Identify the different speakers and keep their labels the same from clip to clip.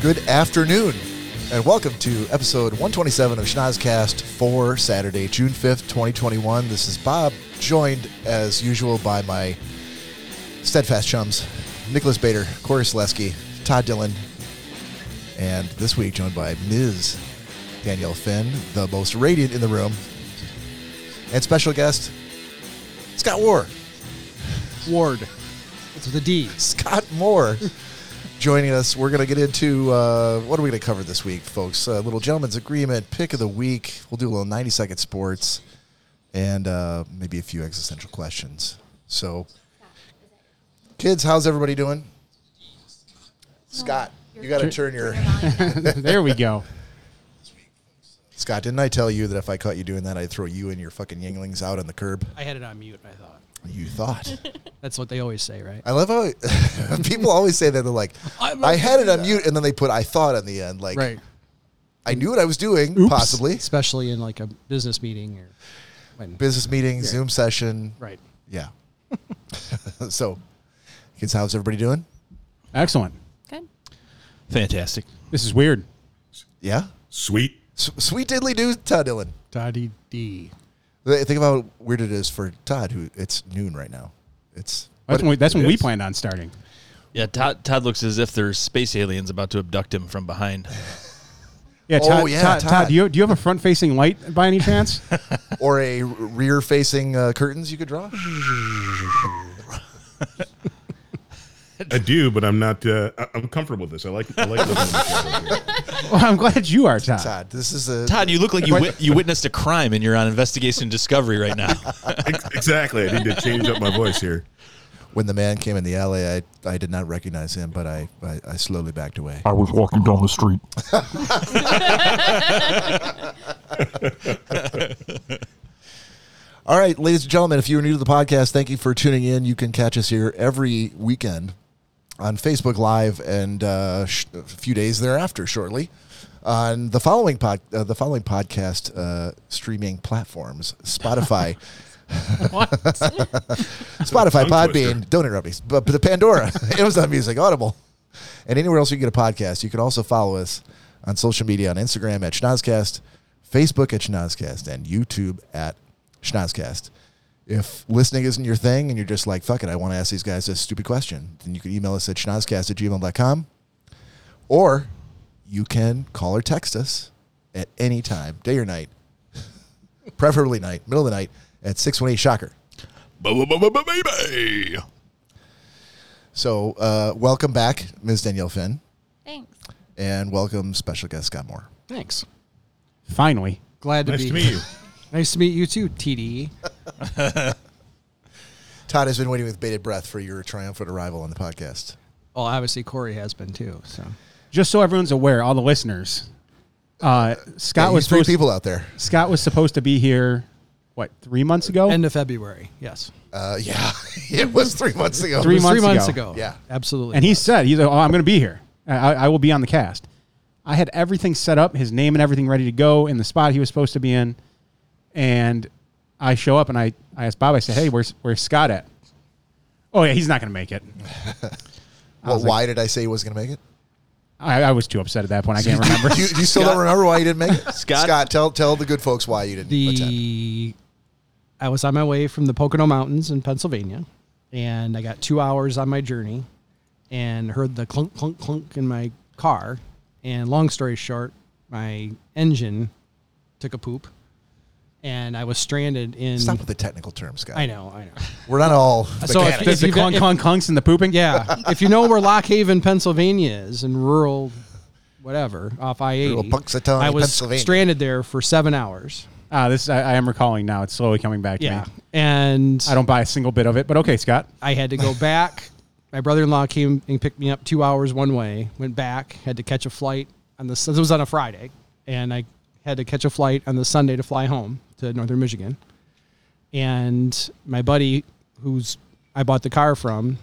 Speaker 1: Good afternoon, and welcome to episode 127 of Schnozcast for Saturday, June 5th, 2021. This is Bob, joined as usual by my steadfast chums, Nicholas Bader, Corey Selesky, Todd Dillon, and this week joined by Ms. Danielle Finn, the most radiant in the room, and special guest, Scott War.
Speaker 2: Ward. It's with a D.
Speaker 1: Scott Moore joining us. We're going to get into uh, what are we going to cover this week, folks? Uh, little gentleman's agreement, pick of the week. We'll do a little 90 second sports and uh, maybe a few existential questions. So, kids, how's everybody doing? Scott, you got to turn your.
Speaker 2: there we go.
Speaker 1: Scott, didn't I tell you that if I caught you doing that, I'd throw you and your fucking yinglings out on the curb?
Speaker 2: I had it on mute, I thought.
Speaker 1: You thought.
Speaker 2: That's what they always say, right?
Speaker 1: I love how people always say that they're like,
Speaker 2: I'm
Speaker 1: I had it on mute, and then they put I thought on the end. Like, I knew what I was doing, possibly.
Speaker 2: Especially in like a business meeting or when.
Speaker 1: Business meeting, Zoom session.
Speaker 2: right.
Speaker 1: Yeah. so, kids, how's everybody doing?
Speaker 3: Excellent.
Speaker 4: Good.
Speaker 5: Fantastic.
Speaker 3: This is weird.
Speaker 1: Yeah.
Speaker 5: Sweet.
Speaker 1: S- sweet diddly do, Todd Dylan.
Speaker 3: Dotty D.
Speaker 1: Think about how weird it is for Todd, who it's noon right now. It's but-
Speaker 3: That's when we, that's when we
Speaker 5: is.
Speaker 3: planned on starting.
Speaker 5: Yeah, Todd, Todd looks as if there's space aliens about to abduct him from behind.
Speaker 3: Yeah,
Speaker 1: Oh,
Speaker 3: Todd,
Speaker 1: yeah,
Speaker 3: Todd,
Speaker 1: Todd.
Speaker 3: Todd. do, you, do you have a front facing light by any chance?
Speaker 1: or a rear facing uh, curtains you could draw.
Speaker 6: I do, but I'm not. Uh, I- I'm comfortable with this. I like. I like. living with this over here.
Speaker 3: well, I'm glad you are, Todd.
Speaker 1: Todd, this is a
Speaker 5: Todd, you look like you wit- you witnessed a crime and you're on investigation discovery right now.
Speaker 6: Ex- exactly. I need to change up my voice here.
Speaker 1: when the man came in the alley, I, I did not recognize him, but I, I, I slowly backed away.
Speaker 7: I was walking down the street.
Speaker 1: All right, ladies and gentlemen, if you are new to the podcast, thank you for tuning in. You can catch us here every weekend on Facebook Live and uh, sh- a few days thereafter, shortly on the following pod- uh, the following podcast uh, streaming platforms: Spotify, Spotify,
Speaker 6: Tongue
Speaker 1: Podbean. Don't interrupt me. But but the Pandora, Amazon Music, Audible, and anywhere else you can get a podcast. You can also follow us on social media on Instagram at Schnozcast, Facebook at Schnozcast, and YouTube at Schnozcast. If listening isn't your thing and you're just like, fuck it, I want to ask these guys a stupid question, then you can email us at schnozcast at gmail.com or you can call or text us at any time, day or night, preferably night, middle of the night, at 618 Shocker.
Speaker 5: Baby.
Speaker 1: So, uh, welcome back, Ms. Danielle Finn,
Speaker 4: Thanks.
Speaker 1: and welcome special guest Scott Moore.
Speaker 2: Thanks.
Speaker 3: Finally.
Speaker 2: Glad to
Speaker 6: Nice
Speaker 2: be
Speaker 6: to meet you.
Speaker 2: Nice to meet you too, TDE.
Speaker 1: Todd has been waiting with bated breath for your triumphant arrival on the podcast.
Speaker 2: Well, obviously Corey has been too. So
Speaker 3: Just so everyone's aware, all the listeners, uh, Scott
Speaker 1: Yeah, you
Speaker 3: was
Speaker 1: three
Speaker 3: supposed,
Speaker 1: people out there.
Speaker 3: Scott was supposed to be here. What three months ago?
Speaker 2: end of February. Yes.
Speaker 1: Uh, yeah, it was three months ago.
Speaker 3: Three
Speaker 2: It was
Speaker 3: months
Speaker 2: three months
Speaker 3: ago.
Speaker 2: ago.
Speaker 1: Yeah.
Speaker 2: Absolutely.
Speaker 3: and he said, "He's like, oh, I'm going to be here. I, I I will be on the cast." I had everything set up, his name and everything ready to go in the spot he was supposed to be in, and I show up and I, I asked Bob. I said, "Hey, where's where's Scott at?" Oh yeah, he's not going to make it.
Speaker 1: Well, why did I say he was going to make it?
Speaker 3: I, I was too upset at that point. I can't remember.
Speaker 1: You, you still don't remember why you didn't make it,
Speaker 5: Scott-
Speaker 1: tell tell the good folks why you didn't attend.
Speaker 2: the I was on my way from the Pocono Mountains in Pennsylvania, and I got two hours on my journey, and heard the clunk clunk clunk in my car, and long story short, my engine took a poop, and I was stranded in.
Speaker 1: Stop with the technical terms, Scott.
Speaker 2: I know, I know.
Speaker 1: We're not all
Speaker 2: So if-
Speaker 1: mechanics.
Speaker 3: the, the
Speaker 2: you've-
Speaker 3: conk
Speaker 2: if-
Speaker 3: conk conks and the pooping.
Speaker 2: Yeah, if you know where Lock Haven, Pennsylvania is, in rural, whatever, off I
Speaker 1: Rural
Speaker 2: eighty,
Speaker 1: Punxsutawney,
Speaker 2: I was
Speaker 1: Pennsylvania.
Speaker 2: stranded there for seven hours.
Speaker 3: Ah, this I, I am recalling now. It's slowly coming back to
Speaker 2: Yeah,
Speaker 3: me.
Speaker 2: and
Speaker 3: I don't buy a single bit of it, but okay, Scott.
Speaker 2: I had to go back. My brother-in-law came and picked me up two hours one way. Went back. Had to catch a flight on the. This was on a Friday, and I had to catch a flight on the Sunday to fly home to Northern Michigan. And my buddy, who's I bought the car from,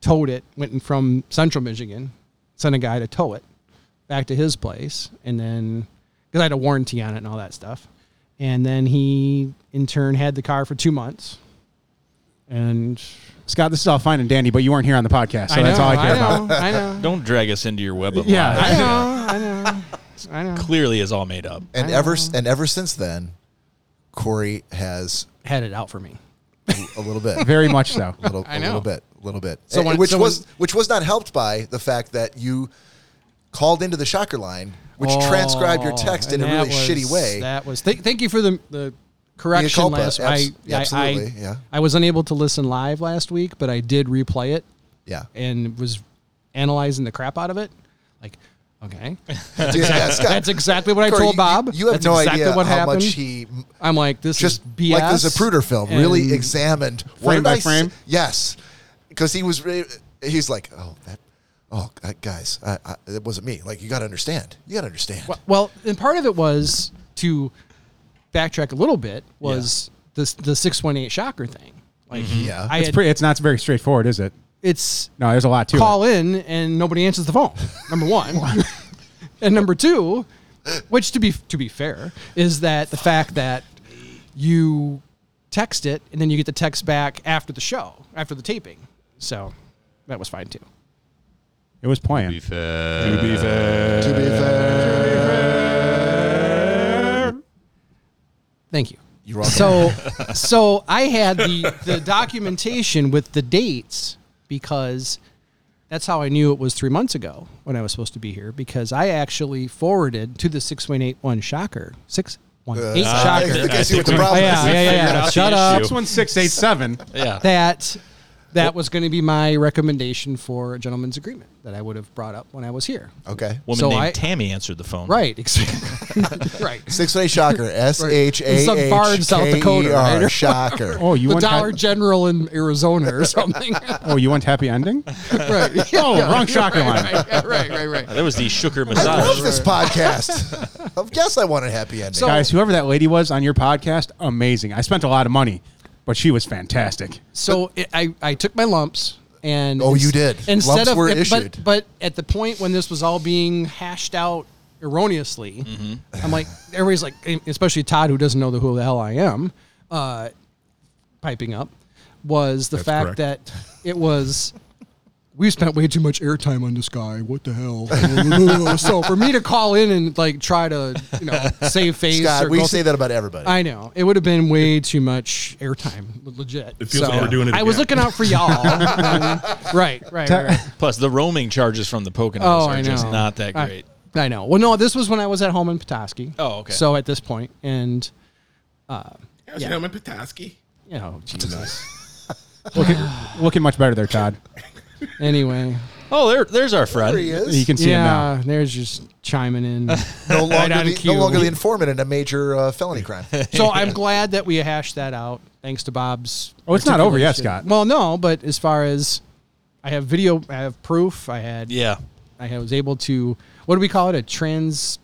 Speaker 2: towed it. Went in from Central Michigan, sent a guy to tow it back to his place, and then because I had a warranty on it and all that stuff, and then he in turn had the car for two months And
Speaker 3: Scott, this is all fine and dandy, but you weren't here on the podcast, so
Speaker 2: I
Speaker 3: that's
Speaker 2: know,
Speaker 3: all I care about.
Speaker 2: know, I know.
Speaker 5: Don't drag us into your web of
Speaker 3: Yeah,
Speaker 5: lies.
Speaker 2: I know. I know. I know.
Speaker 5: Clearly is all made up.
Speaker 1: And ever s- and ever since then, Corey has
Speaker 2: Had it out for me.
Speaker 1: a little bit.
Speaker 3: Very much so.
Speaker 1: little,
Speaker 2: I
Speaker 1: a
Speaker 2: know.
Speaker 1: little bit, a little bit.
Speaker 2: So
Speaker 1: And-
Speaker 2: when-
Speaker 1: which
Speaker 2: so
Speaker 1: was
Speaker 2: when-
Speaker 1: which was not helped by the fact that you called into the shocker line, which transcribed your
Speaker 2: Oh,
Speaker 1: text in
Speaker 2: and
Speaker 1: a
Speaker 2: that
Speaker 1: really shitty
Speaker 2: was-
Speaker 1: way.
Speaker 2: That was. Th- thank you for the the correction
Speaker 1: culpa,
Speaker 2: last.
Speaker 1: abs-
Speaker 2: I, I-
Speaker 1: absolutely,
Speaker 2: I,
Speaker 1: yeah.
Speaker 2: I was unable to listen live last week, but I did replay it
Speaker 1: yeah.
Speaker 2: and was analyzing the crap out of it. Like, okay,
Speaker 1: That's, yeah, Scott,
Speaker 2: that's exactly what I
Speaker 1: Corey,
Speaker 2: told
Speaker 1: you-
Speaker 2: Bob.
Speaker 1: You, have
Speaker 2: that's
Speaker 1: no
Speaker 2: exactly
Speaker 1: idea
Speaker 2: what
Speaker 1: how
Speaker 2: happened.
Speaker 1: much he m-
Speaker 2: I'm like, this
Speaker 1: just
Speaker 2: is BS.
Speaker 1: like the Zapruder film really
Speaker 2: and-
Speaker 1: examined what
Speaker 3: Frame
Speaker 1: did
Speaker 3: by
Speaker 1: I s-
Speaker 3: frame?
Speaker 1: yes, because he was re- he's like, oh that, oh uh, guys, I, I, it wasn't me. Like you got to understand, you got to understand.
Speaker 2: Well- Well, and part of it was to backtrack a little bit was this the six one eight shocker thing. Like,
Speaker 1: Yeah.
Speaker 2: I
Speaker 3: Mm-hmm. It's
Speaker 2: had-
Speaker 3: pretty. It's not very straightforward, is it?
Speaker 2: it's
Speaker 3: No, there's a lot to it.
Speaker 2: call in and nobody answers the phone. Number one, and number two, which to be to be fair, is that the fact that you text it and then you get the text back after the show, after the taping. So that was fine too.
Speaker 3: It was playing.
Speaker 1: to be fair,
Speaker 2: Thank you.
Speaker 1: you're welcome.
Speaker 2: So so I had the the documentation with the dates because that's how I knew it was three months ago when I was supposed to be here because I actually forwarded to the six one eight one shocker six one eight
Speaker 1: Uh, I
Speaker 2: shocker.
Speaker 1: think I
Speaker 5: I
Speaker 1: see what
Speaker 5: think
Speaker 1: the
Speaker 5: we-
Speaker 1: problem
Speaker 2: yeah,
Speaker 1: is.
Speaker 2: yeah, yeah, yeah.
Speaker 5: That's
Speaker 2: Shut
Speaker 5: the
Speaker 2: up.
Speaker 5: issue.
Speaker 3: one six eight seven.
Speaker 5: Yeah.
Speaker 2: That that was going to be my recommendation for a gentleman's agreement that I would have brought up when I was here.
Speaker 1: Okay.
Speaker 5: Woman
Speaker 2: So
Speaker 5: named
Speaker 2: I-
Speaker 5: Tammy answered the phone.
Speaker 2: Right, exactly. right.
Speaker 1: Six eight shocker. S H
Speaker 2: It's
Speaker 1: A
Speaker 2: some bar in
Speaker 1: H
Speaker 2: South
Speaker 1: K E
Speaker 2: Dakota, right?
Speaker 1: R
Speaker 2: Or
Speaker 1: shocker.
Speaker 3: Oh, you
Speaker 2: the
Speaker 3: want
Speaker 2: Dollar
Speaker 3: ha-
Speaker 2: General in Arizona or something.
Speaker 3: oh, you want happy ending?
Speaker 2: right.
Speaker 3: Oh, wrong shocker line.
Speaker 2: Right, right, right, right.
Speaker 5: Uh, That was the sugar
Speaker 1: I love
Speaker 5: massage.
Speaker 1: this podcast. of course, I want a happy ending.
Speaker 2: So-
Speaker 3: Guys, whoever that lady was on your podcast, amazing. I spent a lot of money, but she was fantastic.
Speaker 2: So it, I, I took my lumps and
Speaker 1: Oh,
Speaker 2: ins-
Speaker 1: you did.
Speaker 2: Instead
Speaker 1: Lumps
Speaker 2: of
Speaker 1: were
Speaker 2: it-
Speaker 1: issued.
Speaker 2: But, but at the point when this was all being hashed out erroneously,
Speaker 1: Mm-hmm.
Speaker 2: I'm like everybody's like, especially Todd who doesn't know the, who the hell I am, uh, piping up was the fact
Speaker 6: correct.
Speaker 2: that it was. We spent way too much airtime on this guy. What the hell? so for me to call in and like try to you know save face,
Speaker 1: Scott,
Speaker 2: or
Speaker 1: we
Speaker 2: go
Speaker 1: say that about everybody.
Speaker 2: I know it would have been way too much airtime, le- legit.
Speaker 6: It feels like we're doing it
Speaker 2: I was
Speaker 6: again.
Speaker 2: looking out for y'all. Um, right, right, right, right.
Speaker 5: Plus, the roaming charges from the Poconos
Speaker 2: Oh,
Speaker 5: are
Speaker 2: I know.
Speaker 5: just not that
Speaker 2: I-
Speaker 5: great.
Speaker 2: I, know. Well, no, this was when I was at home in Petoskey.
Speaker 5: Oh, okay.
Speaker 2: So at this point, and
Speaker 6: Yeah. I'm in Petoskey.
Speaker 2: you know, Jesus.
Speaker 3: Looking, looking much better there, Todd.
Speaker 2: anyway,
Speaker 5: Oh, there, there's our friend.
Speaker 1: there he is.
Speaker 3: You can see him now.
Speaker 2: yeah, there's just chiming in.
Speaker 1: no longer,
Speaker 2: on
Speaker 1: the,
Speaker 2: cue.
Speaker 1: no longer the informant in a major uh, felony crime.
Speaker 2: so I'm glad that we hashed that out, thanks to Bob's.
Speaker 3: Oh, it's not over yet,
Speaker 2: articulation.
Speaker 3: Scott.
Speaker 2: Well, no, but as far as I have video, I have proof. I had,
Speaker 5: Yeah.
Speaker 2: I was able to. What do we call it? A trans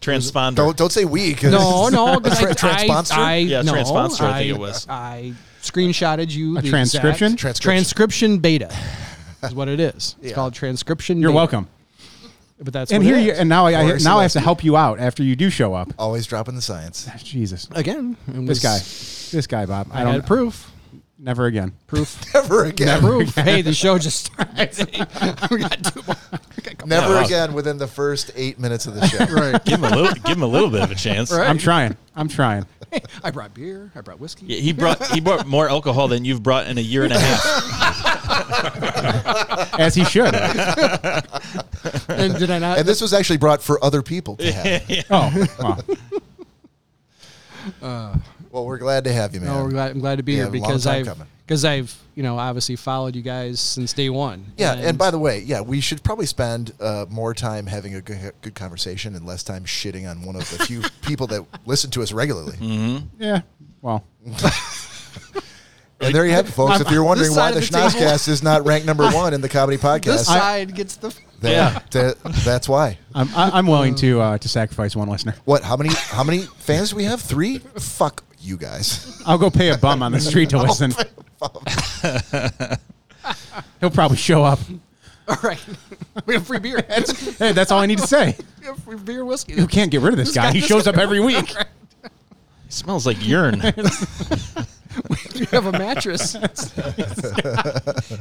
Speaker 5: Transponder.
Speaker 1: don't don't say we. 'cause-
Speaker 2: No, no, because
Speaker 1: Tra-
Speaker 2: I,
Speaker 1: transponsor?
Speaker 2: I, I,
Speaker 5: Yeah,
Speaker 2: no,
Speaker 5: transponster, I think
Speaker 2: I-
Speaker 5: it was.
Speaker 2: I screenshotted you
Speaker 3: A
Speaker 2: the
Speaker 3: transcription?
Speaker 2: exact-
Speaker 1: Transcription.
Speaker 2: transcription beta is what it is. It's called transcription.
Speaker 3: You're
Speaker 2: beta,
Speaker 3: welcome.
Speaker 2: But that's
Speaker 3: And
Speaker 2: what
Speaker 3: here
Speaker 2: it
Speaker 3: you
Speaker 2: is.
Speaker 3: and now I, I
Speaker 1: Corey
Speaker 3: now I
Speaker 1: Celeste.
Speaker 3: have to help you out after you do show up.
Speaker 1: Always dropping the science.
Speaker 3: Jesus,
Speaker 2: again. it was-
Speaker 3: this guy, this guy, Bob. I
Speaker 2: I
Speaker 3: don't
Speaker 2: had proof.
Speaker 3: never again.
Speaker 2: Proof.
Speaker 1: Never again. Never,
Speaker 2: proof. Hey, the show just started. we got two more.
Speaker 5: Yeah, wow.
Speaker 1: again within the first eight minutes of the show.
Speaker 2: Right.
Speaker 5: give him a little. Give him a little bit of a chance.
Speaker 2: Right.
Speaker 3: I'm trying. I'm trying.
Speaker 2: I brought beer. I brought whiskey.
Speaker 5: Yeah, he brought he brought more alcohol than you've brought in a year and a half.
Speaker 3: As he should.
Speaker 2: And did I not?
Speaker 1: And this was actually brought for other people to have.
Speaker 3: Oh, well,
Speaker 1: Well, we're glad to have you, man.
Speaker 2: no, we're glad, I'm glad to be
Speaker 1: Yeah,
Speaker 2: here
Speaker 1: long
Speaker 2: because
Speaker 1: time
Speaker 2: I've
Speaker 1: coming.
Speaker 2: because I've you know obviously followed you guys since day one.
Speaker 1: Yeah, and by the way, yeah, we should probably spend uh, more time having a good, good conversation and less time shitting on one of the few people that listen to us regularly.
Speaker 3: yeah. Well,
Speaker 1: And there you have it, folks. if you're wondering
Speaker 2: this
Speaker 1: why the
Speaker 2: side of the table-
Speaker 1: Schnozcast is not ranked number one in the comedy
Speaker 2: this
Speaker 1: podcast,
Speaker 2: side gets the
Speaker 1: then
Speaker 5: Yeah.
Speaker 1: that- that's why.
Speaker 3: I'm I- I'm willing to uh, to sacrifice one listener.
Speaker 1: What? How many? How many fans do we have? Three? Fuck you guys.
Speaker 3: I'll go pay a bum on the street to listen. He'll probably show up.
Speaker 2: All right. we have free beer.
Speaker 3: Hey, that's all I need to say.
Speaker 2: we have free beer whiskey.
Speaker 3: You can't get rid of this
Speaker 2: This
Speaker 3: guy.
Speaker 2: guy-
Speaker 3: He
Speaker 2: this
Speaker 3: shows up every week.
Speaker 5: smells like urine.
Speaker 2: You have a mattress.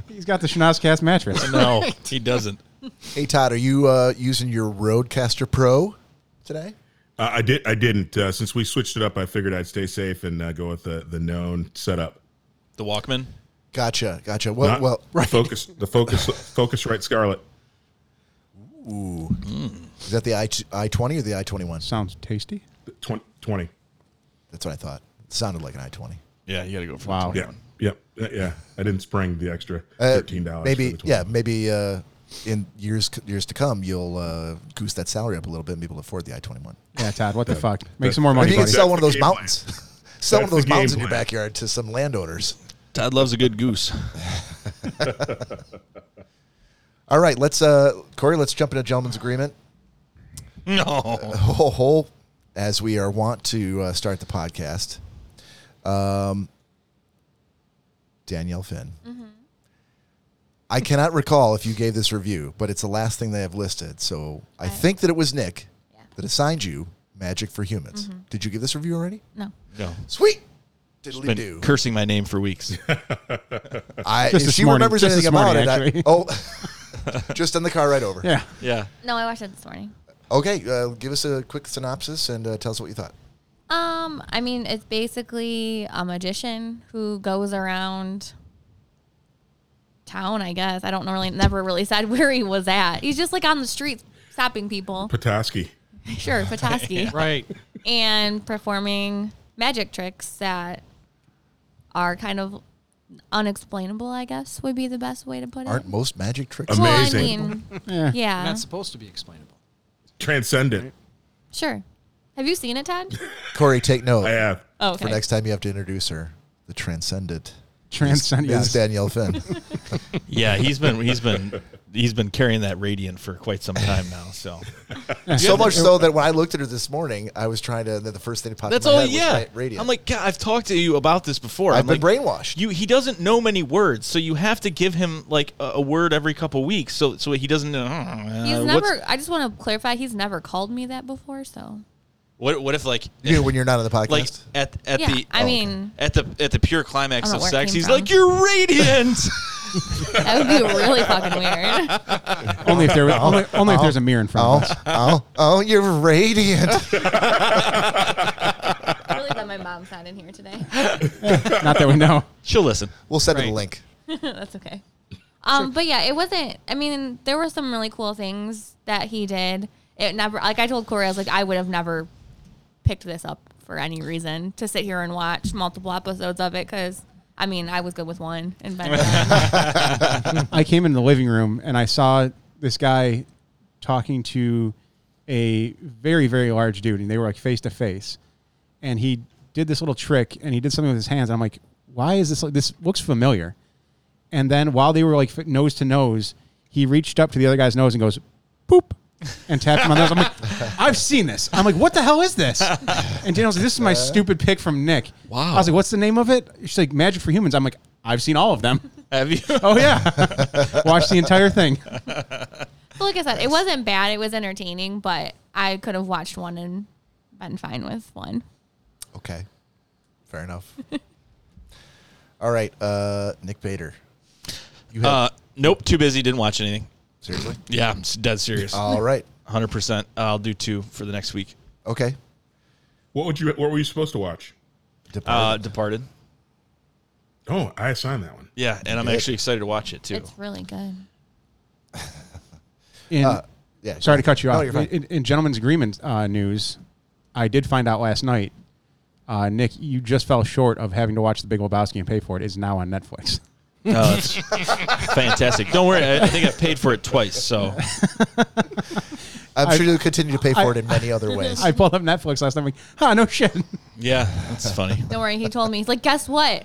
Speaker 3: He's got the Schnozcast mattress.
Speaker 5: no, he doesn't.
Speaker 1: Hey Todd, are you uh, using your Roadcaster Pro today?
Speaker 6: Uh, I did. I didn't. Uh, since we switched it up, I figured I'd stay safe and uh, go with the the known setup.
Speaker 5: The Walkman.
Speaker 1: Gotcha, gotcha. Well,
Speaker 6: Not
Speaker 1: well, right.
Speaker 6: Focus the focus focus right Scarlet.
Speaker 1: Is that the i twenty or the i twenty one?
Speaker 3: Sounds tasty.
Speaker 6: Twen- Twenty.
Speaker 1: That's what I thought. It sounded like an i twenty.
Speaker 5: Yeah, you got to go for
Speaker 3: Wow.
Speaker 5: the
Speaker 6: Yeah. Yep. Uh, Yeah. I didn't spring the extra
Speaker 1: Uh,
Speaker 6: thirteen dollars.
Speaker 1: Maybe, yeah, maybe uh, in years c- years to come, you'll uh, goose that salary up a little bit and be able to afford the i twenty one.
Speaker 3: Yeah, Todd, what the fuck? Make some more money,
Speaker 1: you can
Speaker 3: buddy.
Speaker 1: sell one of those
Speaker 6: That's the game plan.
Speaker 1: mountains. sell one of
Speaker 6: That's the
Speaker 1: those
Speaker 6: game
Speaker 1: mountains in your
Speaker 6: plan.
Speaker 1: backyard to some landowners.
Speaker 5: Todd loves a good goose.
Speaker 1: All right, let's uh, Corey. Let's jump into gentleman's agreement.
Speaker 5: No.
Speaker 1: Ho ho! Oh, As we are wont to uh, start the podcast, um, Danielle Finn. I cannot recall if you gave this review, but it's the last thing they have listed. So I, think that it was Nick
Speaker 4: Yeah.
Speaker 1: that assigned you Magic for Humans. Did you give this review already?
Speaker 4: No.
Speaker 5: No.
Speaker 1: Sweet. Diddly
Speaker 5: Been
Speaker 1: do.
Speaker 5: cursing my name for weeks.
Speaker 1: I,
Speaker 3: Just
Speaker 1: if
Speaker 3: this
Speaker 1: she
Speaker 3: morning-
Speaker 1: remembers
Speaker 3: just
Speaker 1: anything
Speaker 3: this
Speaker 1: about
Speaker 3: morning,
Speaker 1: it, I,
Speaker 3: actually.
Speaker 1: oh, just in the car right over.
Speaker 3: Yeah.
Speaker 5: Yeah.
Speaker 4: No, I watched it this morning.
Speaker 1: Okay, uh, give us a quick synopsis and uh, tell us what you thought.
Speaker 4: Um, I mean, it's basically a magician who goes around town, I guess. I don't really never really said where he was at. He's just like on the streets stopping people.
Speaker 6: Petoskey.
Speaker 4: Sure, Petoskey.
Speaker 2: right.
Speaker 4: and performing magic tricks that are kind of unexplainable, I guess would be the best way to put
Speaker 1: Aren't
Speaker 4: it.
Speaker 1: most magic tricks?
Speaker 6: Ama-
Speaker 4: Well, I
Speaker 6: amazing?
Speaker 4: mean,
Speaker 3: Yeah.
Speaker 4: yeah.
Speaker 2: Not supposed to be explainable.
Speaker 6: Transcendent.
Speaker 4: sure. Have you seen it, Todd?
Speaker 1: Corey, take note.
Speaker 6: I have.
Speaker 4: Oh, okay.
Speaker 1: For next time you have to introduce her, the transcendent
Speaker 3: Transcend.
Speaker 1: is
Speaker 3: Yes.
Speaker 1: Danielle Finn.
Speaker 5: Yeah, he's been he's been he's been carrying that radiant for quite some time now. So
Speaker 1: so much so that when I looked at her this morning, I was trying to. The first thing that popped
Speaker 5: that's
Speaker 1: in my
Speaker 5: all.
Speaker 1: head
Speaker 5: Yeah,
Speaker 1: was ra- radio.
Speaker 5: I'm like, God, I've talked to you about this before.
Speaker 1: I've
Speaker 5: I'm
Speaker 1: been
Speaker 5: like,
Speaker 1: brainwashed.
Speaker 5: You he doesn't know many words, so you have to give him like a, a word every couple weeks, so so he doesn't. know, Uh,
Speaker 4: He's
Speaker 5: what's-
Speaker 4: never. I just want to clarify. He's never called me that before. So
Speaker 5: What what if like eh,
Speaker 1: You know, when you're not on the podcast.
Speaker 5: like at at
Speaker 4: yeah,
Speaker 5: the
Speaker 4: I
Speaker 1: oh,
Speaker 4: mean
Speaker 5: at the at the pure climax
Speaker 4: I don't
Speaker 5: of
Speaker 4: know where it
Speaker 5: sex,
Speaker 4: came
Speaker 5: he's
Speaker 4: from.
Speaker 5: like, "You're radiant."
Speaker 4: that would be really fucking weird.
Speaker 3: Only if there was, only, only if there's a mirror in front
Speaker 1: oh,
Speaker 3: of us.
Speaker 1: oh, oh, you're radiant.
Speaker 4: I really glad my mom's not in here today.
Speaker 3: Not that we know.
Speaker 5: She'll listen.
Speaker 1: We'll send her the
Speaker 2: Right.
Speaker 1: link.
Speaker 4: That's okay. Um, but yeah, it wasn't. I mean, there were some really cool things that he did. It never, like I told Corey, I was like, I would have never picked this up for any reason to sit here and watch multiple episodes of it because I mean, I was good with one. And by then,
Speaker 3: I came in the living room and I saw this guy talking to a very, very large dude, and they were like face to face. And he did this little trick and he did something with his hands. And I'm like, why is this? This looks familiar. And then while they were like f- nose to nose, he reached up to the other guy's nose and goes, boop, and tapped him on the nose. I'm like, I've seen this. I'm like, what the hell is this? And Daniel's like, this is my stupid pick from Nick.
Speaker 5: Wow.
Speaker 3: I was like, what's the name of it? She's like, Magic for Humans. I'm like, I've seen all of them.
Speaker 5: Have you?
Speaker 3: Oh yeah, watch the entire thing.
Speaker 4: but like I said, it wasn't bad. It was entertaining, but I could have watched one and been fine with one.
Speaker 1: Okay, fair enough. All right, uh, Nick Bader. You have
Speaker 5: Uh, nope. Too busy. Didn't watch anything.
Speaker 1: seriously?
Speaker 5: Yeah, I'm s- dead serious.
Speaker 1: All right.
Speaker 5: Hundred percent. I'll do two for the next week.
Speaker 1: Okay.
Speaker 6: What would you? What were you supposed to watch?
Speaker 5: Uh,
Speaker 1: Departed.
Speaker 5: Departed.
Speaker 6: Oh, I assigned that one.
Speaker 5: Yeah, and I'm
Speaker 1: did?
Speaker 5: actually excited to watch it too.
Speaker 4: It's really good.
Speaker 3: In,
Speaker 1: yeah.
Speaker 3: sorry to cut you
Speaker 1: Uh, No,
Speaker 3: off.
Speaker 1: you're fine.
Speaker 3: In, in gentlemen's agreement uh, news, I did find out last night. Uh, Nick, you just fell short of having to watch The Big Lebowski and pay for it. It's now on Netflix.
Speaker 5: Oh, it's fantastic. Don't worry. I, I think I've paid for it twice. So
Speaker 1: I'm
Speaker 3: I-
Speaker 1: sure you'll continue to pay for it in many other ways.
Speaker 3: I pulled up Netflix last night. I'm like, huh, no shit.
Speaker 5: yeah, that's funny.
Speaker 4: Don't worry, he told me. He's like, guess what?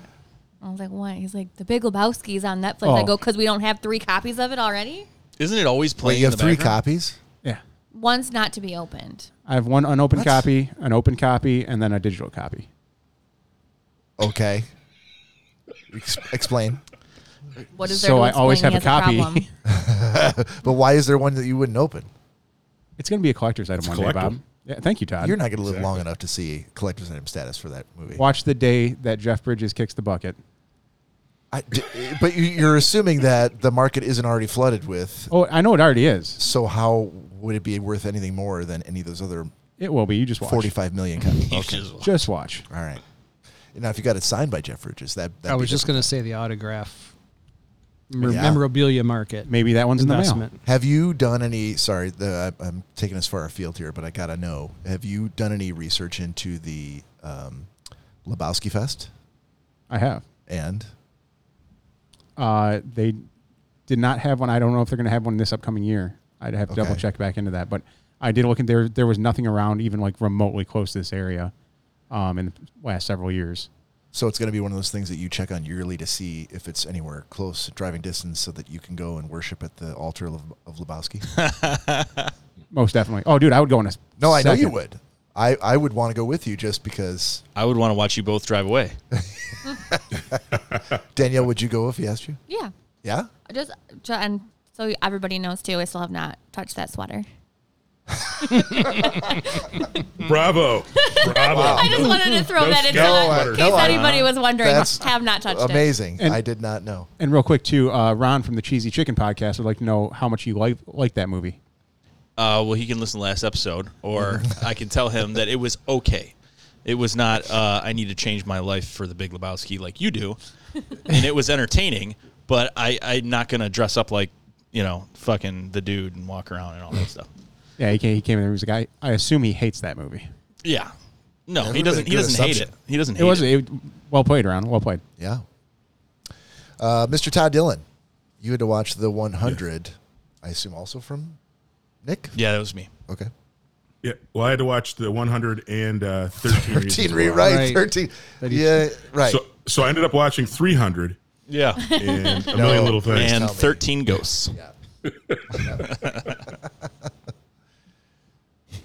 Speaker 4: I was like, what? He's like, The Big Lebowski's on Netflix. I
Speaker 3: Oh.
Speaker 4: go, because we don't have three copies of it already.
Speaker 5: Isn't it always playing?
Speaker 1: Wait, you
Speaker 5: in
Speaker 1: have
Speaker 5: the
Speaker 1: three
Speaker 5: background?
Speaker 1: copies?
Speaker 3: Yeah,
Speaker 4: One's not to be opened.
Speaker 3: I have one unopened
Speaker 1: What?
Speaker 3: copy, an open copy, and then a digital copy.
Speaker 1: Okay. Ex- explain.
Speaker 4: What is
Speaker 3: So
Speaker 4: there?
Speaker 3: I always have a copy.
Speaker 1: But why is there one that you wouldn't open?
Speaker 3: It's going to be a collector's item one day,
Speaker 6: collectible.
Speaker 3: Bob. Yeah, thank you, Todd.
Speaker 1: You're not going to live long
Speaker 6: Exactly.
Speaker 1: enough to see collector's item status for that movie.
Speaker 3: Watch the day that Jeff Bridges kicks the bucket.
Speaker 1: I d but you- you're assuming that the market isn't already flooded with.
Speaker 3: Oh, I know it already is.
Speaker 1: So how would it be worth anything more than any of those other
Speaker 3: It will be. You just watch.
Speaker 1: 45 million copies? Okay.
Speaker 3: Just watch.
Speaker 1: All right. Now, if you got it signed by Jeff Bridges, that that'd
Speaker 2: I
Speaker 1: be
Speaker 2: was just
Speaker 1: different.
Speaker 2: going to say the autograph mer-
Speaker 1: Yeah.
Speaker 2: memorabilia market
Speaker 3: Maybe that one's
Speaker 2: investment.
Speaker 3: in
Speaker 1: Have you done any? Sorry, the, I- I'm taking us far afield here, but I gotta know. Have you done any research into the um, Lebowski Fest?
Speaker 3: the mail. I have.
Speaker 1: And
Speaker 3: Uh, they did not have one. I don't know if they're going to have one this upcoming year. I'd have to
Speaker 1: Okay.
Speaker 3: double check back into that. But I did look, and there there was nothing around even like remotely close to this area um, in the last several years.
Speaker 1: so it's gonna be one of those things that you check on yearly to see if it's anywhere close driving distance, so that you can go and worship at the altar of, of Lebowski.
Speaker 3: Most definitely. Oh, dude, I would go in a.
Speaker 1: No, I know you
Speaker 3: second.
Speaker 1: would. I, I would want to go with you just because
Speaker 7: I would want to watch you both drive away.
Speaker 1: Danielle. Would you go if he asked you?
Speaker 4: Yeah.
Speaker 1: Yeah.
Speaker 4: Just, ju- and so everybody knows too, I still have not touched that sweater.
Speaker 6: Bravo. Bravo.
Speaker 4: I just wanted to throw
Speaker 6: No
Speaker 4: that in
Speaker 6: scale
Speaker 4: so
Speaker 6: letter.
Speaker 4: in
Speaker 1: No,
Speaker 4: case
Speaker 1: I-
Speaker 4: anybody was wondering.
Speaker 1: That's
Speaker 4: have not touched it.
Speaker 1: Amazing.
Speaker 3: And-
Speaker 1: I did not know.
Speaker 3: And real quick too, uh, Ron from the Cheesy Chicken podcast would like to know how much you like like that movie.
Speaker 5: Uh, well, he can listen to last episode, or I can tell him that it was okay. It was not. Uh, I need to change my life for the Big Lebowski like you do, and it was entertaining. But I, I'm not gonna dress up like you know fucking the dude and walk around and all that stuff.
Speaker 3: Yeah, he came, he came in and he was like, I, I assume he hates that movie.
Speaker 5: Yeah, no,
Speaker 1: That
Speaker 5: he
Speaker 1: would've
Speaker 5: doesn't.
Speaker 1: been a good
Speaker 5: He doesn't hate it.
Speaker 1: assumption.
Speaker 5: He doesn't. Hate
Speaker 3: It was it, well played, Ron. Well played.
Speaker 1: Yeah. Uh, Mr. Todd Dillon, you had to watch the 100. I assume also from Nick.
Speaker 5: Yeah, that was me.
Speaker 1: Okay.
Speaker 6: Yeah. Well, I had to watch the 113
Speaker 1: 13
Speaker 6: uh, reasons why.
Speaker 1: rewrite.
Speaker 2: Right.
Speaker 1: 13. Yeah. Right.
Speaker 6: So, so I ended up watching 300
Speaker 5: Yeah,
Speaker 6: and a million little things.
Speaker 5: and
Speaker 1: tell me.
Speaker 5: 13 ghosts.
Speaker 1: yeah.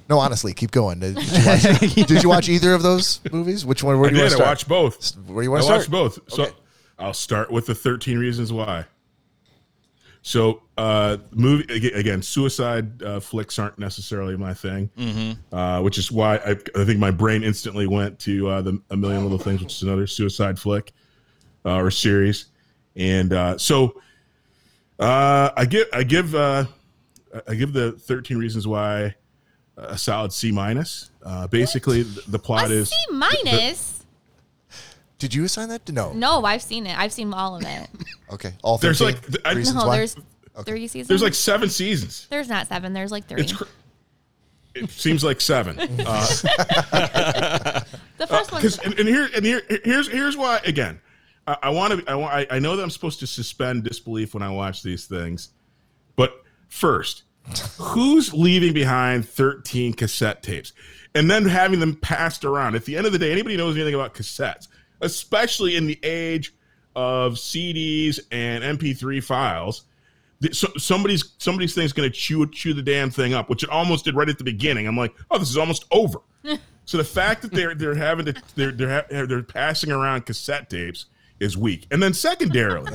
Speaker 1: no, honestly, keep going. Did you watch, did you watch either of those movies? Which one? Where
Speaker 6: I
Speaker 1: do you
Speaker 6: did.
Speaker 1: want
Speaker 6: I
Speaker 1: to
Speaker 6: watched
Speaker 1: start?
Speaker 6: both.
Speaker 1: Where do you want
Speaker 6: I
Speaker 1: to start?
Speaker 6: watched both. So I'll start with the 13 reasons why. So, uh, movie aga- again, suicide uh, flicks aren't necessarily my thing,
Speaker 4: Mm-hmm.
Speaker 6: uh, which is why I, I think my brain instantly went to uh, the A Million Little Things, which is another suicide flick uh, or series. And uh, so, uh, I give I give uh, I give the 13 reasons why a solid C minus. Uh, basically, th- the
Speaker 4: A
Speaker 6: plot is
Speaker 4: C minus?
Speaker 1: Did you assign that? to No.
Speaker 4: No, I've seen it. I've seen all of it.
Speaker 1: Okay. All
Speaker 6: There's
Speaker 1: 13
Speaker 6: like- th- I-
Speaker 1: reasons
Speaker 4: No,
Speaker 1: why.
Speaker 4: there's three seasons.
Speaker 6: there's like seven seasons.
Speaker 4: there's not seven. There's like three.
Speaker 6: It's cr- it seems like seven. Uh,
Speaker 4: the first one.
Speaker 6: Because and, and here and here here's here's why again. I, I want to. I want. I, I know that I'm supposed to suspend disbelief when I watch these things, but first, who's leaving behind 13 cassette tapes, and then having them passed around? At the end of the day, anybody knows anything about cassettes, especially in the age of CDs and MP3 files. th- So, somebody's somebody's thing's going to chew chew the damn thing up, which it almost did right at the beginning. I'm like, oh, this is almost over. So the fact that they're they're having to they're they're ha- they're passing around cassette tapes is weak. And then secondarily,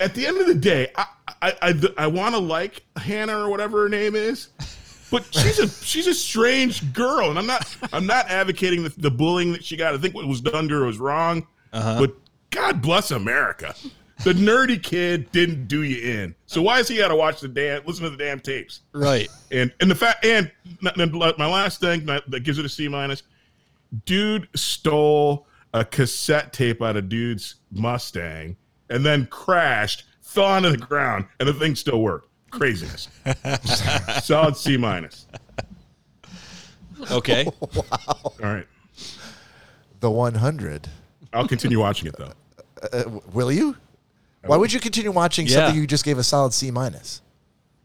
Speaker 6: at the end of the day, I I I, I want to like Hannah or whatever her name is, but she's a she's a strange girl, and I'm not I'm not advocating the, the bullying that she got. I think what was done to her was wrong, but God bless America. The nerdy kid didn't do you in. So why is he got to watch the damn listen to the damn tapes?
Speaker 5: Right.
Speaker 6: and and the fact and n- n- my last thing that that gives it a C minus, dude stole a cassette tape out of dude's Mustang and then crashed, fell onto the ground, and the thing still worked. Craziness. Solid C minus.
Speaker 5: Okay.
Speaker 6: All right,
Speaker 1: the 100.
Speaker 6: I'll continue watching it though.
Speaker 1: Uh, w- will you? Why would you continue watching
Speaker 5: Yeah.
Speaker 1: something you just gave a solid C minus?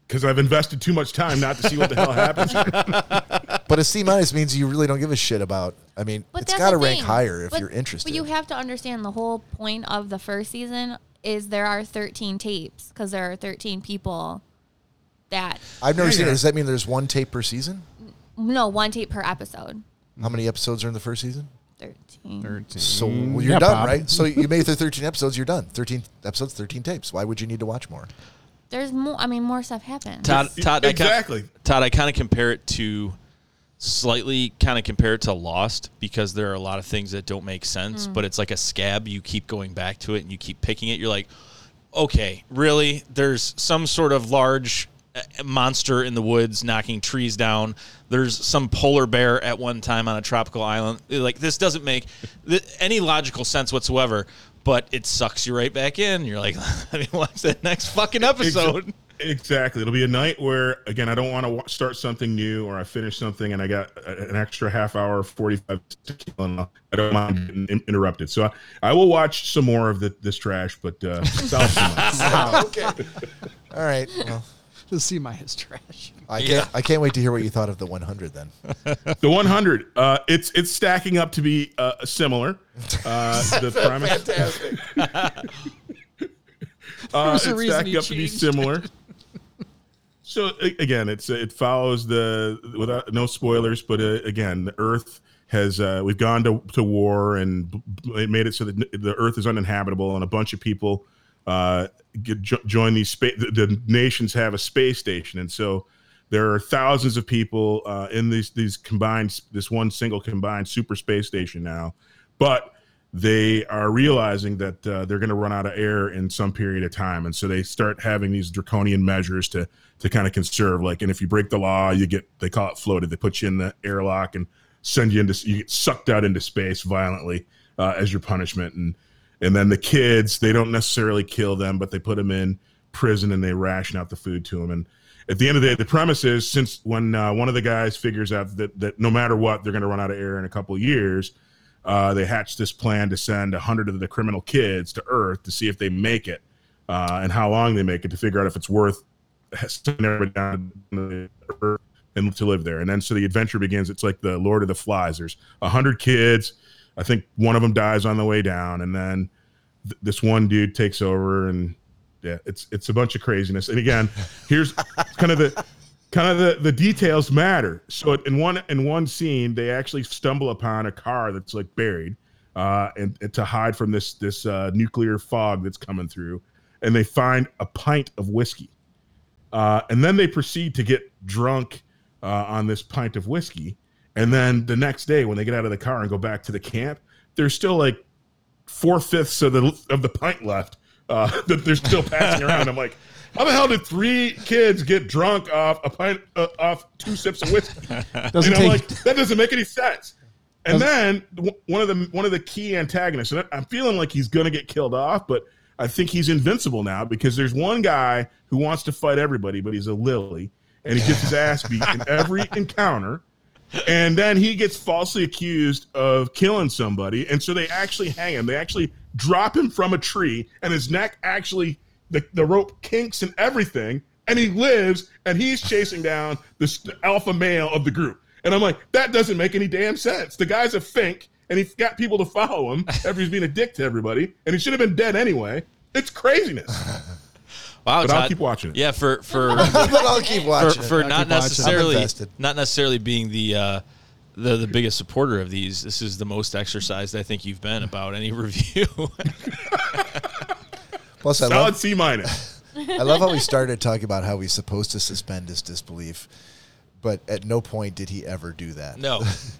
Speaker 6: Because I've invested too much time not to see what the hell happens.
Speaker 1: But a C minus means you really don't give a shit about. I mean,
Speaker 4: But
Speaker 1: it's
Speaker 4: that's
Speaker 1: got to
Speaker 4: the
Speaker 1: rank
Speaker 4: thing.
Speaker 1: higher if
Speaker 4: But-
Speaker 1: you're interested.
Speaker 4: But you have to understand the whole point of the first season is there are 13 tapes because there are 13 people that
Speaker 1: I've never
Speaker 6: Yeah,
Speaker 1: seen it.
Speaker 6: yeah.
Speaker 1: Does that mean there's one tape per season?
Speaker 4: no one tape per episode.
Speaker 1: How many episodes are in the first season?
Speaker 4: 13.
Speaker 1: So
Speaker 6: Mm,
Speaker 1: well, you're
Speaker 3: yeah,
Speaker 1: done,
Speaker 3: Bob.
Speaker 1: right? So you made it through 13 episodes. You're done. 13 episodes, 13 tapes. Why would you need to watch more?
Speaker 4: There's more. I mean, more stuff happens.
Speaker 5: Todd, Todd, I
Speaker 6: Exactly.
Speaker 5: Kind Todd, I kind of compare it to slightly kind of compare it to Lost because there are a lot of things that don't make sense, but it's like a scab. You keep going back to it and you keep picking it. You're like, okay, really? There's some sort of large uh, monster in the woods knocking trees down. There's some polar bear at one time on a tropical island. Like, this doesn't make th- any logical sense whatsoever. But it sucks you right back in. You're like, let me watch that next fucking episode.
Speaker 6: Exactly. It'll be a night where, again, I don't want to wa- start something new or I finish something and I got a- an extra half hour, 45 seconds, and I'll- I don't mind getting in- interrupted. So I, I will watch some more of the, this trash, but uh, it's out too much.
Speaker 1: All right. Well,
Speaker 2: Just see my his trash.
Speaker 1: I can't. I can't wait to hear what you thought of the 100. Then
Speaker 6: the 100, uh, it's it's stacking up to be uh, similar. Uh, the premise. Fantastic. uh,
Speaker 2: was
Speaker 6: it's
Speaker 2: a reason
Speaker 6: stacking
Speaker 2: you
Speaker 6: up to be
Speaker 2: changed.
Speaker 6: similar. So a- again, it's it follows the without no spoilers, but uh, again, the Earth has uh, we've gone to, to war and b- b- it made it so that n- the Earth is uninhabitable, and a bunch of people uh, get, jo- join these space. The, the nations have a space station, and so there are thousands of people uh, in these these combined s- this one single combined super space station now, but they are realizing that uh, they're going to run out of air in some period of time, and so they start having these draconian measures to to kind of conserve. Like, and if you break the law, you get they call it floated. They put you in the airlock and send you into you get sucked out into space violently uh, as your punishment. And and then the kids they don't necessarily kill them, but they put them in prison and they ration out the food to them. And at the end of the day, the premise is since when uh, one of the guys figures out that that no matter what they're going to run out of air in a couple of years uh, they hatched this plan to send 100 of the criminal kids to Earth to see if they make it uh, and how long they make it to figure out if it's worth sending everybody down to Earth and to live there. And then so the adventure begins. It's like the Lord of the Flies. There's 100 kids. I think one of them dies on the way down. And then th- this one dude takes over and yeah, it's it's a bunch of craziness. And again, here's kind of the kind of the, the details matter. So in one in one scene, they actually stumble upon a car that's like buried, uh, and, and to hide from this this uh, nuclear fog that's coming through, and they find a pint of whiskey, uh, and then they proceed to get drunk uh, on this pint of whiskey, and then the next day when they get out of the car and go back to the camp, there's still like four fifths of the of the pint left uh, that they're still passing around. I'm like, how the hell did three kids get drunk off a pint uh, off two sips of whiskey?
Speaker 3: Doesn't
Speaker 6: and I'm
Speaker 3: take-
Speaker 6: like, that doesn't make any sense. And then w- one of the one of the key antagonists, and I- I'm feeling like he's gonna get killed off, but I think he's invincible now because there's one guy who wants to fight everybody, but he's a lily, and he gets his ass beat in every encounter and then he gets falsely accused of killing somebody and so they actually hang him they actually drop him from a tree and his neck actually the, the rope kinks and everything and he lives and he's chasing down this alpha male of the group and i'm like that doesn't make any damn sense the guy's a fink and he's got people to follow him after he's being a dick to everybody and he should have been dead anyway it's craziness
Speaker 5: Wow,
Speaker 6: But I'll
Speaker 5: Todd.
Speaker 6: keep watching it.
Speaker 5: Yeah, for for
Speaker 1: but I'll keep
Speaker 5: for,
Speaker 1: watching. it.
Speaker 5: for not
Speaker 3: keep watching it. I'm
Speaker 5: necessarily
Speaker 1: invested.
Speaker 5: not necessarily being the uh, the the biggest supporter of these. This is the most exercised I think you've been about any review.
Speaker 1: Plus, I
Speaker 6: solid
Speaker 1: love,
Speaker 6: c minus
Speaker 1: I love how we started talking about how he's supposed to suspend his disbelief, but at no point did he ever do that.
Speaker 5: no,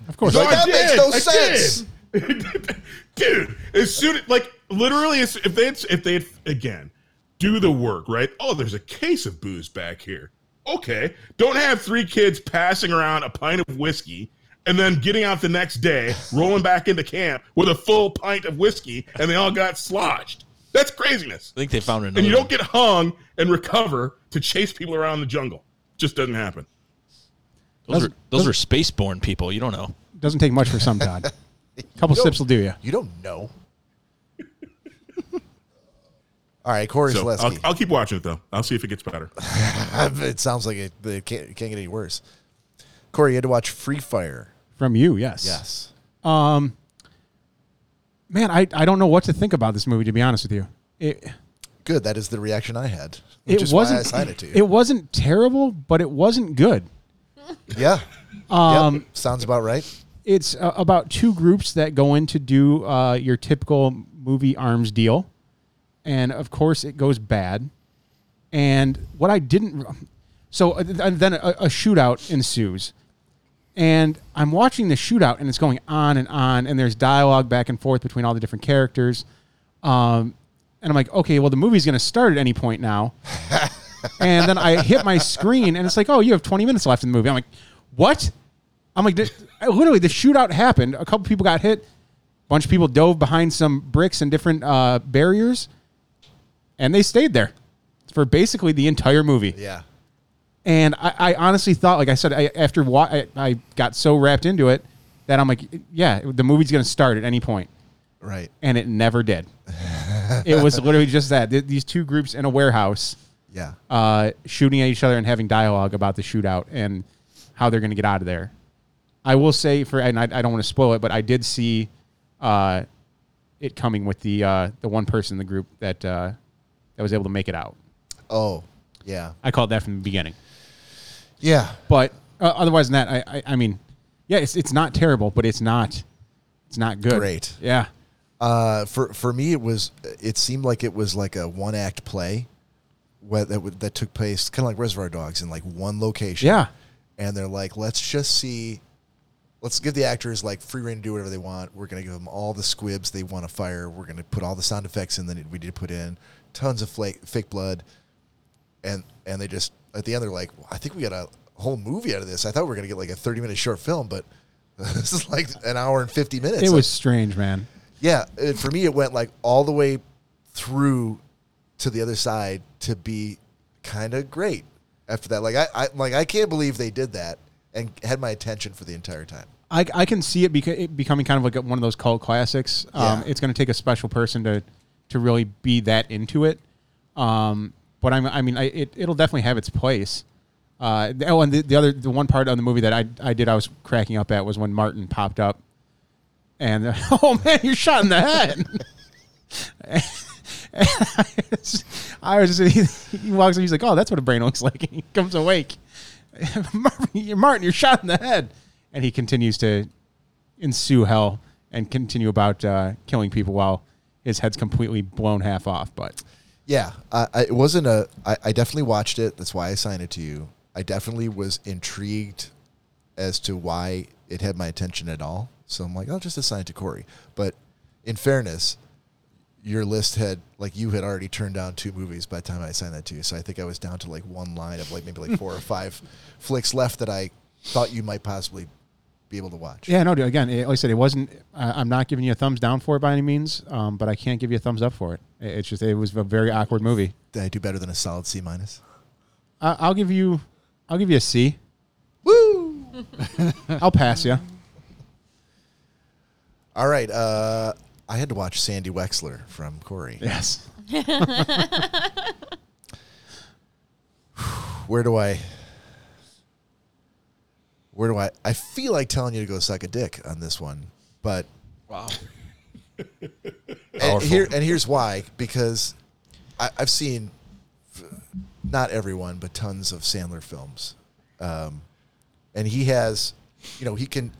Speaker 3: Of course.
Speaker 1: No,
Speaker 6: No,
Speaker 1: That
Speaker 6: I
Speaker 1: makes
Speaker 6: did.
Speaker 1: no
Speaker 6: I
Speaker 1: sense.
Speaker 6: did. dude. As soon like literally, as- if they had, if they had, again do the work right. Oh, there's a case of booze back here. Okay, don't have three kids passing around a pint of whiskey and then getting out the next day, rolling back into camp with a full pint of whiskey, and they all got sloshed. That's craziness.
Speaker 5: I think they found another.
Speaker 6: And you
Speaker 5: one.
Speaker 6: don't get hung and recover to chase people around the jungle. Just doesn't happen.
Speaker 5: those are
Speaker 3: Doesn't-
Speaker 5: those are spaceborne people. You don't know.
Speaker 3: Doesn't take much for some, Todd. couple
Speaker 1: don't-
Speaker 3: sips will do you.
Speaker 1: You don't know. All right, Corey's
Speaker 6: So I'll,
Speaker 1: Leslie.
Speaker 6: I'll keep watching it though. I'll see if it gets better.
Speaker 1: it sounds like it, it, can't, it can't get any worse. Corey, you had to watch Free Fire.
Speaker 3: From you, yes.
Speaker 1: Yes.
Speaker 3: Man, I, I don't know what to think about this movie, to be honest with you. It,
Speaker 1: Good. That is the reaction I had. Which
Speaker 3: it
Speaker 1: is
Speaker 3: wasn't
Speaker 1: why I signed it to you.
Speaker 3: it wasn't terrible, but it wasn't good.
Speaker 1: yeah. Um, Sounds about right.
Speaker 3: It's uh, about two groups that go in to do uh, your typical movie arms deal, and of course it goes bad. And what I didn't, so uh, th- and then a, a shootout ensues, And I'm watching the shootout, and it's going on and on, and there's dialogue back and forth between all the different characters. Um, and I'm like, okay, well, the movie's going to start at any point now. and then I hit my screen, and it's like, oh, you have 20 minutes left in the movie. I'm like, what? I'm like, "Th- I- literally, the shootout happened. A couple people got hit. A bunch of people dove behind some bricks and different uh, barriers, and they stayed there for basically the entire movie.
Speaker 1: Yeah.
Speaker 3: And I, I honestly thought, like I said, I, after wa- I, I got so wrapped into it that I'm like, yeah, the movie's going to start at any point.
Speaker 1: Right.
Speaker 3: And it never did. it was literally just that. Th- These two groups in a warehouse
Speaker 1: Yeah.
Speaker 3: uh, shooting at each other and having dialogue about the shootout and how they're going to get out of there. I will say for, and I, I don't want to spoil it, but I did see uh, it coming with the uh, the one person in the group that uh, that was able to make it out.
Speaker 1: Oh. Yeah.
Speaker 3: I called that from the beginning.
Speaker 1: Yeah.
Speaker 3: But uh, otherwise than that, I, I, I mean, yeah, it's it's not terrible, but it's not it's not good.
Speaker 1: Great.
Speaker 3: Yeah.
Speaker 1: Uh, for for me, it was. It seemed like it was like a one act play, where that would, that took place kind of like Reservoir Dogs in like one location.
Speaker 3: Yeah.
Speaker 1: and they're like, let's just see, let's give the actors like free reign to do whatever they want. We're gonna give them all the squibs they want to fire. We're gonna put all the sound effects in that we did put in, tons of flake, fake blood, and and they just at the end they're like, well, I think we got a whole movie out of this. I thought we were gonna get like a thirty minute short film, but. This is like an hour and fifty minutes.
Speaker 3: it
Speaker 1: of-
Speaker 3: was strange, man.
Speaker 1: yeah, it, for me, it went like all the way through to the other side to be kind of great. After that, like I, I, like I can't believe they did that and had my attention for the entire time.
Speaker 3: I, I can see it, beca- it becoming kind of like a- one of those cult classics. Um,
Speaker 1: Yeah.
Speaker 3: It's going to take a special person to to really be that into it. Um, but I'm, I mean, I, it, it'll definitely have its place. Uh, the- oh, and the, the other the one part of the movie that I, I did I was cracking up at was when Martin popped up, and oh man, you're shot in the head. And I was- I was just, he walks up, he's like, oh, that's what a brain looks like. And he comes awake. Martin, you're- Martin, you're shot in the head. And he continues to ensue hell and continue about uh, killing people while his head's completely blown half off. But
Speaker 1: Yeah, I, I, it wasn't a. I, I definitely watched it. That's why I signed it to you. I definitely was intrigued as to why it had my attention at all. So I'm like, I'll just assign it to Corey. But in fairness, your list had like you had already turned down two movies by the time I assigned that to you. So I think I was down to like one line of like maybe like four or five flicks left that I thought you might possibly be able to watch.
Speaker 3: yeah, no, dude, again, it, like I said, it wasn't, I I'm not giving you a thumbs down for it by any means, um, but I can't give you a thumbs up for it. It- It's just, it was a very awkward movie.
Speaker 1: Did I do better than a solid C minus?
Speaker 3: I, I'll give you, I'll give you a C.
Speaker 1: Woo!
Speaker 3: I'll pass you.
Speaker 1: All right. Uh, I had to watch Sandy Wexler from Corey.
Speaker 3: Yes.
Speaker 1: where do I? Where do I? I feel like telling you to go suck a dick on this one, but
Speaker 5: Wow.
Speaker 1: and here and here's why because I, I've seen f- not everyone but tons of Sandler films, um, and he has, you know, he can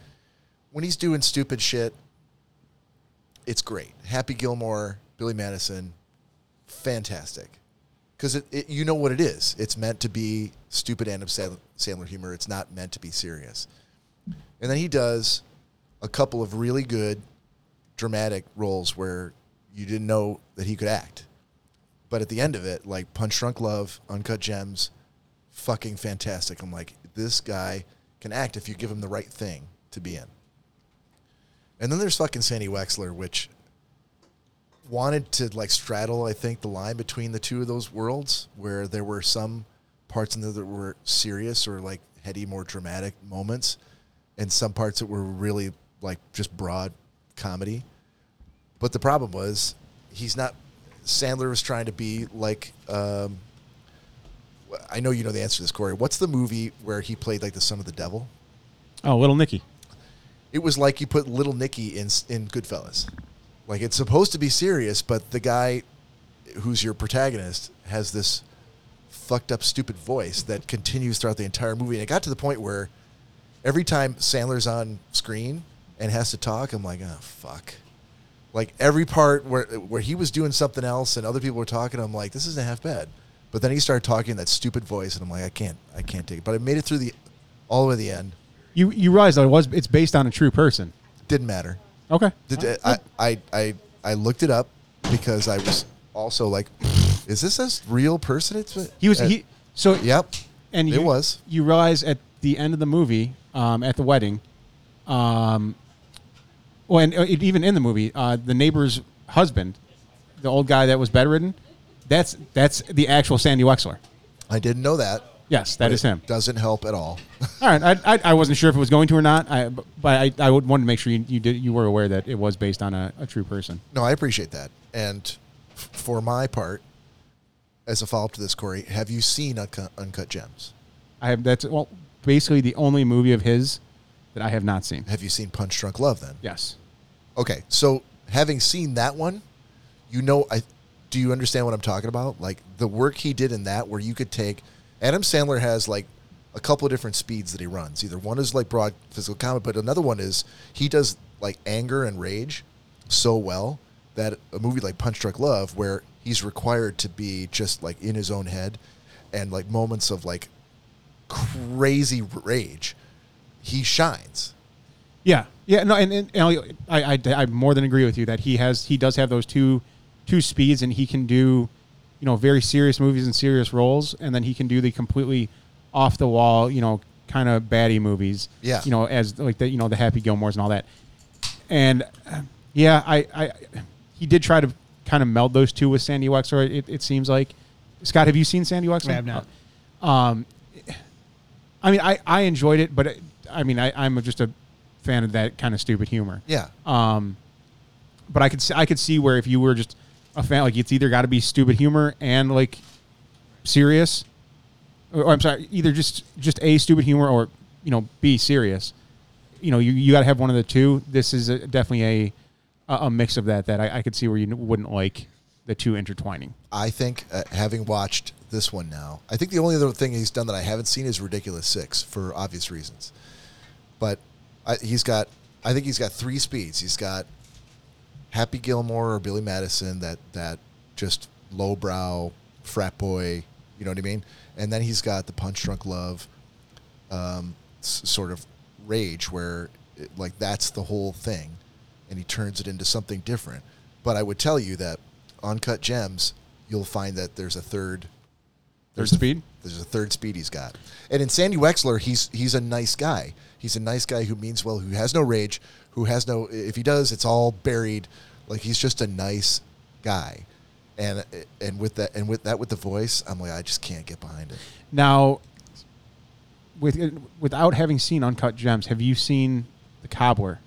Speaker 1: when he's doing stupid shit. It's great. Happy Gilmore, Billy Madison, fantastic, because it, it you know what it is. It's meant to be stupid and Sandler, Sandler humor. It's not meant to be serious. And then he does a couple of really good dramatic roles where you didn't know that he could act. But at the end of it, like Punch Drunk Love, Uncut Gems, fucking fantastic. I'm like, this guy can act if you give him the right thing to be in. And then there's fucking Sandy Wexler, which wanted to like straddle, I think, the line between the two of those worlds where there were some parts in there that were serious or like heady, more dramatic moments, and some parts that were really like just broad comedy. But the problem was he's not. Sandler was trying to be like. Um, I know you know the answer to this, Corey. What's the movie where he played like the son of the devil?
Speaker 3: Oh, little Nicky.
Speaker 1: it was like you put little Nicky in in Goodfellas. Like it's supposed to be serious, but the guy who's your protagonist has this fucked up, stupid voice that continues throughout the entire movie. And it got to the point where every time Sandler's on screen and has to talk, I'm like, oh fuck. Like every part where where he was doing something else and other people were talking, I'm like, this isn't half bad. But then he started talking in that stupid voice, and I'm like, I can't, I can't take it. But I made it through the all the way to the end.
Speaker 3: You you realize that it was it's based on a true person.
Speaker 1: Didn't matter.
Speaker 3: Okay.
Speaker 1: Did, I, I, I, I looked it up because I was also like, is this a real person? It's
Speaker 3: He was
Speaker 1: uh,
Speaker 3: he so
Speaker 1: Yep.
Speaker 3: and
Speaker 1: it
Speaker 3: you,
Speaker 1: was.
Speaker 3: You realize at the end of the movie, um, at the wedding, um, well, and uh, it- even in the movie, uh, the neighbor's husband, the old guy that was bedridden, that's that's the actual Sandy Wexler.
Speaker 1: I didn't know that.
Speaker 3: Yes, that is him.
Speaker 1: Doesn't help at all.
Speaker 3: All right, I, I, I wasn't sure if it was going to or not, I, but I, I would wanted to make sure you, you did you were aware that it was based on a, a true person.
Speaker 1: No, I appreciate that. And f- for my part, as a follow up to this, Corey, have you seen Uncut, Uncut Gems?
Speaker 3: I have that's well basically the only movie of his that I have not seen.
Speaker 1: Have you seen Punch Drunk Love then?
Speaker 3: Yes,
Speaker 1: Okay. So having seen that one, you know, I do you understand what I'm talking about? Like the work he did in that, where you could take Adam Sandler has like a couple of different speeds that he runs. Either one is like broad physical comedy, but another one is he does like anger and rage so well that a movie like Punch Drunk Love, where he's required to be just like in his own head and like moments of like crazy rage, he shines.
Speaker 3: Yeah, yeah, no, and, and, and I, I, I more than agree with you that he has he does have those two two speeds, and he can do you know very serious movies and serious roles, and then he can do the completely off the wall you know kind of baddie movies.
Speaker 1: Yeah.
Speaker 3: you know as like the you know the Happy Gilmores and all that, and uh, yeah, I, I he did try to kind of meld those two with Sandy Wexler. It, it seems like Scott, have you seen Sandy Wexler?
Speaker 2: I have not.
Speaker 3: Um, I mean, I, I enjoyed it, but it, I mean, I, I'm just a fan of that kind of stupid humor.
Speaker 1: Yeah.
Speaker 3: Um, but I could see, I could see where if you were just a fan, like it's either got to be stupid humor and like serious, or, or I'm sorry, either just just a stupid humor or you know b serious. You know, you, you got to have one of the two. This is a, definitely a a a mix of that that I, I could see where you wouldn't like the two intertwining.
Speaker 1: I think uh, having watched this one now, I think the only other thing he's done that I haven't seen is Ridiculous Six for obvious reasons. But I, he's got, I think he's got three speeds. He's got Happy Gilmore or Billy Madison, that that just lowbrow frat boy, you know what I mean? And then he's got the Punch Drunk Love, um, s- sort of rage where it, like that's the whole thing and he turns it into something different but i would tell you that on cut gems you'll find that there's a third
Speaker 3: Third speed.
Speaker 1: there's a third speed he's got and in sandy wexler he's he's a nice guy he's a nice guy who means well who has no rage who has no if he does it's all buried like he's just a nice guy and and with that and with that with the voice i'm like i just can't get behind it
Speaker 3: Now, with without having seen Uncut Gems, have you seen The Cobbler?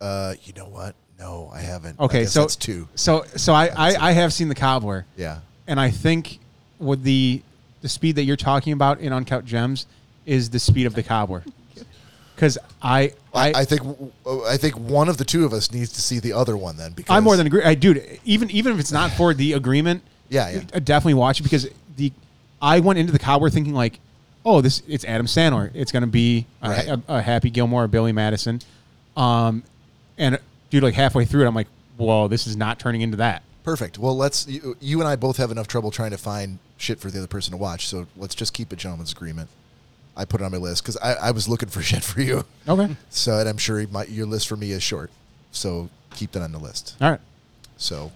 Speaker 1: Uh, you know what? No, I haven't. I
Speaker 3: Okay,
Speaker 1: guess
Speaker 3: so
Speaker 1: that's two.
Speaker 3: So, so I, I, I have seen The Cobbler,
Speaker 1: Yeah,
Speaker 3: and I think with the the speed that you're talking about in Uncut Gems is the speed of The Cobbler, because I,
Speaker 1: I,
Speaker 3: I,
Speaker 1: I think w- w- I think one of the two of us needs to see the other one then because
Speaker 3: I more than agree. I dude, even even if it's not for the agreement,
Speaker 1: Yeah, yeah.
Speaker 3: I definitely watch it because the I went into the Cobbler thinking like, oh, this it's Adam Sandler. It's gonna be a,
Speaker 1: Right.
Speaker 3: a, a Happy Gilmore, a Billy Madison, um, and dude, like halfway through it, I'm like, whoa, this is not turning into that.
Speaker 1: perfect. Well, let's you, you and I both have enough trouble trying to find shit for the other person to watch, so let's just keep a gentleman's agreement. I put it on my list because I, I was looking for shit for you.
Speaker 3: Okay,
Speaker 1: So and I'm sure my, your list for me is short, so keep that on the list.
Speaker 3: all right.
Speaker 1: So,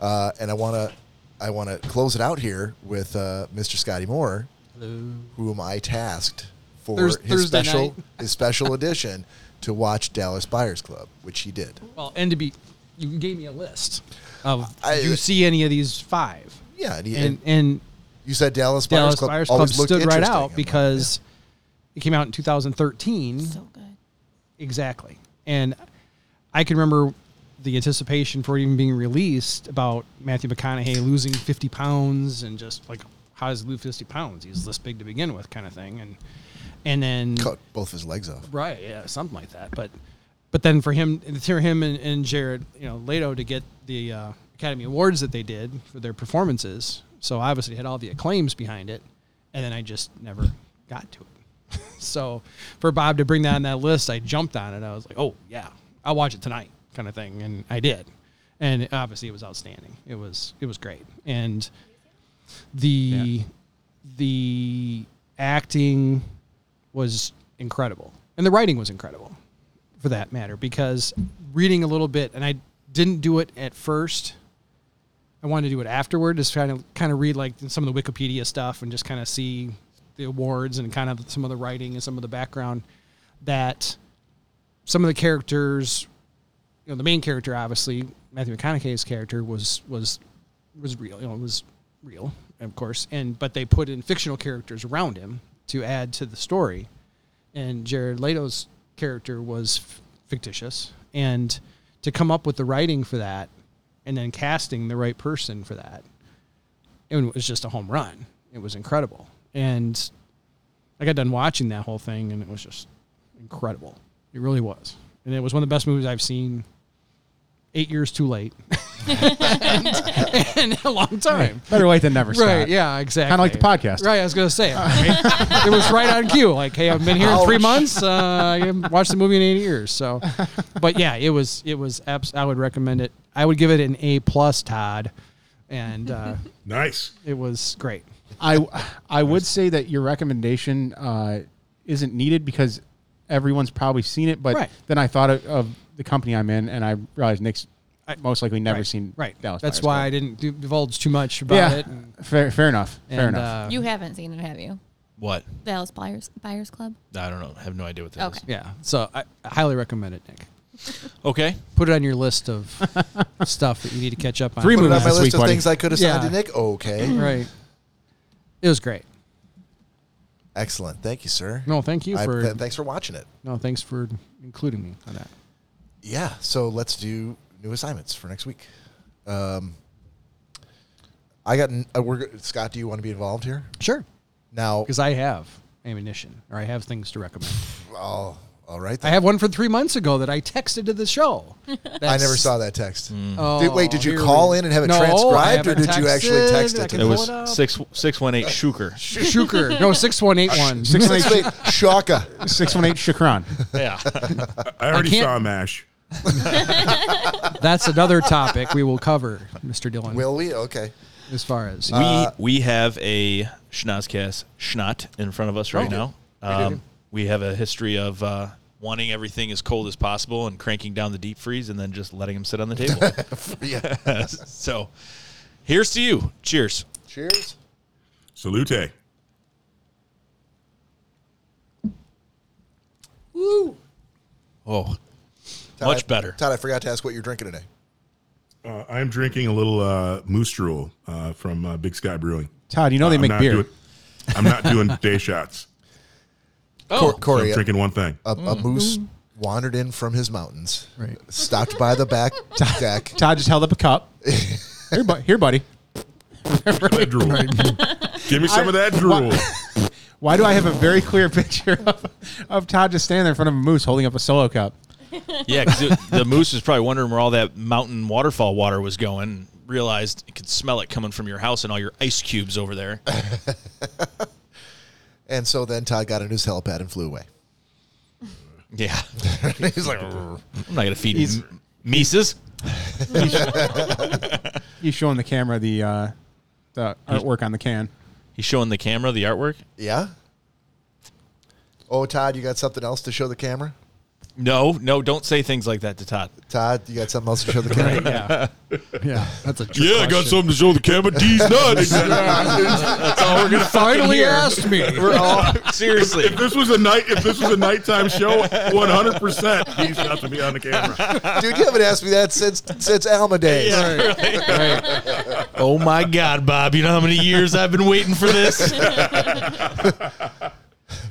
Speaker 1: uh, and I want to, I want to close it out here with uh, Mr. Scotty Moore, whom I tasked for
Speaker 2: Thurs-
Speaker 1: his
Speaker 2: Thursday
Speaker 1: special
Speaker 2: night.
Speaker 1: his special edition to watch Dallas Buyers Club, which he did.
Speaker 2: Well, and to be, you gave me a list of
Speaker 1: I-
Speaker 2: do you see any of these five?
Speaker 1: Yeah, and, he,
Speaker 2: And
Speaker 1: and
Speaker 2: and
Speaker 1: you said Dallas Buyers
Speaker 2: Dallas
Speaker 1: Club
Speaker 2: Buyers Club
Speaker 1: always looked
Speaker 2: stood right
Speaker 1: interesting. I'm
Speaker 2: out
Speaker 1: like,
Speaker 2: because it came out in 2013.
Speaker 4: So good.
Speaker 2: Exactly. And I can remember the anticipation for it even being released about Matthew McConaughey losing 50 pounds and just like, how does he lose 50 pounds? He's this big to begin with, kind of thing. And, and then,
Speaker 1: yeah, cut both his legs off.
Speaker 2: right, yeah, something like that. But, but then for him, for him and, and Jared, you know, Leto to get the uh, Academy Awards that they did for their performances. So obviously it had all the acclaims behind it. And then I just never got to it. So for Bob to bring that on that list, I jumped on it. I was like, oh, yeah, I'll watch it tonight kind of thing. And I did. And it- obviously it was outstanding. It was, it was great. And the, the acting was incredible, and the writing was incredible, for that matter. Because reading a little bit, and I didn't do it at first. I wanted to do it afterward, just trying to kind of read like some of the Wikipedia stuff and just kind of see the awards and kind of some of the writing and some of the background that some of the characters you know the main character obviously Matthew McConaughey's character was was was real you know was real of course and but they put in fictional characters around him to add to the story and Jared Leto's character was f- fictitious and to come up with the writing for that and then casting the right person for that it was just a home run it was incredible and I got done watching that whole thing and it was just incredible. It really was. And it was one of the best movies I've seen eight years too late. and, and a long time.
Speaker 3: Better late than never. Scott.
Speaker 2: Right, yeah, exactly.
Speaker 3: Kinda like the podcast.
Speaker 2: Right, I was going to say. right? it was right on cue. Like, hey, I've been here in three months. Uh, I haven't watched the movie in eight years. So, but yeah, it was, it was, abs- I would recommend it. I would give it an A plus, Todd. And uh,
Speaker 6: Nice.
Speaker 2: it was great.
Speaker 3: I I would say that your recommendation uh, isn't needed because everyone's probably seen it. But
Speaker 2: Right.
Speaker 3: then I thought of, of the company I'm in, and I realized Nick's most likely never
Speaker 2: right,
Speaker 3: seen
Speaker 2: right.
Speaker 3: Dallas.
Speaker 2: That's
Speaker 3: Buyers
Speaker 2: why I
Speaker 3: Club.
Speaker 2: didn't do, divulge too much about
Speaker 3: yeah,
Speaker 2: it. And,
Speaker 3: fair fair enough. fair
Speaker 2: and,
Speaker 3: enough.
Speaker 2: uh,
Speaker 4: You haven't seen it, have you?
Speaker 5: What?
Speaker 4: Dallas Buyers Buyers Club.
Speaker 5: I don't know. I have no idea what that is.
Speaker 4: Okay.
Speaker 2: yeah, so I, I highly recommend it, Nick.
Speaker 5: Okay.
Speaker 2: Put it on your list of stuff that you need to catch up on.
Speaker 3: Three
Speaker 1: Put it
Speaker 3: movies
Speaker 1: on my
Speaker 3: this
Speaker 1: list
Speaker 3: week,
Speaker 1: of
Speaker 3: buddy.
Speaker 1: things I could have signed
Speaker 2: Yeah.
Speaker 1: to Nick. Okay,
Speaker 2: Right. It was great.
Speaker 1: excellent. Thank you, sir.
Speaker 2: No, thank you
Speaker 1: I-
Speaker 2: for
Speaker 1: th- thanks for watching it.
Speaker 2: no, thanks for including me on that.
Speaker 1: Yeah, so let's do new assignments for next week. Um, I got. n- Uh, we're go- Scott. Do you want to be involved here?
Speaker 2: Sure,
Speaker 1: Now,
Speaker 2: because I have ammunition, or I have things to recommend.
Speaker 1: oh, all right.
Speaker 2: I
Speaker 1: Then.
Speaker 2: have one from three months ago that I texted to the show.
Speaker 1: I, never saw that text.
Speaker 5: Mm.
Speaker 2: Oh,
Speaker 1: Did- wait, did you
Speaker 2: here
Speaker 1: call
Speaker 2: we-
Speaker 1: in and have it
Speaker 2: No, I
Speaker 1: transcribed, or
Speaker 2: haven't
Speaker 1: did you actually text
Speaker 2: I
Speaker 1: it
Speaker 2: can
Speaker 1: to
Speaker 5: It
Speaker 1: Pull
Speaker 2: pull
Speaker 5: was
Speaker 2: up.
Speaker 5: six six one eight Shuker.
Speaker 2: Shuker. No, six one eight one.
Speaker 1: Six six eight. Shaka.
Speaker 2: uh,
Speaker 3: Six one eight Chakran.
Speaker 5: Yeah.
Speaker 6: I already
Speaker 2: can't-
Speaker 6: saw Mash.
Speaker 2: That's another topic we will cover, Mr. Dillon.
Speaker 1: Will we? Okay.
Speaker 2: as far as
Speaker 5: We we have a Schnozcast Schnot in front of us right now. Um, we have a history of uh, wanting everything as cold as possible and cranking down the deep freeze and then just letting them sit on the table.
Speaker 1: Yeah.
Speaker 5: so, here's to you. Cheers.
Speaker 1: Cheers.
Speaker 6: Salute.
Speaker 5: Oh,
Speaker 1: Todd,
Speaker 5: Much
Speaker 1: I-
Speaker 5: better.
Speaker 1: Todd, I forgot to ask what you're drinking today.
Speaker 6: Uh, I'm drinking a little uh, moose drool uh, from uh, Big Sky Brewing.
Speaker 3: Todd, you know they
Speaker 6: I'm
Speaker 3: make
Speaker 6: not
Speaker 3: beer.
Speaker 6: Doing, I'm not doing day shots.
Speaker 2: Oh.
Speaker 1: Cor-
Speaker 6: So
Speaker 1: Corey,
Speaker 6: I'm drinking one thing.
Speaker 1: a, a moose wandered in from his mountains,
Speaker 2: Mm. Right.
Speaker 1: stopped by the back deck.
Speaker 3: Todd just held up a cup. here, bu- here, buddy.
Speaker 6: That drool. Give me some of that drool.
Speaker 3: Why do I have a very clear picture of, of Todd just standing there in front of a moose holding up a solo cup?
Speaker 5: Yeah, because the moose was probably wondering where all that mountain waterfall water was going. Realized it could smell it coming from your house and all your ice cubes over there.
Speaker 1: And so then Todd got in his helipad and flew away.
Speaker 5: Yeah,
Speaker 1: He's like, "Rrr."
Speaker 5: I'm not gonna feed
Speaker 3: He's-
Speaker 5: m- Mises.
Speaker 3: He's showing the camera the uh, the artwork on the can.
Speaker 5: He's showing the camera the artwork.
Speaker 1: yeah. Oh, Todd, you got something else to show the camera?
Speaker 5: No, no, don't say things like that to Todd.
Speaker 1: Todd, you got something else to show the camera?
Speaker 3: Yeah,
Speaker 2: yeah, that's a
Speaker 6: Yeah, I got something to show the camera. D's nuts.
Speaker 5: That's all Oh, we're gonna
Speaker 2: finally asked me.
Speaker 5: all seriously.
Speaker 6: if this was a night, if this was a nighttime show, 100 percent D's nuts would be on the camera.
Speaker 1: Dude, you haven't asked me that since since Alma days.
Speaker 5: Oh my God, Bob! You know how many years I've been waiting for this.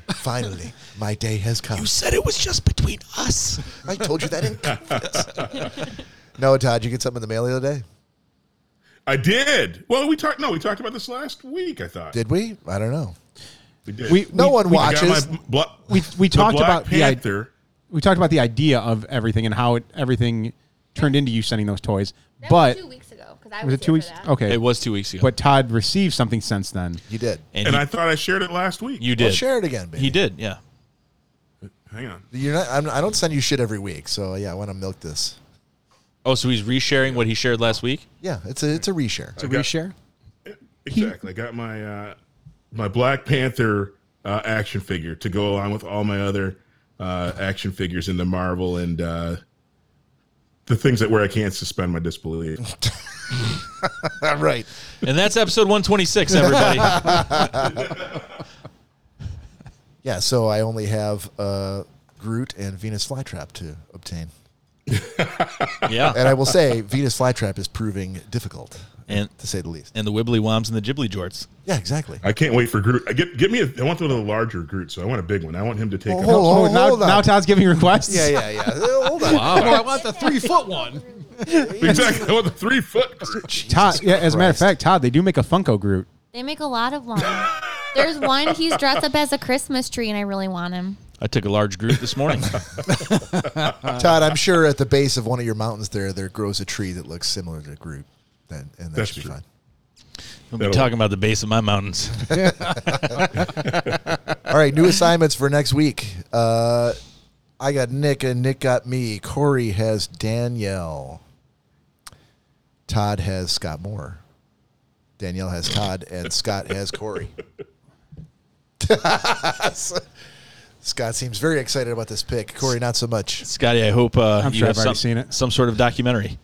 Speaker 1: Finally, my day has come.
Speaker 5: said it was just between us.
Speaker 1: I told you that in confidence. no, Todd, you get something in the mail the other day?
Speaker 6: I did. Well, we talked. No, we talked about this last week. I thought
Speaker 1: Did we? I don't know.
Speaker 6: we did.
Speaker 3: we
Speaker 1: No
Speaker 3: we-
Speaker 1: one
Speaker 6: I got
Speaker 1: watches.
Speaker 6: my bla-
Speaker 3: We we
Speaker 6: the
Speaker 3: talked
Speaker 6: Black
Speaker 3: about the idea.
Speaker 6: Panther.
Speaker 3: we talked about the idea of everything and how it, everything turned into you sending those toys. but
Speaker 4: two weeks ago because I
Speaker 3: was it two weeks? Okay,
Speaker 5: It was two weeks ago.
Speaker 3: But Todd received something since then.
Speaker 1: you did.
Speaker 5: and,
Speaker 6: and
Speaker 5: he-
Speaker 6: I thought I shared it last week.
Speaker 5: you
Speaker 1: Well,
Speaker 5: did.
Speaker 1: share it again, baby.
Speaker 5: he did. Yeah.
Speaker 6: Hang on.
Speaker 1: You're not, I'm, I don't send you shit every week, so yeah, I want to milk this.
Speaker 5: Oh, so he's resharing what he shared last week.
Speaker 1: Yeah, it's a it's a reshare.
Speaker 2: To reshare.
Speaker 6: Exactly. I got my uh, my Black Panther uh, action figure to go along with all my other uh, action figures in the Marvel and uh, the things that where I can't suspend my disbelief.
Speaker 1: All right.
Speaker 5: And that's episode 126, everybody.
Speaker 1: Yeah, so I only have uh, Groot and Venus Flytrap to obtain.
Speaker 5: yeah.
Speaker 1: And I will say, Venus Flytrap is proving difficult,
Speaker 5: And
Speaker 1: to say the least.
Speaker 5: and the wibbly wombs and the ghibli jorts.
Speaker 1: Yeah, exactly.
Speaker 6: I can't wait for Groot. I get give me. A, I want one of the larger Groot, so I want a big one. I want him to take.
Speaker 1: Oh,
Speaker 6: a-
Speaker 1: hold
Speaker 3: Oh, now,
Speaker 1: hold on.
Speaker 3: now Todd's giving requests.
Speaker 1: Yeah, yeah, yeah. Uh, Hold on.
Speaker 2: No, I want the three foot one.
Speaker 6: exactly. I want the three foot Groot.
Speaker 1: Jesus
Speaker 3: Todd, yeah, as a matter of
Speaker 1: Christ.
Speaker 3: fact, Todd, they do make a Funko Groot.
Speaker 4: They make a lot of ones. There's one he's dressed up as a Christmas tree, and I really want him.
Speaker 5: I took a large group this morning.
Speaker 1: Todd, I'm sure at the base of one of your mountains there, there grows a tree that looks similar to Groot. Then, and that
Speaker 6: That's
Speaker 1: should be
Speaker 6: true.
Speaker 1: fine.
Speaker 5: We'll be talking about the base of my mountains.
Speaker 1: All right, new assignments for next week. Uh, I got Nick, and Nick got me. Corey has Danielle. Todd has Scott Moore. Danielle has Todd, and Scott has Corey. Scott seems very excited about this pick. Corey, not so much.
Speaker 5: Scotty, I hope uh,
Speaker 3: I'm
Speaker 5: you
Speaker 3: sure
Speaker 5: have
Speaker 3: I've already
Speaker 5: some,
Speaker 3: seen it.
Speaker 5: some sort of documentary.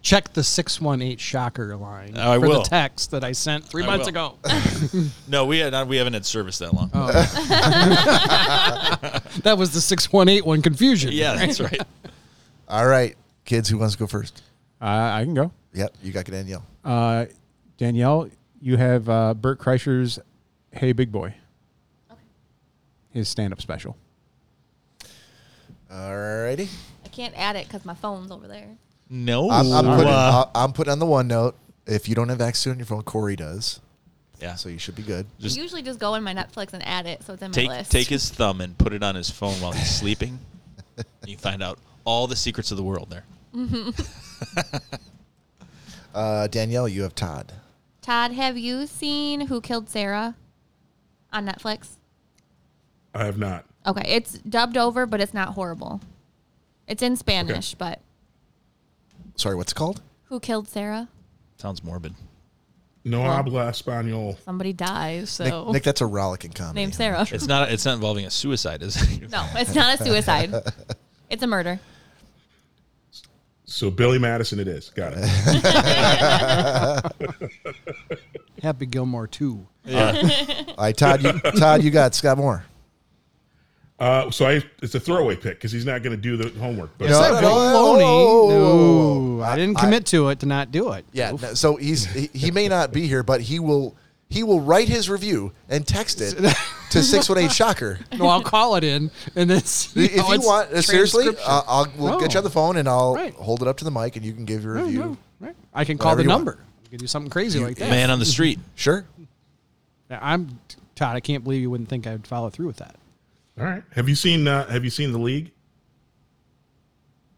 Speaker 2: Check the 618 shocker line
Speaker 5: I
Speaker 2: for
Speaker 5: will.
Speaker 2: the text that I sent three
Speaker 5: I
Speaker 2: months
Speaker 5: will.
Speaker 2: ago.
Speaker 5: No, we had not, we haven't had service that long.
Speaker 2: That was the 618 one confusion.
Speaker 5: yeah, that's right.
Speaker 1: All right, kids, who wants to go first?
Speaker 3: Uh, I can go.
Speaker 1: Yep, you got Danielle.
Speaker 3: Uh, Danielle, you have uh, Bert Kreischer's Hey Big Boy. His stand up special.
Speaker 1: All righty.
Speaker 4: I can't add it because my phone's over there.
Speaker 5: No,
Speaker 1: I'm, I'm, putting,
Speaker 5: uh,
Speaker 1: I- I'm putting on the one note. If you don't have access to it on your phone, Corey does.
Speaker 5: yeah.
Speaker 1: So you should be good.
Speaker 5: Just-
Speaker 4: I usually just go in my Netflix and add it, so it's in my
Speaker 5: take
Speaker 4: list.
Speaker 5: take his thumb and put it on his phone while he's sleeping. You find out all the secrets of the world there.
Speaker 1: Uh, Danielle, you have Todd.
Speaker 4: Todd, have you seen Who Killed Sarah on Netflix?
Speaker 6: I have not.
Speaker 4: Okay, it's dubbed over, but it's not horrible. It's in Spanish, but
Speaker 1: Sorry, what's it called?
Speaker 4: Who Killed Sarah?
Speaker 5: Sounds morbid.
Speaker 6: No habla español.
Speaker 4: Somebody dies, so
Speaker 2: Oh.
Speaker 1: Nick, Nick, that's a rollicking comedy.
Speaker 4: name Sarah.
Speaker 5: It's not it's not involving a suicide, is it?
Speaker 4: No, it's not a suicide. it's a murder.
Speaker 6: So Billy Madison, it is. Got it.
Speaker 2: Happy Gilmore 2.
Speaker 1: All right, Todd, you, Todd, you got Scott Moore.
Speaker 6: Uh, so I, it's a throwaway pick because he's not going to do the homework. But
Speaker 1: No,
Speaker 2: Is that
Speaker 1: no,
Speaker 2: Bill
Speaker 1: no, Oh.
Speaker 2: Maloney?
Speaker 1: whoa, whoa, whoa, whoa, whoa.
Speaker 2: No, I didn't commit to it to not do it.
Speaker 1: Yeah, no, so he's he, he may not be here, but he will he will write his review and text it to six one eight Shocker.
Speaker 2: No, I'll call it in, and
Speaker 1: If
Speaker 2: it's no,
Speaker 1: you
Speaker 2: Oh, it's
Speaker 1: want, uh, seriously, uh,
Speaker 2: transcription. Oh.
Speaker 1: I'll we'll get you on the phone and I'll
Speaker 2: Right.
Speaker 1: hold it up to the mic and you can give your
Speaker 2: No,
Speaker 1: review.
Speaker 2: Oh, no, right. I can call
Speaker 1: Whatever
Speaker 2: the
Speaker 1: you want.
Speaker 2: number. I can do something crazy like that.
Speaker 5: Man on the street.
Speaker 1: Sure.
Speaker 2: Now, I'm Todd. I can't believe you wouldn't think I'd follow through with that.
Speaker 6: all right. Have you seen? Uh, have you seen the league?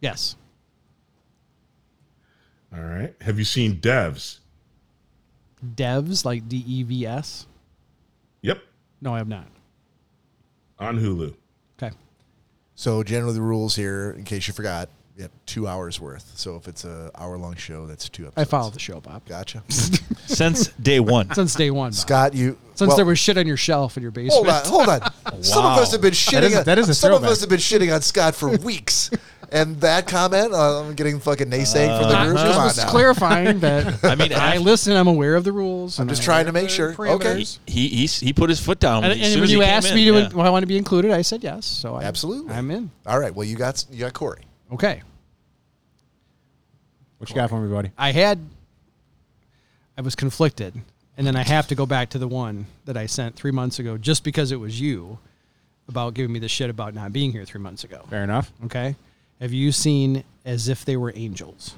Speaker 2: Yes,
Speaker 6: All right. Have you seen Devs?
Speaker 2: devs like D E V S.
Speaker 6: Yep.
Speaker 2: No, I have not.
Speaker 6: On Hulu.
Speaker 2: Okay,
Speaker 1: So generally the rules here, in case you forgot, yep, two hours worth. So if it's a hour long show, that's two
Speaker 2: I
Speaker 1: episodes.
Speaker 2: follow the show, Bob.
Speaker 1: Gotcha.
Speaker 5: Since day one.
Speaker 2: Since day one, Bob.
Speaker 1: Scott, you
Speaker 2: Since
Speaker 1: well-
Speaker 2: there was shit on your shelf in your
Speaker 1: Hold
Speaker 2: basement.
Speaker 1: on, hold on. Some of us have been shitting.
Speaker 3: is-
Speaker 1: on,
Speaker 3: that is a
Speaker 1: some of
Speaker 3: throwback.
Speaker 1: us have been shitting on Scott for weeks, and that comment uh, I'm getting fucking naysaying from the
Speaker 2: Not-
Speaker 1: group.
Speaker 2: Uh-huh. just
Speaker 1: Come on
Speaker 2: was
Speaker 1: now.
Speaker 2: clarifying that
Speaker 5: I mean,
Speaker 2: I
Speaker 5: af-
Speaker 2: listen. I'm aware of the rules. I'm
Speaker 1: just trying to make sure. Okay.
Speaker 5: he, he he s- he put his foot down.
Speaker 2: And,
Speaker 5: as
Speaker 2: and
Speaker 5: soon
Speaker 2: when
Speaker 5: as
Speaker 2: you
Speaker 5: he came
Speaker 2: asked
Speaker 5: in,
Speaker 2: me to,
Speaker 5: yeah.
Speaker 2: well, I want to be included, I said yes. So I,
Speaker 1: Absolutely.
Speaker 2: I'm in.
Speaker 1: All right. Well, you got you got Corey.
Speaker 2: Okay.
Speaker 3: What you got for me, buddy?
Speaker 2: I had, I was conflicted, and then I have to go back to the one that I sent three months ago, just because it was you, about giving me the shit about not being here three months ago.
Speaker 3: Fair enough.
Speaker 2: Okay. Have you seen As If They Were Angels?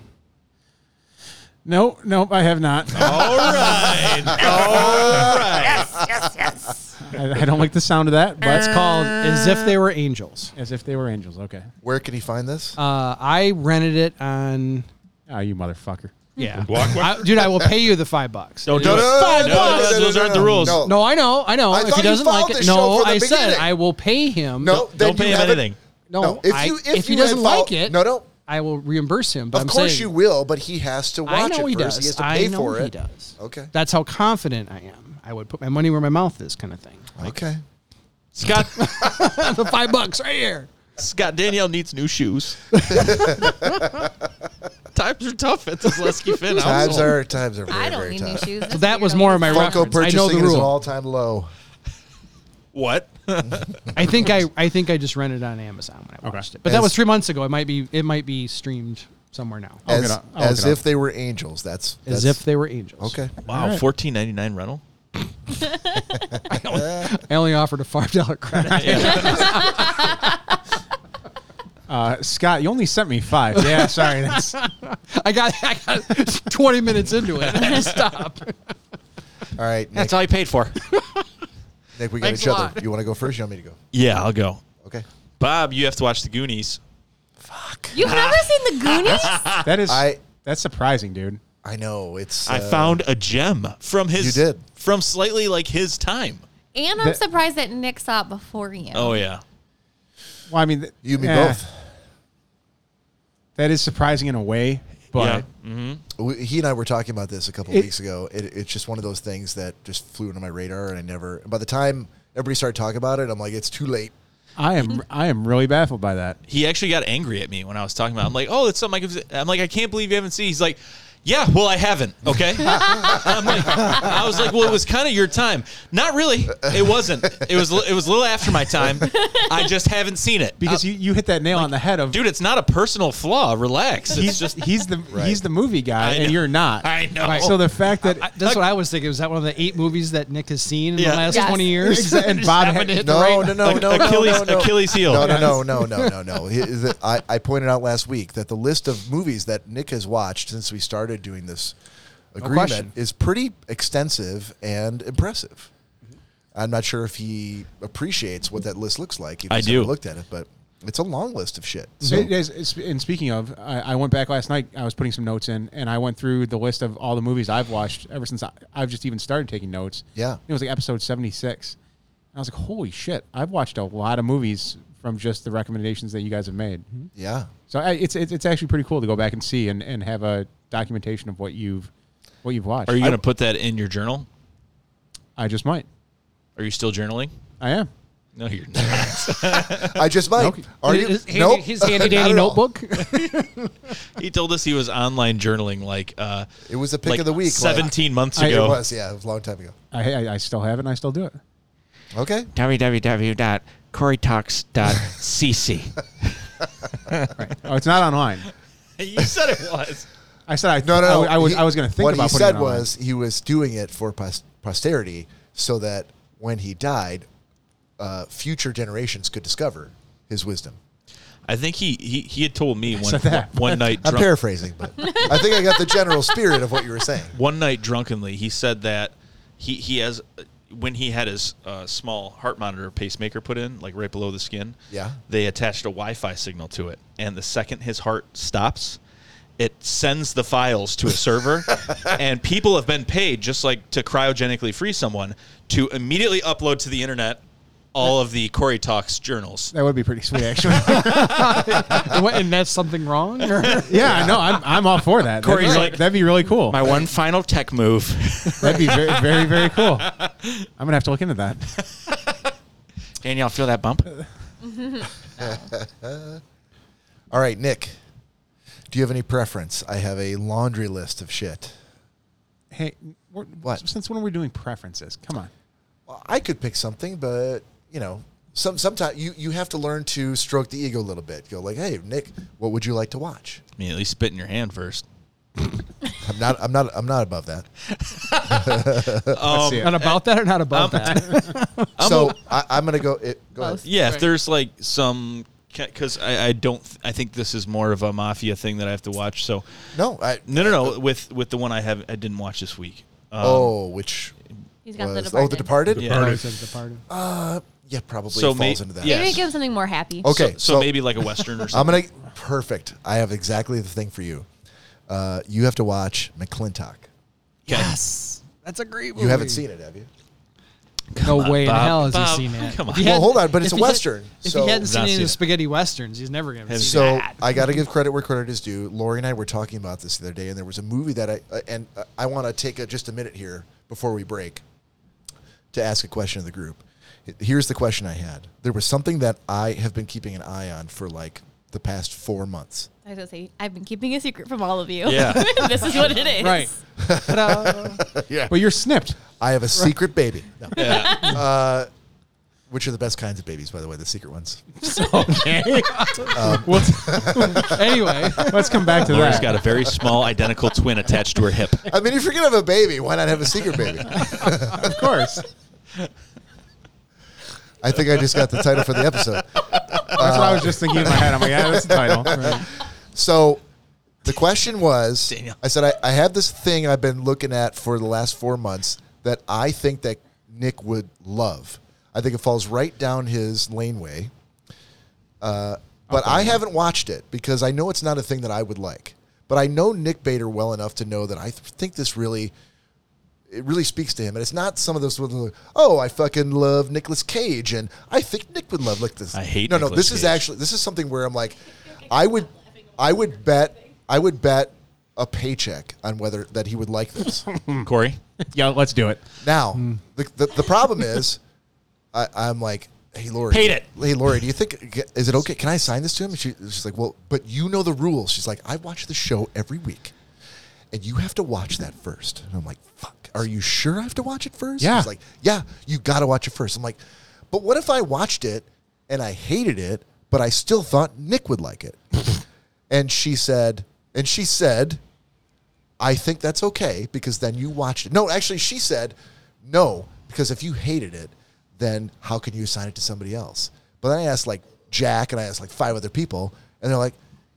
Speaker 3: No, no, I have not.
Speaker 5: all right, all right.
Speaker 3: I, I don't like the sound of that,
Speaker 2: That's
Speaker 3: but
Speaker 4: Uh.
Speaker 2: called As If They Were Angels.
Speaker 3: as if they were angels. Okay.
Speaker 1: Where can he find this?
Speaker 2: Uh, I rented it on.
Speaker 3: Ah, you motherfucker.
Speaker 2: Yeah,
Speaker 6: Blockbuster?
Speaker 2: I- dude, I will pay you the five bucks.
Speaker 5: Don't do it.
Speaker 2: Five
Speaker 5: no,
Speaker 2: bucks.
Speaker 5: no, those aren't the rules.
Speaker 2: No, I know, I know.
Speaker 1: I
Speaker 2: if
Speaker 1: thought
Speaker 2: he
Speaker 1: you
Speaker 2: doesn't like
Speaker 1: followed
Speaker 2: it,
Speaker 1: the show
Speaker 2: no,
Speaker 1: from the
Speaker 2: I said
Speaker 1: beginning.
Speaker 2: I will pay him.
Speaker 1: no. then
Speaker 5: Don't pay
Speaker 1: you
Speaker 5: him
Speaker 1: haven't-
Speaker 5: anything.
Speaker 2: no.
Speaker 1: No, if
Speaker 2: I-
Speaker 1: you- if
Speaker 2: he
Speaker 1: you
Speaker 2: doesn't
Speaker 1: had followed-
Speaker 2: like it,
Speaker 1: no, no.
Speaker 2: I will reimburse him. But
Speaker 1: Of
Speaker 2: I'm
Speaker 1: course
Speaker 2: saying,
Speaker 1: you will, but he has to watch
Speaker 2: I know
Speaker 1: it
Speaker 2: he
Speaker 1: first.
Speaker 2: does.
Speaker 1: He has to
Speaker 2: I
Speaker 1: pay
Speaker 2: know
Speaker 1: for
Speaker 2: he
Speaker 1: it.
Speaker 2: does.
Speaker 1: Okay.
Speaker 2: That's how confident I am. I would put my money where my mouth is, kind of thing.
Speaker 1: Okay.
Speaker 5: Scott
Speaker 2: the five bucks right here.
Speaker 5: Scott Danielle needs new shoes. Times are tough at the Zaleski Finn
Speaker 1: Times
Speaker 5: household.
Speaker 1: are times are very,
Speaker 4: I don't
Speaker 1: very
Speaker 4: need
Speaker 1: tough.
Speaker 4: new shoes. This
Speaker 2: that
Speaker 4: year
Speaker 2: was
Speaker 4: I'm
Speaker 2: more of my
Speaker 4: used to-
Speaker 2: rap-
Speaker 1: Funko
Speaker 2: reference. I know the
Speaker 1: purchasing is
Speaker 2: rule.
Speaker 1: an all-time low.
Speaker 5: what?
Speaker 2: I think I I think I just rented it on Amazon when I
Speaker 3: Okay.
Speaker 2: watched it, but that
Speaker 1: As-
Speaker 2: was three months ago. It might be it might be streamed somewhere now,
Speaker 3: I'll
Speaker 1: As,
Speaker 3: get up. I'll
Speaker 1: as
Speaker 3: get up.
Speaker 1: if they were angels. That's,
Speaker 2: as
Speaker 1: that's-
Speaker 2: if they were angels.
Speaker 1: okay.
Speaker 5: Wow, fourteen ninety nine rental.
Speaker 2: I only offered a five dollar credit.
Speaker 3: Uh, Scott, you only sent me five. Yeah, sorry. That's,
Speaker 2: I got I got twenty minutes into it. I just stopped.
Speaker 1: All right, Nick,
Speaker 5: all you paid for.
Speaker 1: Nick, we got
Speaker 2: Thanks
Speaker 1: each
Speaker 2: a
Speaker 1: other.
Speaker 2: lot.
Speaker 1: You want to go first? You want me to go?
Speaker 5: yeah, I'll go.
Speaker 1: Okay.
Speaker 5: Bob, you have to watch the Goonies.
Speaker 4: You've never seen the Goonies?
Speaker 3: that is
Speaker 1: I-
Speaker 3: that's surprising, dude.
Speaker 1: I know it's.
Speaker 5: I
Speaker 1: uh,
Speaker 5: found a gem from his.
Speaker 1: You did.
Speaker 5: from slightly like his time.
Speaker 4: And I'm
Speaker 3: That-
Speaker 4: surprised that Nick saw it before you.
Speaker 5: Oh yeah,
Speaker 3: Well, I mean, th-
Speaker 1: you and me
Speaker 3: eh,
Speaker 1: both.
Speaker 3: That is surprising in a way, but
Speaker 1: we, he and I were talking about this a couple
Speaker 3: It-
Speaker 1: weeks ago. It, it's just one of those things that just flew into my radar, and I never. By the time everybody started talking about it, I'm like, it's too late.
Speaker 3: I am I am really baffled by that.
Speaker 5: he actually got angry at me when I was talking about. It. I'm like, oh, that's something I could. I'm like, I can't believe you haven't seen. He's like, yeah, well, I haven't. Okay. I'm like, I was like, well, it was kind of your time. Not really. It wasn't. It was. It was a little after my time. I just haven't seen it Uh,
Speaker 3: Because you, you hit that nail on the head of
Speaker 5: dude. It's not a personal flaw. Relax. It's
Speaker 3: he's
Speaker 5: just.
Speaker 3: he's the he's the movie guy
Speaker 5: I
Speaker 3: and
Speaker 5: know.
Speaker 3: you're not.
Speaker 5: I know.
Speaker 3: So the fact that
Speaker 2: That's what I was thinking. Was that one of the eight movies that Nick has seen in
Speaker 5: Yeah.
Speaker 2: the last
Speaker 4: Yes.
Speaker 2: twenty years?
Speaker 3: and Bob had-
Speaker 1: No, no, no, no, no,
Speaker 5: Achilles-
Speaker 1: no, no.
Speaker 5: Achilles heel.
Speaker 1: No, no, no, no, no, no, no. He- is it- I, I pointed out last week that the list of movies that Nick has watched since we started doing this agreement
Speaker 2: question.
Speaker 1: is pretty extensive and impressive.
Speaker 5: Mm-hmm.
Speaker 1: I'm not sure if he appreciates what that list looks like. If
Speaker 5: I
Speaker 1: he's
Speaker 5: do.
Speaker 1: ever looked at it, but it's a long list of shit. So
Speaker 3: It is- it's- and speaking of, I, I went back last night. I was putting some notes in, and I went through the list of all the movies I've watched ever since I, I've just even started taking notes.
Speaker 1: Yeah.
Speaker 3: it was like episode seventy six. I was like, "Holy shit! I've watched a lot of movies from just the recommendations that you guys have made."
Speaker 5: Mm-hmm.
Speaker 1: yeah,
Speaker 3: So I, it's, it's it's actually pretty cool to go back and see and, and have a documentation of what you've what you've watched.
Speaker 5: Are you gonna put that in your journal?
Speaker 3: I, I just might.
Speaker 5: Are you still journaling?
Speaker 3: I am.
Speaker 5: No, you're not.
Speaker 1: I just might. Are you?
Speaker 2: His,
Speaker 1: nope.
Speaker 2: his
Speaker 1: Not
Speaker 2: handy dandy
Speaker 1: at all.
Speaker 2: notebook.
Speaker 5: he told us he was online journaling like uh
Speaker 1: It was the pick
Speaker 5: like
Speaker 1: of the week, like-
Speaker 5: 17 months
Speaker 3: I- it
Speaker 5: ago.
Speaker 1: It was yeah, it was a long time ago.
Speaker 3: I, I I still have it. and I still do it.
Speaker 1: Okay.
Speaker 7: www.corytalks.cc.
Speaker 3: Oh, it's not online.
Speaker 5: you said it was.
Speaker 3: I said I
Speaker 1: No, no, no.
Speaker 3: I, I was
Speaker 1: He-
Speaker 3: I was going to think
Speaker 1: what
Speaker 3: about
Speaker 1: he
Speaker 3: putting
Speaker 1: said
Speaker 3: it online.
Speaker 1: was he was doing it for pos- posterity, so that when he died, uh, future generations could discover his wisdom.
Speaker 5: I think he he, he had told me one,
Speaker 3: said that.
Speaker 5: one night
Speaker 1: I'm
Speaker 5: drunk-
Speaker 1: paraphrasing, but I think I got the general spirit of what you were saying.
Speaker 5: one night drunkenly he said that he he has when he had his uh, small heart monitor pacemaker put in like right below the skin
Speaker 1: Yeah.
Speaker 5: they attached a wi-fi signal to it and the second his heart stops it sends the files to a server and people have been paid just like to cryogenically free someone to immediately upload to the internet all of the Corey Talks journals.
Speaker 3: that would be pretty sweet actually.
Speaker 2: and, what- and that's something wrong. Or-
Speaker 3: Yeah, no, I'm, I'm all for that.
Speaker 5: Corey's
Speaker 3: that'd, be-
Speaker 5: like-
Speaker 3: that'd be really cool.
Speaker 7: My one final tech move.
Speaker 3: that'd be very, very, very cool. I'm gonna have to look into that.
Speaker 7: Danielle, feel that bump?
Speaker 1: All right, Nick, do you have any preference? I have a laundry list of shit.
Speaker 3: Hey, we're,
Speaker 1: What?
Speaker 3: Since when are we doing preferences? Come on.
Speaker 1: Well, I could pick something, but you know, some sometimes you you have to learn to stroke the ego a little bit. Go like, hey, Nick, what would you like to watch?
Speaker 5: I mean, at least spit in your hand first.
Speaker 1: I'm not. I'm not. I'm not above that.
Speaker 3: Let's
Speaker 5: Um,
Speaker 3: see it.
Speaker 2: not about that or not about that.
Speaker 1: so i am I, I'm gonna go. It, go ahead.
Speaker 4: Close.
Speaker 5: Yeah, if
Speaker 4: Right.
Speaker 5: there's like some, because I, I don't, th- I think this is more of a mafia thing that I have to watch. So
Speaker 1: No, I.
Speaker 5: no, no, no. With with the one I have, I didn't watch this week. Um,
Speaker 1: oh, which
Speaker 4: He's got
Speaker 1: was
Speaker 4: the
Speaker 1: oh the Departed.
Speaker 5: Yeah.
Speaker 2: Part of the party.
Speaker 1: Uh, Yeah, probably
Speaker 5: So
Speaker 1: falls
Speaker 5: may-
Speaker 1: into that.
Speaker 5: yeah.
Speaker 4: Maybe
Speaker 5: Yes.
Speaker 4: give him something more happy.
Speaker 5: So,
Speaker 1: Okay,
Speaker 5: so,
Speaker 1: so-
Speaker 5: maybe like a western or
Speaker 1: I'm
Speaker 5: something.
Speaker 1: gonna perfect. I have exactly the thing for you. Uh, you have to watch McClintock.
Speaker 2: Yes, that's a great movie.
Speaker 1: You haven't seen it, have you?
Speaker 2: No way in
Speaker 5: Bob.
Speaker 2: hell has
Speaker 5: Bob,
Speaker 2: he seen it.
Speaker 5: come on.
Speaker 2: If he
Speaker 1: Well,
Speaker 2: had-
Speaker 1: hold on, but it's
Speaker 2: if
Speaker 1: a
Speaker 2: he had-
Speaker 1: Western,
Speaker 2: If
Speaker 1: so-
Speaker 2: he hadn't seen
Speaker 5: Not
Speaker 2: any of
Speaker 5: seen
Speaker 2: the
Speaker 5: it.
Speaker 2: spaghetti westerns, he's never gonna see
Speaker 1: So
Speaker 2: that.
Speaker 1: I got to give credit where credit is due. Lori and I were talking about this the other day, and there was a movie that I uh, and uh, I want to take a, just a minute here before we break to ask a question of the group. Here's the question I had. There was something that I have been keeping an eye on for like the past four months.
Speaker 4: I was gonna say I've been keeping a secret from all of you.
Speaker 5: Yeah.
Speaker 4: this is what it is.
Speaker 3: Right.
Speaker 1: Yeah.
Speaker 3: But you're snipped.
Speaker 1: I have a secret baby. No.
Speaker 5: Yeah.
Speaker 1: Which are the best kinds of babies, by the way, the secret ones.
Speaker 3: Well,
Speaker 2: anyway,
Speaker 3: let's come back to
Speaker 5: Laura's
Speaker 3: that.
Speaker 5: Uh, got a very small identical twin attached to her hip.
Speaker 1: I mean, if you're going to have a baby, why not have a secret baby?
Speaker 3: of course.
Speaker 1: I think I just got the title for the episode.
Speaker 3: That's what I was just thinking in my head. I'm like, yeah, that's the title.
Speaker 1: So the question was
Speaker 5: Daniel.
Speaker 1: I said, I, I have this thing I've been looking at for the last four months that I think that Nick would love. I think it falls right down his laneway. Uh, but I haven't watched it because I know it's not a thing that I would like. But I know Nick Bader well enough to know that I th- think this really it really speaks to him. And it's not some of those, like, oh, I fucking love Nicolas Cage, and I think Nick would love like this.
Speaker 5: I hate
Speaker 1: No, no,
Speaker 5: Nicolas
Speaker 1: this is
Speaker 5: Cage.
Speaker 1: actually this is something where I'm like, I would, I would bet, I would bet a paycheck on whether that he would like this.
Speaker 5: Corey?
Speaker 3: Yeah, let's do it.
Speaker 1: now, the, the the problem is, I, I'm like. Hey Lori,
Speaker 5: Hate it.
Speaker 1: Hey Lori, do you think is it okay? Can I sign this to him? And she, she's like, well, but you know the rules. She's like, I watch the show every week and you have to watch that first. And I'm like, fuck, are you sure I have to watch it first?
Speaker 3: Yeah.
Speaker 1: He's like, yeah, you got to watch it first. I'm like, but what if I watched it and I hated it, but I still thought Nick would like it? and she said, and she said, I think that's okay because then you watched it. No, actually, she said, no, because if you hated it, then how can you assign it to somebody else? But then I asked like Jack and I asked like five other people, and they're like,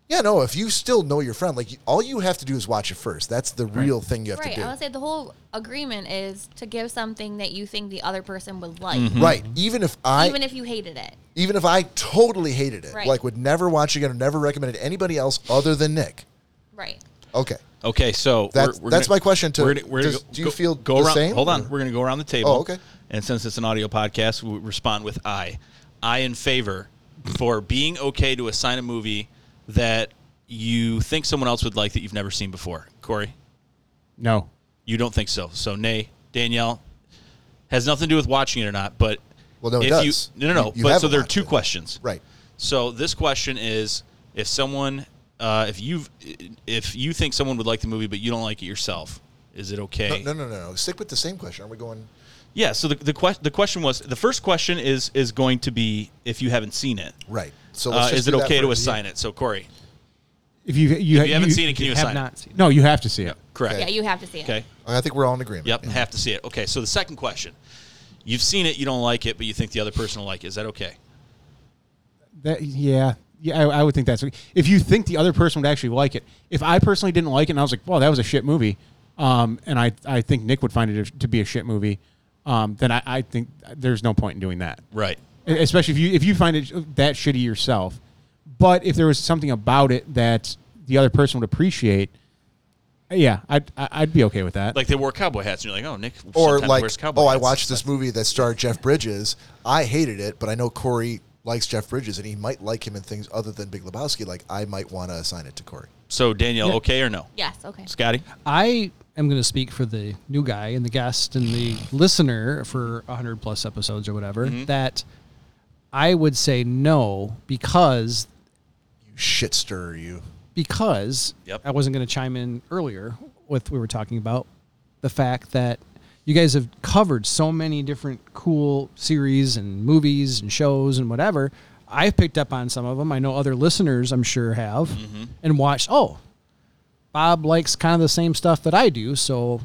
Speaker 1: yeah, no, if you still know your friend, like you- all you have to do is watch it first. That's the real thing you have
Speaker 4: Right.
Speaker 1: to
Speaker 4: I
Speaker 1: do.
Speaker 4: would say the whole agreement is to give something that you think the other person would like,
Speaker 5: Hmm.
Speaker 1: Right. Even if Mm-hmm. I
Speaker 4: even if you hated it.
Speaker 1: even if I totally hated it,
Speaker 4: Right.
Speaker 1: like would never watch it again or never recommend it to anybody else other than Nick.
Speaker 4: Right.
Speaker 1: Okay.
Speaker 5: Okay, so
Speaker 1: That's- that's my question to-
Speaker 5: we're gonna- we're gonna
Speaker 1: does-
Speaker 5: go-
Speaker 1: do you
Speaker 5: go-
Speaker 1: feel
Speaker 5: go
Speaker 1: the
Speaker 5: around,
Speaker 1: same,
Speaker 5: Hold
Speaker 1: or-
Speaker 5: on, we're going to go around the table.
Speaker 1: Oh, okay.
Speaker 5: And since it's an audio podcast, we respond with "I." I in favor for being okay to assign a movie that you think someone else would like that you've never seen before. Corey,
Speaker 3: No.
Speaker 5: you don't think so. So nay, Danielle has nothing to do with watching it or not. But
Speaker 1: Well, no, it
Speaker 5: if
Speaker 1: does.
Speaker 5: You, no, no, no.
Speaker 1: You- you
Speaker 5: but so
Speaker 1: haven't
Speaker 5: there are
Speaker 1: watched
Speaker 5: two
Speaker 1: it.
Speaker 5: questions.
Speaker 1: Right.
Speaker 5: So this question is: If someone, uh, if you, if you think someone would like the movie but you don't like it yourself, is it okay?
Speaker 1: No, no, no, no. Stick with the same question. Are we going?
Speaker 5: Yeah. So the the, que- the question was the first question is is going to be if you haven't seen it.
Speaker 1: Right. So let's
Speaker 5: Uh,
Speaker 1: just
Speaker 5: is it
Speaker 1: do that
Speaker 5: okay to
Speaker 1: first.
Speaker 5: assign it? So Corey,
Speaker 3: If you you,
Speaker 5: if you haven't seen it, can you,
Speaker 2: have
Speaker 5: assign
Speaker 2: not
Speaker 5: it?
Speaker 2: seen. it.
Speaker 3: No, you have to see it.
Speaker 5: Correct.
Speaker 4: Yeah, you have to see it.
Speaker 5: Okay.
Speaker 1: I think we're all in agreement.
Speaker 5: Yep.
Speaker 1: Yeah.
Speaker 5: Have to see it. Okay. So the second question: You've seen it, you don't like it, but you think the other person will like it. Is that okay?
Speaker 3: That, yeah. Yeah, I, I would think that's if you think the other person would actually like it. If I personally didn't like it, and I was like, "Well, that was a shit movie," um, and I, I think Nick would find it to be a shit movie, um, then I, I think there's no point in doing that. E,
Speaker 5: Right.
Speaker 3: especially if you if you find it that shitty yourself. But if there was something about it that the other person would appreciate, yeah, I'd I- I'd be okay with that.
Speaker 5: Like they wore cowboy hats, and you're like, oh, Nick.
Speaker 1: Or
Speaker 5: sometimes
Speaker 1: like,
Speaker 5: wears cowboy
Speaker 1: oh, I
Speaker 5: hats."
Speaker 1: watched this movie that starred Jeff Bridges. I hated it, but I know Corey likes Jeff Bridges, and he might like him in things other than Big Lebowski. Like I might want to assign it to Corey.
Speaker 5: So Danielle, okay or no?
Speaker 4: Yes. Okay.
Speaker 5: Scotty.
Speaker 2: I am going to speak for the new guy and the guest and the listener for 100 plus episodes or whatever that I would say no because
Speaker 1: You shit stirrer, you.
Speaker 2: because
Speaker 5: Yep.
Speaker 2: I wasn't going to chime in earlier with we were talking about the fact that you guys have covered so many different cool series and movies and shows and whatever. I've picked up on some of them. I know other listeners, I'm sure, have and watched. Oh, Bob likes kind of the same stuff that I do, so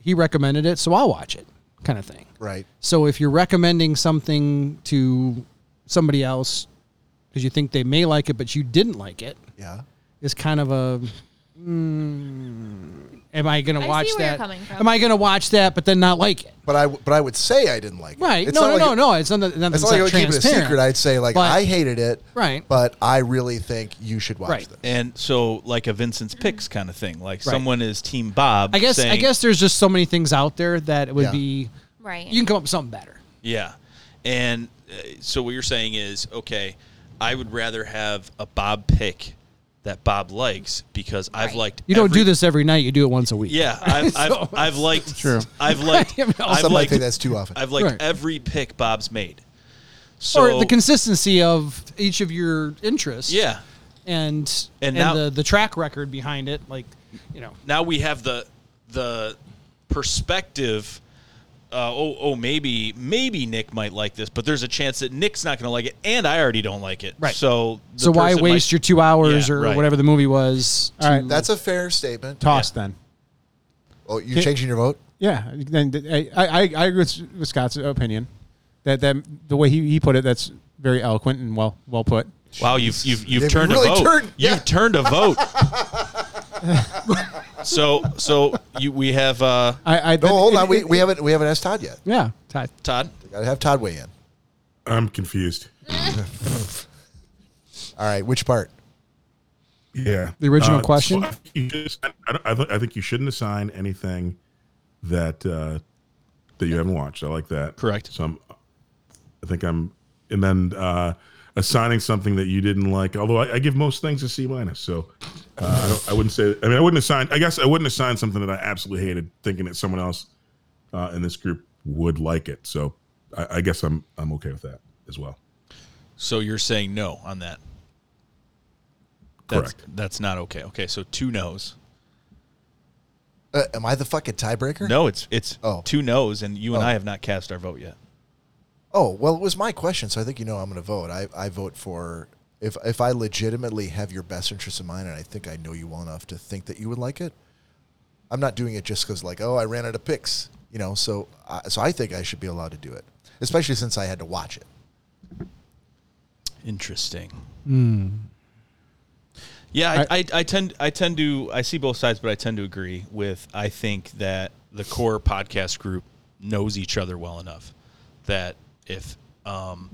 Speaker 2: he recommended it, so I'll watch it, kind of thing.
Speaker 1: Right.
Speaker 2: So if you're recommending something to somebody else because you think they may like it, but you didn't like it,
Speaker 1: Yeah.
Speaker 2: is kind of a. mm, am I going
Speaker 4: I
Speaker 2: to
Speaker 4: see
Speaker 2: watch
Speaker 4: where
Speaker 2: that?
Speaker 4: you're coming from.
Speaker 2: Am I going to watch that but then not like it?
Speaker 1: But I w- but I would say I didn't like it.
Speaker 2: Right?
Speaker 1: It's
Speaker 2: no,
Speaker 1: not
Speaker 2: no,
Speaker 1: like
Speaker 2: no,
Speaker 1: it-
Speaker 2: no. It's not. It's not,
Speaker 1: It's not
Speaker 2: it's
Speaker 1: like I would keep it a
Speaker 2: transparent.
Speaker 1: secret. I'd say like
Speaker 2: But-
Speaker 1: I hated it.
Speaker 2: Right.
Speaker 1: But I really think you should watch
Speaker 2: Right.
Speaker 1: this.
Speaker 5: And so, like a Vincent's picks kind of thing. Like someone is Team Bob.
Speaker 2: Mm. I guess. I
Speaker 5: saying-
Speaker 2: guess there's just so many things out there that it would
Speaker 1: Yeah.
Speaker 2: be.
Speaker 4: Right.
Speaker 2: You can come up with something better.
Speaker 5: Yeah. And uh, so what you're saying is, okay, I would rather have a Bob pick that Bob likes because I've
Speaker 4: Right.
Speaker 5: liked.
Speaker 2: You don't
Speaker 5: every-
Speaker 2: do this every night. You do it once a week.
Speaker 5: Yeah, I've I've, I've liked.
Speaker 3: True.
Speaker 5: I've liked.
Speaker 2: Some
Speaker 5: I've
Speaker 1: Some might
Speaker 5: liked.
Speaker 1: think that's too often.
Speaker 5: I've liked
Speaker 2: Right.
Speaker 5: every pick Bob's made. So
Speaker 2: Or the consistency of each of your interests.
Speaker 5: yeah,
Speaker 2: And and,
Speaker 5: And now-
Speaker 2: the, the track record behind it, like you know.
Speaker 5: now we have the the perspective. Uh, oh, oh, maybe maybe Nick might like this, but there's a chance that Nick's not going to like it, and I already don't like it.
Speaker 2: Right.
Speaker 5: So the
Speaker 2: So why
Speaker 5: person might-
Speaker 2: waste your two hours
Speaker 5: Yeah,
Speaker 2: or
Speaker 5: right.
Speaker 2: whatever the movie was?
Speaker 3: All right,
Speaker 1: That's a fair statement.
Speaker 3: toss then.
Speaker 1: Oh, you're changing your vote?
Speaker 3: Yeah, then I, I, I agree with, with Scott's opinion that that the way he, he put it that's very eloquent and well well put.
Speaker 5: Wow, you've you've you've
Speaker 1: They've
Speaker 5: turned
Speaker 1: really
Speaker 5: a vote.
Speaker 1: turned-
Speaker 5: you've
Speaker 1: yeah.
Speaker 5: turned a vote. so so you we have uh,
Speaker 3: I, I
Speaker 1: No, hold on. We, we haven't we haven't asked Todd yet.
Speaker 3: yeah. Todd.
Speaker 5: Todd.
Speaker 1: Gotta have Todd weigh in.
Speaker 6: I'm confused.
Speaker 1: All right, which part?
Speaker 6: Yeah. Uh,
Speaker 2: The original question?
Speaker 6: so I think you just- I, I don't- I th- I think you shouldn't assign anything that uh, that you haven't watched. I like that.
Speaker 5: Correct.
Speaker 6: So I'm, I think I'm, and then uh, assigning something that you didn't like. Although I, I give most things a C minus, so uh, I, don't, I wouldn't say. I mean, I wouldn't assign. I guess I wouldn't assign something that I absolutely hated, thinking that someone else uh, in this group would like it. So I, I guess I'm I'm okay with that as well.
Speaker 5: So you're saying no on that. That's,
Speaker 6: Correct.
Speaker 5: That's not okay. Okay, so two no's.
Speaker 1: Uh, am I the fucking tiebreaker?
Speaker 5: No, it's it's
Speaker 1: Oh.
Speaker 5: two no's, and you and
Speaker 1: Oh.
Speaker 5: I have not cast our vote yet.
Speaker 1: Oh well, it was my question, so I think you know I'm going to vote. I, I vote for if if I legitimately have your best interest in mind, and I think I know you well enough to think that you would like it. I'm not doing it just because like oh I ran out of picks, you know. So I, so I think I should be allowed to do it, especially since I had to watch it.
Speaker 5: Interesting. Yeah, I, I, I tend I tend to I see both sides, but I tend to agree with I think that the core podcast group knows each other well enough that if um,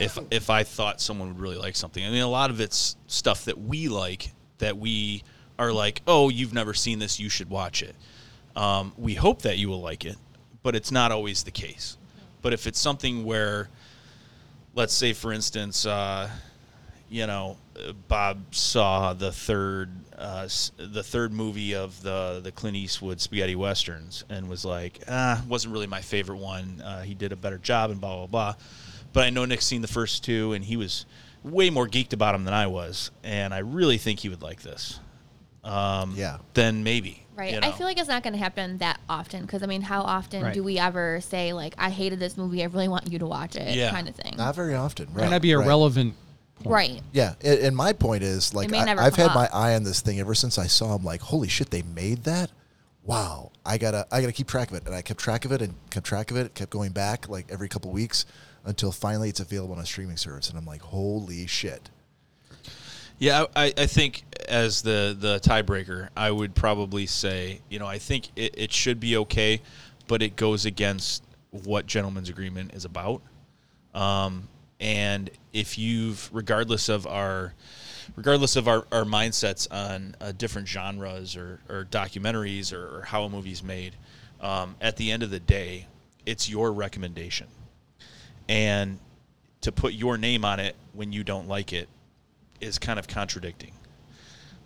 Speaker 5: if if I thought someone would really like something, I mean a lot of it's stuff that we like that we are like, oh, you've never seen this, you should watch it. Um, we hope that you will like it, but it's not always the case. But if it's something where let's say for instance uh, you know uh, bob saw the third uh, s- the third movie of the the clint eastwood spaghetti westerns and was like ah wasn't really my favorite one uh, he did a better job and blah blah blah but i know nick's seen the first two and he was way more geeked about them than i was and i really think he would like this um,
Speaker 1: Yeah.
Speaker 5: then maybe
Speaker 4: Right.
Speaker 5: you
Speaker 4: I
Speaker 5: know.
Speaker 4: feel like it's not going to happen that often because I mean, how often
Speaker 2: Right.
Speaker 4: do we ever say like, "I hated this movie. I really want you to watch it,"
Speaker 5: Yeah.
Speaker 4: kind of thing.
Speaker 1: Not very often, right?
Speaker 2: Might not be
Speaker 1: right.
Speaker 2: irrelevant.
Speaker 4: right.
Speaker 1: Yeah, a- and my point is like
Speaker 4: may
Speaker 1: I,
Speaker 4: never
Speaker 1: I've had
Speaker 4: come
Speaker 1: my
Speaker 4: up.
Speaker 1: eye on this thing ever since I saw him. Like, holy shit, they made that! Wow, I gotta I gotta keep track of it, and I kept track of it and kept track of it, kept going back like every couple weeks until finally it's available on a streaming service, and I'm like, holy shit!
Speaker 5: Yeah, I, I think as the the tiebreaker, I would probably say, you know, I think it, it should be okay, but it goes against what gentleman's agreement is about. Um, and if you've, regardless of our, regardless of our, our mindsets on uh, different genres or, or documentaries or, or how a movie's made, um, at the end of the day, it's your recommendation, and to put your name on it when you don't like it is kind of contradicting.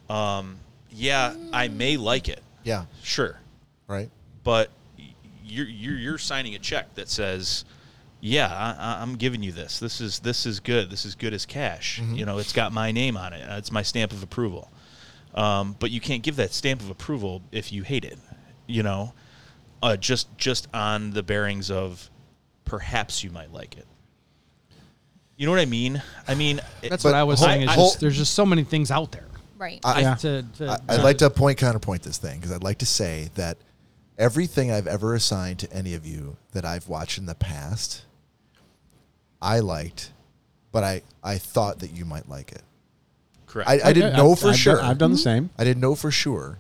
Speaker 5: Um, yeah, I may like it,
Speaker 1: Yeah,
Speaker 5: sure,
Speaker 1: right.
Speaker 5: but y- you're you're, you're signing a check that says, yeah, I, I- I'm giving you this. This is this is good. This is good as cash.
Speaker 2: Mm-hmm.
Speaker 5: You know, it's got my name on it. Uh, It's my stamp of approval. Um, but you can't give that stamp of approval if you hate it. You know, uh, just just on the bearings of perhaps you might like it. You know what I mean? I mean, it-
Speaker 2: That's
Speaker 1: But
Speaker 2: what I was
Speaker 1: hold-
Speaker 2: saying. Is
Speaker 1: hold-
Speaker 2: just, there's just so many things out there.
Speaker 4: Right.
Speaker 1: I-
Speaker 3: Yeah.
Speaker 2: To, to,
Speaker 1: I, I'd like to point counterpoint this thing because I'd like to say that everything I've ever assigned to any of you that I've watched in the past, I liked, but I I thought that you might like it.
Speaker 5: correct.
Speaker 1: I, I didn't know for
Speaker 3: I've done-
Speaker 1: sure.
Speaker 3: I've done the same.
Speaker 1: I didn't know for sure.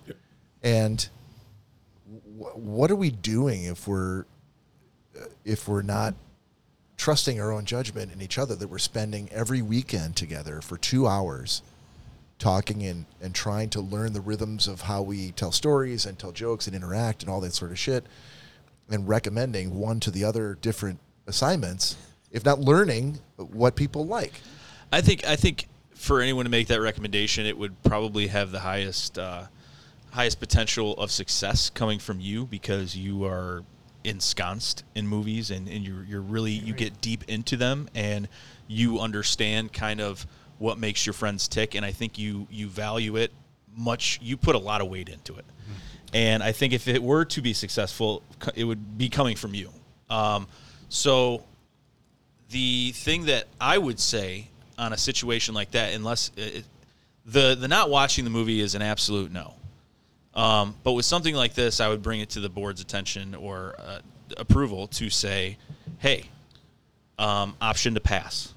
Speaker 1: And wh- what are we doing if we're uh, if we're not trusting our own judgment and each other that we're spending every weekend together for 2 hours talking and and trying to learn the rhythms of how we tell stories and tell jokes and interact and all that sort of shit and recommending one to the other different assignments if not learning what people like
Speaker 5: I think I think for anyone to make that recommendation, it would probably have the highest uh, highest potential of success coming from you because you are ensconced in movies and, and you're, you're really you get deep into them and you understand kind of what makes your friends tick and i think you you value it much you put a lot of weight into it and i think if it were to be successful co- it would be coming from you um, so the thing that I would say on a situation like that, unless uh, it, the the not watching the movie is an absolute no. Um, but with something like this, I would bring it to the board's attention or uh, approval to say, "Hey, um, option to pass."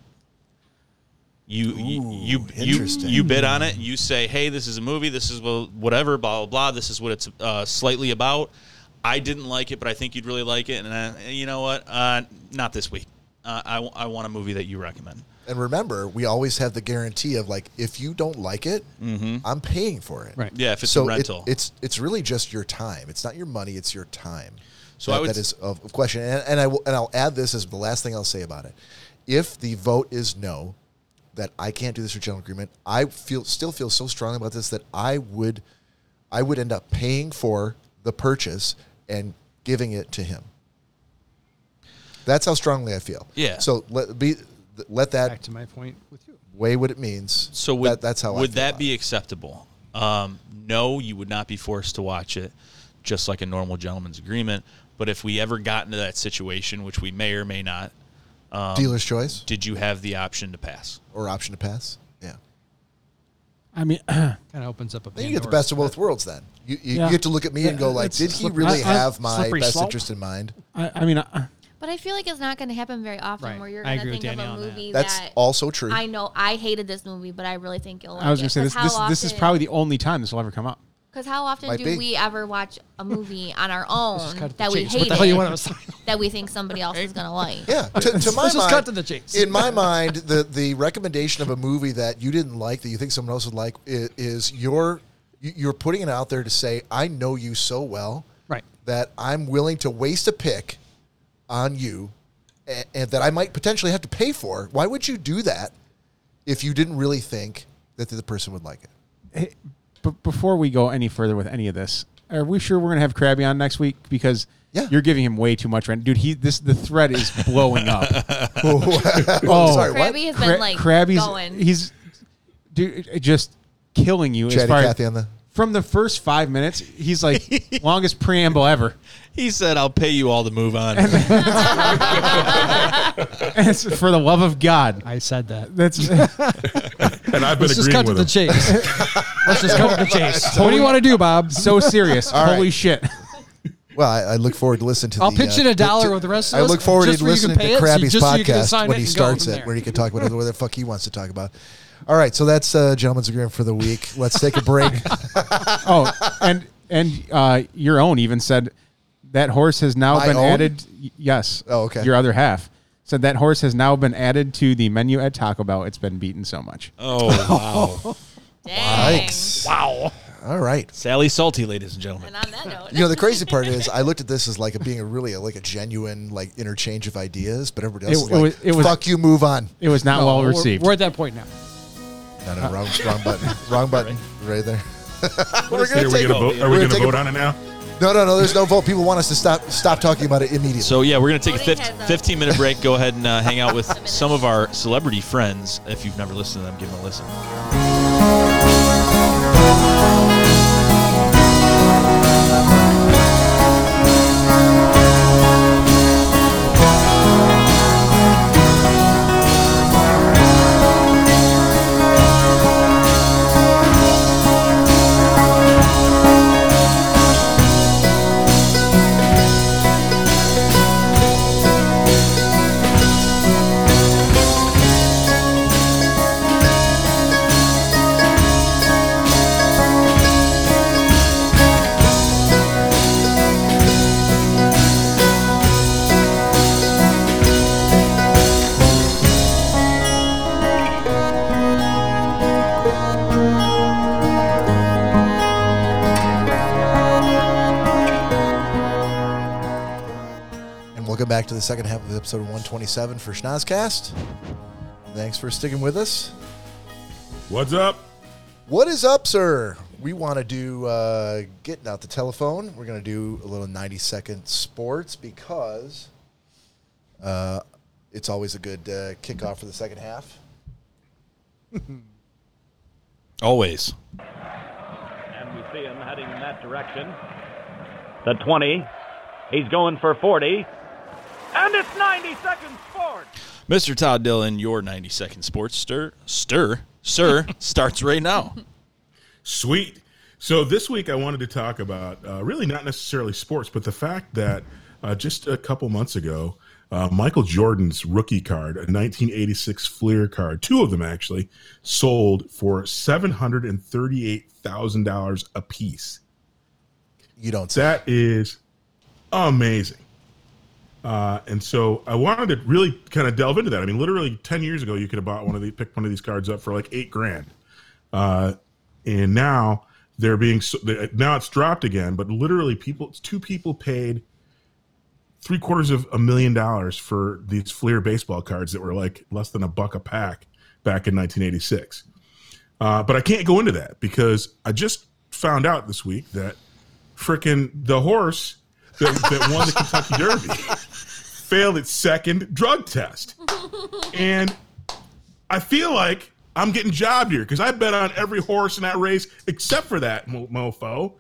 Speaker 5: You you you, you
Speaker 1: interesting.
Speaker 5: you bid on it. You say, "Hey, this is a movie. This is wha- whatever. Blah blah blah. This is what it's uh, slightly about." I didn't like it, but I think you'd really like it. And uh, you know what? Uh, not this week. Uh, I, w- I want a movie that you recommend.
Speaker 1: And remember, we always have the guarantee of like, if you don't like it, I'm paying for it.
Speaker 2: Right.
Speaker 5: Mm-hmm. Yeah, if it's
Speaker 1: so
Speaker 5: a
Speaker 1: it-
Speaker 5: rental,
Speaker 1: it's it's really just your time. It's not your money. It's your time.
Speaker 5: So
Speaker 1: That-
Speaker 5: I would
Speaker 1: that is
Speaker 5: s-
Speaker 1: of of question. And, and I will, and I'll add this as the last thing I'll say about it. If the vote is no, that I can't do this for general agreement, I feel still feel so strongly about this that I would, I would end up paying for the purchase and giving it to him. That's how strongly I feel.
Speaker 5: Yeah.
Speaker 1: So let be let
Speaker 2: Back
Speaker 1: that
Speaker 2: to my point with you.
Speaker 1: weigh what it means.
Speaker 5: so would
Speaker 1: that, that's how I
Speaker 5: would
Speaker 1: feel
Speaker 5: that
Speaker 1: about
Speaker 5: be
Speaker 1: it.
Speaker 5: acceptable? Um, no, you would not be forced to watch it, just like a normal gentleman's agreement. But if we ever got into that situation, which we may or may not,
Speaker 1: dealer's choice
Speaker 5: did you have the option to pass?
Speaker 1: or option to pass? Yeah.
Speaker 3: I mean,
Speaker 2: Kind of opens up a.
Speaker 1: Then you get the
Speaker 2: Pandora's
Speaker 1: best of both worlds. Then you, you,
Speaker 3: Yeah.
Speaker 1: get to look at me and go
Speaker 3: Yeah,
Speaker 1: like,
Speaker 3: it's
Speaker 1: did
Speaker 3: a
Speaker 1: he
Speaker 3: slippery-
Speaker 1: really
Speaker 3: I- I-
Speaker 1: have my
Speaker 3: slippery
Speaker 1: best
Speaker 3: slope.
Speaker 1: interest in mind?
Speaker 3: I, I mean, uh, I,
Speaker 4: But I feel like it's not going to happen very often
Speaker 2: Right.
Speaker 4: where you're
Speaker 2: I
Speaker 4: going to
Speaker 2: agree with
Speaker 4: think of
Speaker 2: Danielle
Speaker 4: a
Speaker 2: on that.
Speaker 4: movie
Speaker 1: That's
Speaker 4: that
Speaker 1: also true.
Speaker 4: I know I hated this movie, but I really think you'll. Like
Speaker 3: I was
Speaker 4: going to
Speaker 3: say this. This, this is probably the only time this will ever come up.
Speaker 4: because how often
Speaker 1: Might
Speaker 4: do
Speaker 1: be.
Speaker 4: we ever watch a movie on our
Speaker 2: just
Speaker 4: own
Speaker 2: cut to the
Speaker 4: that we
Speaker 2: chase. What the hell
Speaker 4: hated
Speaker 2: you want us to
Speaker 4: that we think somebody else is going to like?
Speaker 1: yeah, to, to my
Speaker 2: Let's just
Speaker 1: mind,
Speaker 2: cut to the chase.
Speaker 1: in my mind, the the recommendation of a movie that you didn't like that you think someone else would like is, is your you- you're putting it out there to say, I know you so well,
Speaker 2: Right.
Speaker 1: that I'm willing to waste a pick on you, and, and that I might potentially have to pay for. Why would you do that if you didn't really think that the person would like it?
Speaker 3: But before we go any further with any of this, are we sure we're gonna have Krabby on next week? Because
Speaker 1: Yeah.
Speaker 3: you're giving him way too much rent, dude. He this the thread is blowing up.
Speaker 1: oh, sorry, what?
Speaker 4: Krabby has
Speaker 3: Cra-
Speaker 4: been like
Speaker 3: Krabby's
Speaker 4: going.
Speaker 3: he's dude it- just killing you as
Speaker 1: Chatty
Speaker 3: far as-
Speaker 1: Cathy on the-
Speaker 3: from the first five minutes. He's like longest preamble ever.
Speaker 5: He said, "I'll pay you all to move on."
Speaker 3: And it's for the love of God.
Speaker 2: I said that.
Speaker 3: That's
Speaker 6: And I've been
Speaker 2: Let's just
Speaker 6: agreeing
Speaker 2: cut to
Speaker 6: with
Speaker 2: the
Speaker 6: him.
Speaker 2: chase. Let's just cut to the chase. What do you want to do, Bob?
Speaker 3: so serious. Holy
Speaker 1: right.
Speaker 3: shit.
Speaker 1: Well, I, I look forward to listening to.
Speaker 2: I'll
Speaker 1: the,
Speaker 2: pitch
Speaker 1: uh,
Speaker 2: in a dollar
Speaker 1: to-
Speaker 2: with the rest of
Speaker 1: I
Speaker 2: us,
Speaker 1: look forward
Speaker 2: just
Speaker 1: to
Speaker 2: where you
Speaker 1: listening
Speaker 2: can
Speaker 1: to
Speaker 2: pay it, so you-
Speaker 1: Krabby's
Speaker 2: just so you can
Speaker 1: podcast
Speaker 2: assign
Speaker 1: when
Speaker 2: it
Speaker 1: he
Speaker 2: and go from
Speaker 1: starts it,
Speaker 2: there.
Speaker 1: where he can talk about whatever the fuck he wants to talk about. All right, so that's uh, gentleman's agreement for the week. Let's take a break.
Speaker 3: Oh, and and uh, your own even said that horse has now
Speaker 1: My
Speaker 3: been
Speaker 1: own?
Speaker 3: added. y- Yes.
Speaker 1: Oh, okay.
Speaker 3: Your other half said that horse has now been added to the menu at Taco Bell. It's been beaten so much.
Speaker 5: oh wow,
Speaker 4: Dang.
Speaker 1: Thanks. Wow. All right.
Speaker 5: Sally Salty, ladies and gentlemen.
Speaker 4: And on that note,
Speaker 1: You know the crazy part is I looked at this as like a, being a really like a genuine like interchange of ideas, but everybody else
Speaker 3: It-
Speaker 1: is
Speaker 3: it
Speaker 1: like,
Speaker 3: was- it was-
Speaker 1: "Fuck you, move on."
Speaker 3: It was not
Speaker 1: Oh,
Speaker 2: No,
Speaker 3: well
Speaker 2: we're-
Speaker 3: received.
Speaker 2: We're at that point now.
Speaker 1: No, no, wrong, wrong button, wrong button, right there. we're
Speaker 6: Are
Speaker 1: gonna
Speaker 6: we
Speaker 1: take.
Speaker 6: gonna
Speaker 1: A,
Speaker 6: vote? Are
Speaker 1: We're gonna
Speaker 6: we gonna
Speaker 1: take a-
Speaker 6: vote on it now?
Speaker 1: no, no, no. There's no vote. People want us to stop stop talking about it immediately.
Speaker 5: So yeah, we're gonna take a
Speaker 4: Tony
Speaker 5: 15,
Speaker 4: has a-
Speaker 5: 15 minute break. Go ahead and uh, hang out with some of our celebrity friends. If you've never listened to them, give them a listen.
Speaker 1: And welcome back to the second half of episode 127 for Schnozcast. Thanks for sticking with us.
Speaker 6: What's up?
Speaker 1: What is up, sir? We want to do uh, getting out the telephone. We're going to do a little 90 second sports because uh, it's always a good uh, kickoff for the second half.
Speaker 5: Always.
Speaker 8: and we see him heading in that direction. The 20. He's going for 40. And it's 90 seconds forward.
Speaker 5: Mr. Todd Dillon, your 90 second sports stir, stir, sir, starts right now.
Speaker 6: Sweet. So this week I wanted to talk about uh, really not necessarily sports, but the fact that uh, just a couple months ago, uh, Michael Jordan's rookie card, a 1986 Fleer card, two of them actually, sold for seven hundred and thirty-eight thousand dollars a piece.
Speaker 1: You don't say.
Speaker 6: That is amazing. Uh, and so I wanted to really kind of delve into that. I mean, literally ten years ago, you could have bought one of these, picked one of these cards up for like eight grand, uh, and now they're being so, they- now it's dropped again. But literally, people, two people paid three quarters of a million dollars for these Fleer baseball cards that were like less than a buck a pack back in 1986. Uh, but I can't go into that because I just found out this week that freaking the horse that, that won the Kentucky Derby failed its second drug test. And I feel like I'm getting jobbed here because I bet on every horse in that race except for that mo- mofo.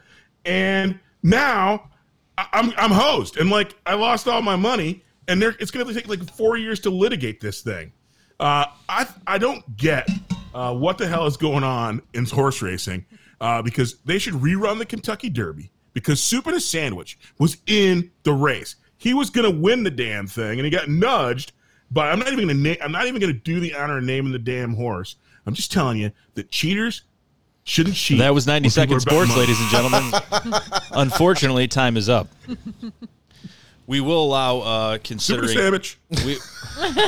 Speaker 6: And now I- I'm, I'm hosed. And like, I lost all my money. And they're, it's going to take like four years to litigate this thing. Uh, I, I don't get uh, what the hell is going on in horse racing uh, because they should rerun the Kentucky Derby because Soup and a Sandwich was in the race. He was going to win the damn thing, and he got nudged. But I'm not even going to name. I'm not even going to do the honor of naming the damn horse. I'm just telling you that cheaters shouldn't cheat.
Speaker 5: That was 90
Speaker 6: when
Speaker 5: second
Speaker 6: people are
Speaker 5: sports,
Speaker 6: betting money.
Speaker 5: ladies and gentlemen. Unfortunately, time is up. We will allow uh,
Speaker 6: Soup and a
Speaker 5: considering.
Speaker 6: Sandwich.
Speaker 5: we,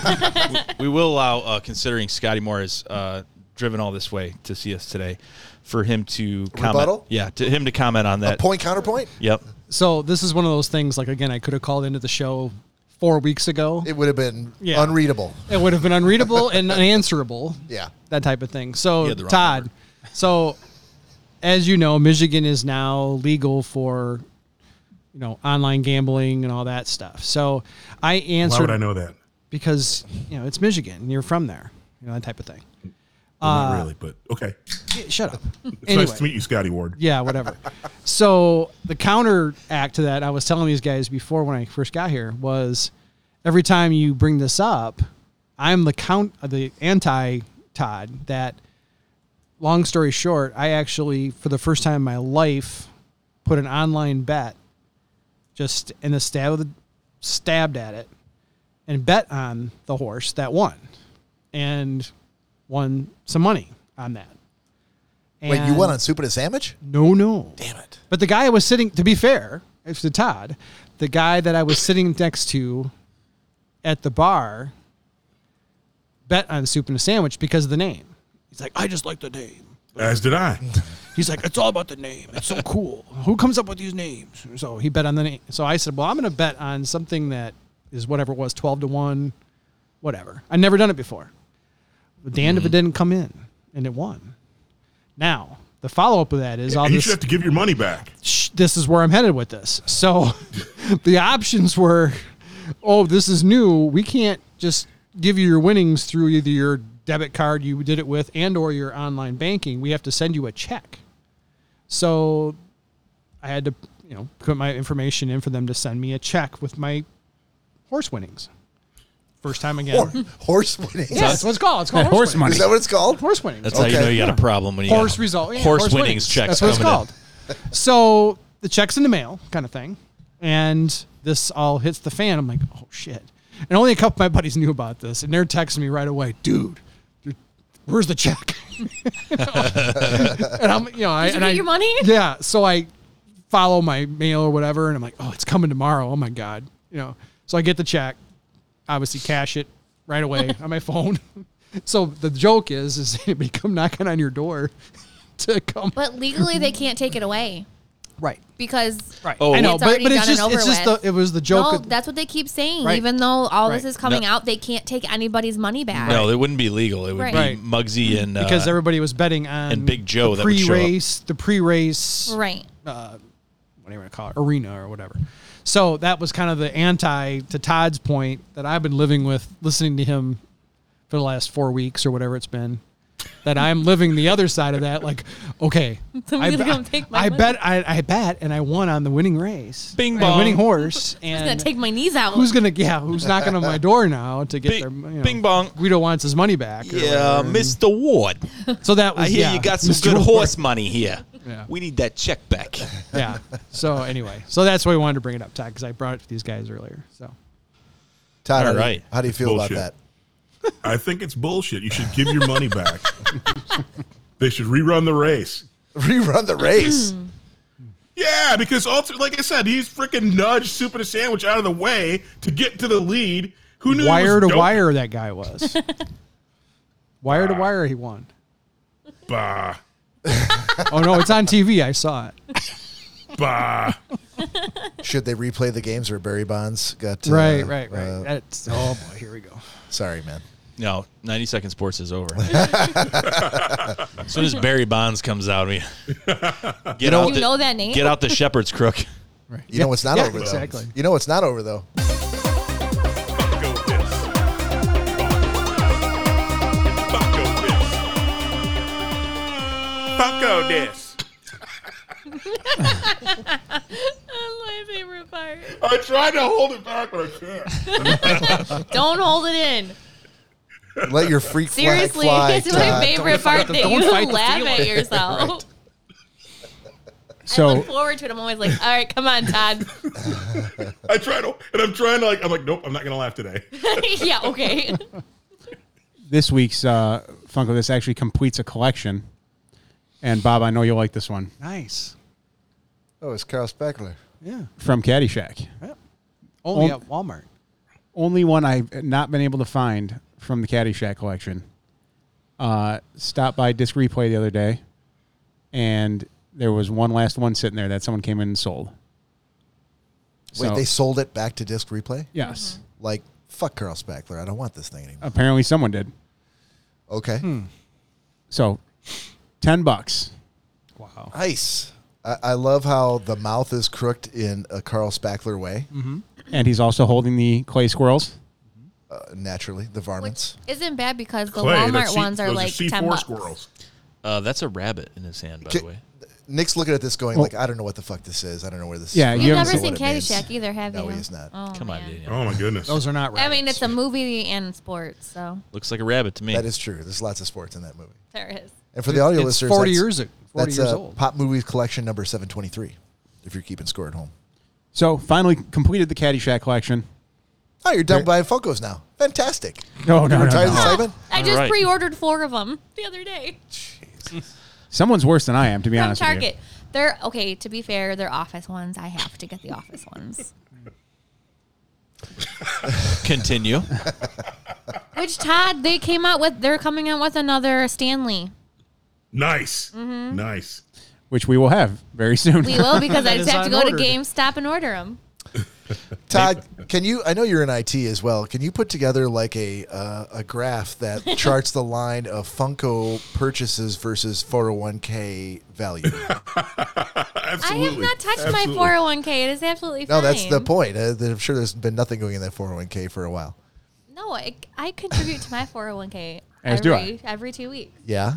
Speaker 5: we will allow, uh, considering Scotty Moore has uh, driven all this way to see us today, for him to comment.
Speaker 1: Rebuttal?
Speaker 5: Yeah, to him to comment on that.
Speaker 1: Point counterpoint?
Speaker 5: Yep.
Speaker 2: So this is one of those things. Like again, I could have called into the show four weeks ago.
Speaker 1: It would have been
Speaker 2: Yeah.
Speaker 1: unreadable.
Speaker 2: It would have been unreadable and unanswerable.
Speaker 1: Yeah.
Speaker 2: That type of thing. So,
Speaker 5: had the wrong
Speaker 2: Todd,
Speaker 5: number.
Speaker 2: so as you know, Michigan is now legal for, you know, online gambling and all that stuff. So I
Speaker 6: Why
Speaker 2: answered
Speaker 6: would I know that?
Speaker 2: because, you know, it's Michigan and you're from there, you know, that type of thing. Uh,
Speaker 6: Well, not really, but okay. It's
Speaker 2: Yeah, Shut up.
Speaker 6: nice to meet you, Scotty Ward.
Speaker 2: Yeah, whatever. so the counteract to that, I was telling these guys before when I first got here, was every time you bring this up, I'm the count, uh, the anti Todd. That long story short, I actually for the first time in my life put an online bet, just in the stab of the, stabbed at it, and bet on the horse that won, and won some money on that.
Speaker 1: Wait, you went
Speaker 2: And-
Speaker 1: on Soup and a Sandwich?
Speaker 2: no, no.
Speaker 1: Damn it.
Speaker 2: But the guy I was sitting, to be fair, it's to Todd, the guy that I was sitting next to at the bar bet on soup and a sandwich because of the name. He's like, I just like the name.
Speaker 6: As did I.
Speaker 2: He's like, it's all about the name. It's so cool. Who comes up with these names? So he bet on the name. So I said, well, I'm going to bet on something that is whatever it was, 12 to 1, whatever. I've never done it before. But the
Speaker 6: Mm-hmm.
Speaker 2: end of it didn't come in, and it won. Now, the follow up of that is all
Speaker 6: And you
Speaker 2: this
Speaker 6: should have to give your money back.
Speaker 2: sh- this is where I'm headed with this. So the options were, oh, this is new. We can't just give you your winnings through either your debit card you did it with and or your online banking. We have to send you a check. So I had to, you know, put my information in for them to send me a check with my horse winnings. First time again.
Speaker 1: Hor- horse winning.
Speaker 2: Yes, that's what it's called. It's called
Speaker 3: Horse money.
Speaker 1: Is that what it's called?
Speaker 2: Horse winnings.
Speaker 5: That's
Speaker 1: Okay.
Speaker 5: how you know you got a problem when you
Speaker 2: horse
Speaker 5: got
Speaker 2: result yeah,
Speaker 5: horse, winnings, checks.
Speaker 2: That's what it's
Speaker 5: coming in.
Speaker 2: called. so the checks in the mail, kind of thing, and this all hits the fan. I'm like, oh shit! And only a couple of my buddies knew about this, and they're texting me right away, dude. dude, Where's the check? and I'm, you know, I and
Speaker 4: Did you get
Speaker 2: I-
Speaker 4: your money?
Speaker 2: Yeah, so I follow my mail or whatever, and I'm like, oh, it's coming tomorrow. Oh my god, you know. So I get the check, obviously cash it right away on my phone. So the joke is, is anybody come knocking on your door to come?
Speaker 4: But legally, they can't take it away.
Speaker 2: Right.
Speaker 4: because
Speaker 2: Right.
Speaker 5: Oh.
Speaker 2: I know,
Speaker 4: It's
Speaker 2: but,
Speaker 4: already
Speaker 2: but it's
Speaker 4: done and
Speaker 2: just
Speaker 4: over
Speaker 2: it's just the,
Speaker 4: with.
Speaker 2: it was the joke.
Speaker 4: no,
Speaker 2: of-
Speaker 4: that's what they keep saying.
Speaker 2: Right.
Speaker 4: Even though all
Speaker 2: Right.
Speaker 4: this is coming
Speaker 5: No.
Speaker 4: out, they can't take anybody's money back.
Speaker 5: No, it wouldn't be legal. It would
Speaker 4: Right.
Speaker 5: be
Speaker 2: Right.
Speaker 5: Muggsy and uh,
Speaker 2: because everybody was betting on
Speaker 5: and Big Joe
Speaker 2: the
Speaker 5: that would show up.
Speaker 2: pre-race, the pre-race
Speaker 4: Right.
Speaker 2: whatever you want to call it, arena or whatever. So that was kind of the anti to Todd's point that I've been living with, listening to him for the last four weeks or whatever it's been. That I'm living the other side of that, like, okay, I,
Speaker 4: Somebody's gonna take my
Speaker 2: I
Speaker 4: money.
Speaker 2: bet, I, I bet, and I won on the winning race,
Speaker 5: Bing
Speaker 2: the
Speaker 5: bong.
Speaker 2: winning horse,
Speaker 4: I'm just gonna
Speaker 2: and
Speaker 4: take my knees out.
Speaker 2: who's gonna, yeah, who's knocking on my door now to get
Speaker 5: Bing-
Speaker 2: their, you know,
Speaker 5: bing bong.
Speaker 2: Guido wants his money back. or
Speaker 5: Yeah,
Speaker 2: whatever.
Speaker 5: Mr. Ward.
Speaker 2: So that was,
Speaker 5: I hear
Speaker 2: yeah,
Speaker 5: you got some
Speaker 2: Mr.
Speaker 5: good
Speaker 2: Ward.
Speaker 5: horse money here.
Speaker 2: Yeah.
Speaker 5: We need that check back.
Speaker 2: Yeah. So anyway, so that's why we wanted to bring it up, Todd, because I brought it to these guys earlier. So.
Speaker 1: Todd,
Speaker 5: All
Speaker 1: how do you-
Speaker 5: right.
Speaker 1: how do you feel
Speaker 6: Bullshit.
Speaker 1: about that?
Speaker 6: I think it's bullshit. You should give your money back. they should rerun the race.
Speaker 1: Rerun the race.
Speaker 6: Yeah, because ultimately, like I said, he's freaking nudged Super the Sandwich out of the way to get to the lead. Who knew? he was
Speaker 2: wire to
Speaker 6: doping?
Speaker 2: wire that guy was. wire to wire he won.
Speaker 6: Bah,
Speaker 2: Oh no, it's on TV. I saw it.
Speaker 6: bah.
Speaker 1: Should they replay the games where Barry Bonds got uh,
Speaker 2: Right, right, right.
Speaker 1: uh,
Speaker 2: That's oh boy, here we go.
Speaker 1: sorry, man.
Speaker 5: No, 90 Second Sports is over. as soon as Barry Bonds comes out, we get out
Speaker 4: You
Speaker 5: the,
Speaker 4: know that name?
Speaker 5: Get out the shepherd's crook.
Speaker 2: Right.
Speaker 1: You know what's not over
Speaker 2: Exactly.
Speaker 1: though. You know what's not over though.
Speaker 6: Bucko this. Bucko this. Bucko this.
Speaker 4: my favorite part.
Speaker 6: I tried to hold it back, but I can't.
Speaker 4: Don't hold it in.
Speaker 1: Let your freak flag
Speaker 4: Seriously,
Speaker 1: fly.
Speaker 4: it's my
Speaker 1: Todd.
Speaker 4: favorite part that
Speaker 2: don't
Speaker 4: you
Speaker 2: fight the
Speaker 4: laugh at yourself. I
Speaker 3: So
Speaker 4: look forward to it. I'm always like, all right, come on, Todd.
Speaker 6: I tried to, and I'm trying to like. I'm like, nope. I'm not gonna laugh today.
Speaker 4: yeah, okay.
Speaker 3: this week's uh, Funko this actually completes a collection. And Bob, I know you'll like this one
Speaker 2: Nice.
Speaker 1: Oh, it's Carl Speckler.
Speaker 2: Yeah.
Speaker 3: from Caddyshack.
Speaker 2: Only
Speaker 3: On-
Speaker 2: at Walmart.
Speaker 3: Only one I've not been able to find from the Caddyshack collection. Uh, stopped by Disc Replay the other day, and there was one last one sitting there that someone came in and sold.
Speaker 1: Wait,
Speaker 3: So-
Speaker 1: they sold it back to disc replay?
Speaker 3: yes,
Speaker 1: Like, fuck Carl Speckler. I don't want this thing anymore.
Speaker 3: apparently someone did.
Speaker 2: Oh.
Speaker 1: Okay.
Speaker 2: Hmm.
Speaker 3: So, ten bucks.
Speaker 2: Wow.
Speaker 1: Nice. I, I love how the mouth is crooked in a Carl Spackler way,
Speaker 3: and he's also holding the clay squirrels.
Speaker 1: uh,
Speaker 2: Mm-hmm.
Speaker 1: naturally, the varmints.
Speaker 4: Isn't bad because the
Speaker 6: Clay,
Speaker 4: Walmart
Speaker 6: that's C-
Speaker 4: ones are
Speaker 6: those
Speaker 4: like
Speaker 6: C4
Speaker 4: ten bucks.
Speaker 6: squirrels.
Speaker 5: Uh, that's a rabbit in his hand, by
Speaker 1: Ki-
Speaker 5: the way.
Speaker 1: Nick's looking at this going,
Speaker 3: Well-
Speaker 1: like, I don't know what the fuck this is. I don't know where this
Speaker 3: Yeah,
Speaker 1: is.
Speaker 4: You've
Speaker 3: You haven't
Speaker 4: never
Speaker 3: seen
Speaker 4: seen
Speaker 1: what it means.
Speaker 4: Caddyshack either, have
Speaker 1: No,
Speaker 4: you?
Speaker 1: he has not.
Speaker 4: Oh,
Speaker 5: Come on,
Speaker 4: man.
Speaker 5: Daniel.
Speaker 6: Oh my goodness.
Speaker 2: Those are not.
Speaker 4: I
Speaker 2: Rabbits.
Speaker 4: mean, it's a movie and sports, so
Speaker 5: Looks like a rabbit to me.
Speaker 1: That is true. There's lots of sports in that movie.
Speaker 4: there is.
Speaker 1: And for the audio
Speaker 2: it's
Speaker 1: listeners,
Speaker 2: 40
Speaker 1: that's-
Speaker 2: years ag- 40
Speaker 1: that's
Speaker 2: years
Speaker 1: uh,
Speaker 2: old.
Speaker 1: Pop Movies Collection number 723, if you're keeping score at home.
Speaker 3: So finally completed the Caddyshack collection.
Speaker 1: Oh, you're done buying Funkos now. Fantastic.
Speaker 3: No, no, no,
Speaker 1: Retired the
Speaker 3: no.
Speaker 1: segment?
Speaker 4: Oh, I just
Speaker 5: right.
Speaker 4: pre-ordered four of them the other day
Speaker 3: Someone's worse than I am, to be
Speaker 4: from
Speaker 3: honest. with you.
Speaker 4: Target. They're okay. To be fair, they're office ones. I have to get the office ones.
Speaker 5: Continue.
Speaker 4: Which Todd? They came out with. They're coming out with another Stanley.
Speaker 6: nice.
Speaker 4: Mm-hmm.
Speaker 6: Nice.
Speaker 3: which we will have very soon.
Speaker 4: We will because
Speaker 2: That
Speaker 4: I just
Speaker 2: is
Speaker 4: have to go
Speaker 2: unordered.
Speaker 4: to GameStop and order them.
Speaker 1: Todd, can you? I know you're in IT as well. Can you put together like a uh, a graph that charts the line of Funko purchases versus 401k value?
Speaker 6: Absolutely.
Speaker 4: I have not touched
Speaker 6: Absolutely.
Speaker 4: my 401k. It is absolutely
Speaker 1: No,
Speaker 4: fine.
Speaker 1: that's the point. Uh, that I'm sure there's been nothing going in that 401k for a while.
Speaker 4: No, I, I contribute to my 401k
Speaker 3: As do
Speaker 4: every every two weeks.
Speaker 1: Yeah.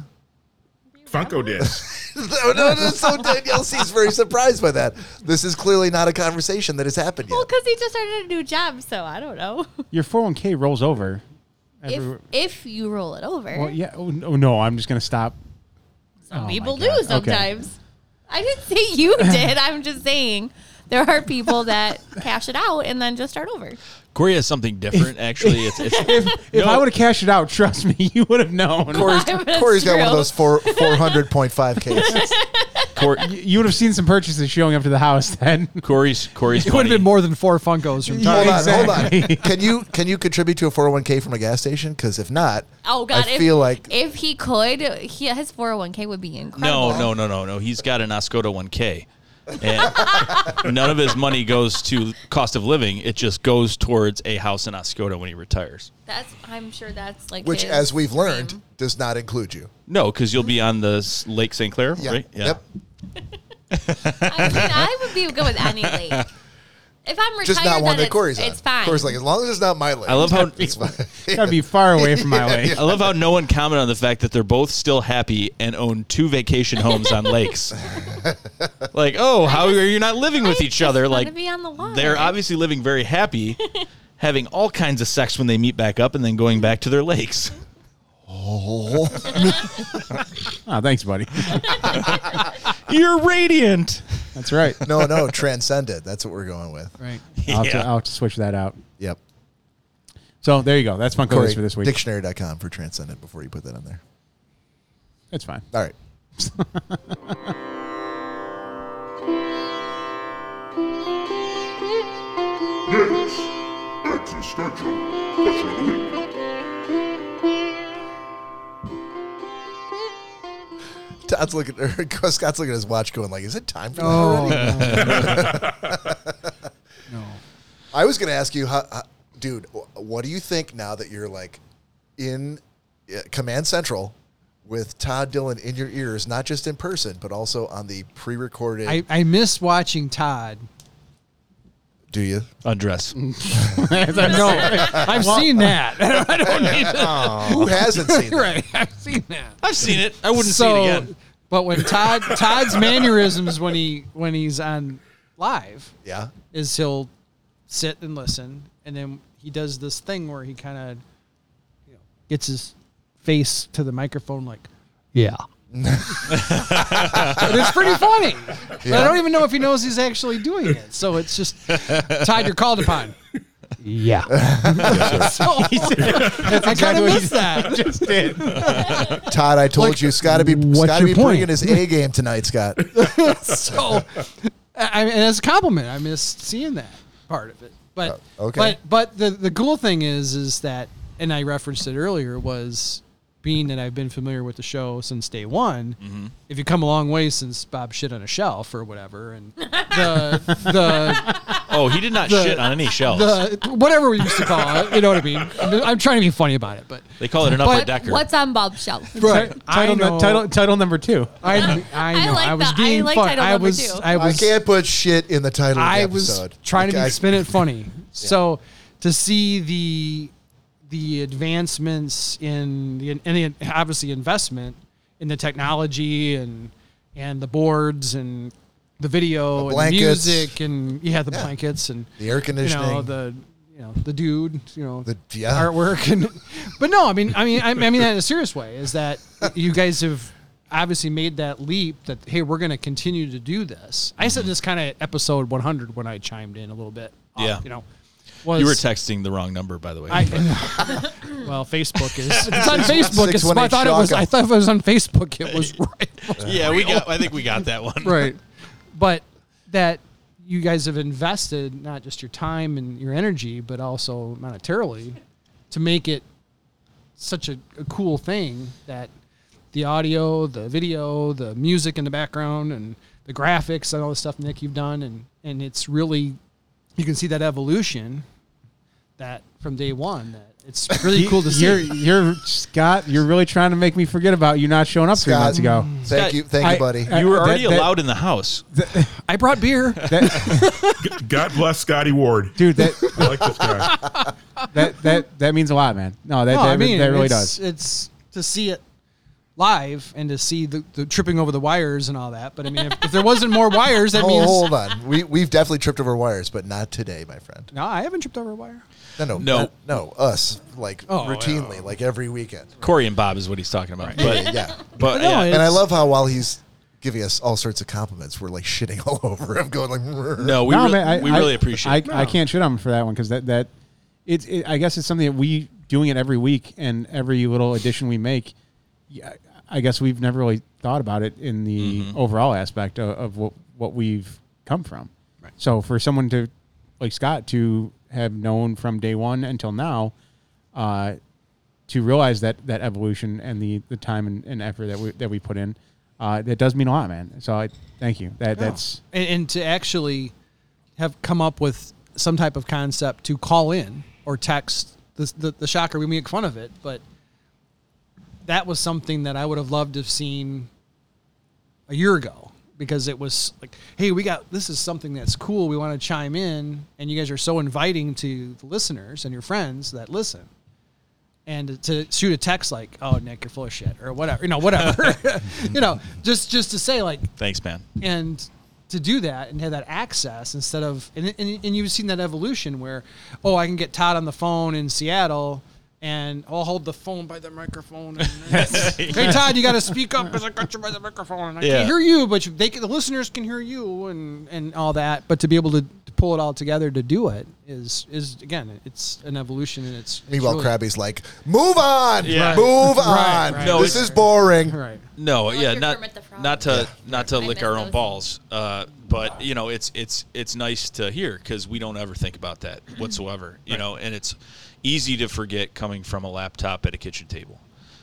Speaker 6: Funko disc.
Speaker 1: No, no, no. So Danielle seems very surprised by that. This is clearly not a conversation that has happened
Speaker 4: Well,
Speaker 1: yet.
Speaker 4: because he just started a new job, so I don't know.
Speaker 3: Your 401k rolls over.
Speaker 4: if
Speaker 3: every-
Speaker 4: if you roll it over,
Speaker 3: well, yeah. Oh, no, oh, no, I'm just going to stop.
Speaker 4: Eh? some
Speaker 3: Oh, my
Speaker 4: people
Speaker 3: God.
Speaker 4: do
Speaker 3: Okay.
Speaker 4: sometimes. I didn't say you did. I'm just saying there are people that cash it out and then just start over.
Speaker 5: Corey has something different, actually. It's, it's
Speaker 3: If I would have cashed it out, trust me, you would have known.
Speaker 1: Corey's,
Speaker 4: That's
Speaker 1: Corey's got one of
Speaker 4: true.
Speaker 1: those four, 400.5Ks.
Speaker 3: Y- you would have seen some purchases showing up to the house then.
Speaker 5: Corey's Corey's
Speaker 2: It would have
Speaker 5: money.
Speaker 2: been more than four Funkos from
Speaker 1: Hold
Speaker 2: Target.
Speaker 1: on, hold on.
Speaker 3: Exactly.
Speaker 1: Can you can you contribute to a 401k from a gas station? Because if not,
Speaker 4: Oh God!
Speaker 1: I
Speaker 4: if,
Speaker 1: feel like
Speaker 4: if he could, he, his 401k would be incredible.
Speaker 5: No, no, no, no, no. He's got an Oscoda 1K. and none of his money goes to cost of living. It just goes towards a house in Oscoda when he retires.
Speaker 4: That's I'm sure that's like
Speaker 1: Which,
Speaker 4: his
Speaker 1: as we've learned,
Speaker 4: dream.
Speaker 1: does not include you.
Speaker 5: No, because you'll be on the s- Lake St. Clair,
Speaker 1: Yeah.
Speaker 5: right? Yeah.
Speaker 1: Yep.
Speaker 4: I, mean, I would be good with any lake. If I'm retired,
Speaker 1: Just not one
Speaker 4: then
Speaker 1: that Corey's
Speaker 4: it's,
Speaker 1: on.
Speaker 4: it's fine.
Speaker 1: Corey's like, as long as it's not my lake.
Speaker 5: I love how
Speaker 1: it's fine.
Speaker 3: Gotta be far away from my way.
Speaker 5: I love how no one commented on the fact that they're both still happy and own two vacation homes on lakes. like, oh, how are you not living with
Speaker 4: I
Speaker 5: each
Speaker 4: just
Speaker 5: other?
Speaker 4: wanna
Speaker 5: Like,
Speaker 4: be on the water.
Speaker 5: they're obviously living very happy, having all kinds of sex when they meet back up, and then going back to their lakes.
Speaker 3: Oh, thanks, buddy.
Speaker 5: You're radiant.
Speaker 3: That's right.
Speaker 1: no, no, transcend it. That's what we're going with.
Speaker 2: Right.
Speaker 3: I'll, have to,
Speaker 5: Yeah.
Speaker 3: I'll have to switch that out.
Speaker 1: Yep.
Speaker 3: So there you go. That's Funko
Speaker 1: Corey,
Speaker 3: List for this week.
Speaker 1: dictionary.com for transcendent before you put that on there.
Speaker 3: That's fine.
Speaker 1: All right.
Speaker 9: This existential question of the week.
Speaker 1: Todd's looking, or Scott's looking at his watch going like, is it time for that
Speaker 2: Oh,
Speaker 1: already?
Speaker 2: no. Oh.
Speaker 1: I was going to ask you, how, how, dude, wh- what do you think now that you're like in uh, Command Central with Todd Dillon in your ears, not just in person, but also on the pre-recorded?
Speaker 2: I, I miss watching Todd.
Speaker 1: do you?
Speaker 5: Undress.
Speaker 2: No, I've seen that. I don't need to.
Speaker 1: Who hasn't seen that?
Speaker 2: Right, I've seen that.
Speaker 5: I've seen it. I wouldn't see it again.
Speaker 2: But when Todd Todd's mannerisms when he when he's on live
Speaker 1: Yeah.
Speaker 2: is he'll sit and listen, and then he does this thing where he kind of you know, gets his face to the microphone like, yeah. And it's pretty funny. But I don't even know if he knows he's actually doing it. So it's just Todd, you're called upon. Yeah. so, I kind
Speaker 3: exactly
Speaker 2: of
Speaker 3: what he
Speaker 2: miss that.
Speaker 3: Just did.
Speaker 1: Todd, I told you, Scott to be
Speaker 2: what's
Speaker 1: Scott to
Speaker 2: your
Speaker 1: be
Speaker 2: point?
Speaker 1: bringing his A game tonight, Scott.
Speaker 2: so I, I- and as a compliment, I missed seeing that part of it. But
Speaker 1: Oh, okay.
Speaker 2: but but the the cool thing is is that and I referenced it earlier was being that I've been familiar with the show since day one. If you come a long way since Bob shit on a shelf or whatever, and the the
Speaker 5: Oh, he did not shit on any shelves.
Speaker 2: the whatever we used to call it, you know what I mean. I'm, I'm trying to be funny about it, but
Speaker 5: they call it an upper
Speaker 2: But
Speaker 5: decker.
Speaker 4: What's on Bob's shelf?
Speaker 2: right. I
Speaker 3: Title,
Speaker 2: know.
Speaker 3: title, title number two.
Speaker 2: I, I
Speaker 4: I
Speaker 2: know.
Speaker 4: like
Speaker 2: I, was
Speaker 4: that. I
Speaker 2: being
Speaker 4: like
Speaker 2: funny.
Speaker 4: title
Speaker 2: I
Speaker 4: number
Speaker 2: was.
Speaker 4: two.
Speaker 2: I
Speaker 1: I
Speaker 2: was.
Speaker 1: can't put shit in the title. Of the
Speaker 2: I
Speaker 1: episode.
Speaker 2: was trying to
Speaker 1: Okay.
Speaker 2: be spin it funny. So to see the the advancements in the and the, obviously investment in the technology and and the boards and the video
Speaker 1: The
Speaker 2: and
Speaker 1: blankets.
Speaker 2: music and yeah the
Speaker 1: Yeah.
Speaker 2: blankets and
Speaker 1: The air
Speaker 2: you know
Speaker 1: conditioning.
Speaker 2: the you know the dude you know
Speaker 1: The- yeah.
Speaker 2: artwork and but no I mean I mean I, I mean that in a serious way is that you guys have obviously made that leap that hey we're going to continue to do this I said this kind of episode 100 when I chimed in a little bit off,
Speaker 5: Yeah.
Speaker 2: you know was
Speaker 5: you were texting the wrong number, by the way.
Speaker 2: I, well Facebook is it's on Facebook it's,
Speaker 1: 618
Speaker 2: I thought it was
Speaker 1: Shaka.
Speaker 2: I thought if it was on Facebook it was right
Speaker 5: yeah, we got. I think we got that one.
Speaker 2: right but that you guys have invested not just your time and your energy but also monetarily to make it such a, a cool thing that the audio the video the music in the background and the graphics and all the stuff nick you've done and and it's really you can see that evolution that from day one that it's really cool to see
Speaker 3: You're, you're Scott. You're really trying to make me forget about you not showing up three
Speaker 1: Scott.
Speaker 3: months ago.
Speaker 1: Thank you, thank
Speaker 3: I-
Speaker 1: you, buddy.
Speaker 3: I-
Speaker 5: You were
Speaker 3: That-
Speaker 5: already
Speaker 3: that-
Speaker 5: allowed in the house.
Speaker 2: i brought beer
Speaker 6: God bless Scotty Ward.
Speaker 3: Dude, that
Speaker 6: I like this guy.
Speaker 3: that that that means a lot, man. No, that
Speaker 2: No,
Speaker 3: that,
Speaker 2: I mean,
Speaker 3: that really
Speaker 2: it's,
Speaker 3: does.
Speaker 2: It's to see it live and to see the, the tripping over the wires and all that. But I mean, if, if there wasn't more wires, that
Speaker 1: Oh,
Speaker 2: means
Speaker 1: hold on. We we've definitely tripped over wires, but not today, my friend.
Speaker 2: no, I haven't tripped over a wire.
Speaker 1: No, no,
Speaker 5: No.
Speaker 1: not- no. Us like
Speaker 2: Oh,
Speaker 1: routinely, like every weekend.
Speaker 5: Corey and Bob is what he's talking about. But,
Speaker 1: Yeah,
Speaker 5: but
Speaker 2: No,
Speaker 5: yeah.
Speaker 2: it-
Speaker 1: and I
Speaker 2: It's-
Speaker 1: love how while he's giving us all sorts of compliments, we're like shitting all over him, going like,
Speaker 5: no, we,
Speaker 3: no,
Speaker 5: re-
Speaker 3: man, I,
Speaker 5: we
Speaker 3: I-
Speaker 5: really appreciate.
Speaker 3: I,
Speaker 5: it.
Speaker 3: I can't shit on him for that one because that that it's. It, I guess it's something that we doing it every week and every little addition we make. Yeah, I guess we've never really thought about it in the
Speaker 5: Mm-hmm.
Speaker 3: overall aspect of, of what what we've come from. Right. So for someone to like Scott to have known from day one until now, uh, to realize that that evolution and the the time and, and effort that we that we put in, uh, that does mean a lot, man. So I thank you. That that's
Speaker 2: and, and to actually have come up with some type of concept to call in or text the, the, the shocker we make fun of it but that was something that i would have loved to have seen a year ago because it was like hey we got this is something that's cool we want to chime in and you guys are so inviting to the listeners and your friends that listen and to shoot a text like oh nick you're full of shit or whatever you know whatever you know just just to say like
Speaker 5: Thanks, man.
Speaker 2: and to do that and have that access instead of and, and, and you've seen that evolution where oh i can get todd on the phone in seattle and i'll hold the phone by the microphone and, hey todd you got to speak up because i got you by the microphone and i
Speaker 5: Yeah.
Speaker 2: can't hear you but you, they can, the listeners can hear you and and all that but to be able to, to pull it all together to do it is is again it's an evolution and it's, it's
Speaker 1: Meanwhile,
Speaker 2: really-
Speaker 1: Krabby's like, move on,
Speaker 5: Yeah.
Speaker 1: move
Speaker 2: Right,
Speaker 1: on.
Speaker 2: right.
Speaker 5: No,
Speaker 1: this
Speaker 5: it's-
Speaker 1: is boring.
Speaker 2: right
Speaker 5: No,
Speaker 4: Unless
Speaker 5: yeah,
Speaker 4: you're
Speaker 5: not
Speaker 4: Kermit the Frog.
Speaker 5: not to not to
Speaker 4: I
Speaker 5: lick
Speaker 4: miss
Speaker 5: our own
Speaker 4: those.
Speaker 5: balls, uh, but you know it's it's it's nice to hear because we don't ever think about that whatsoever, you know, and it's easy to forget coming from a laptop at a kitchen table.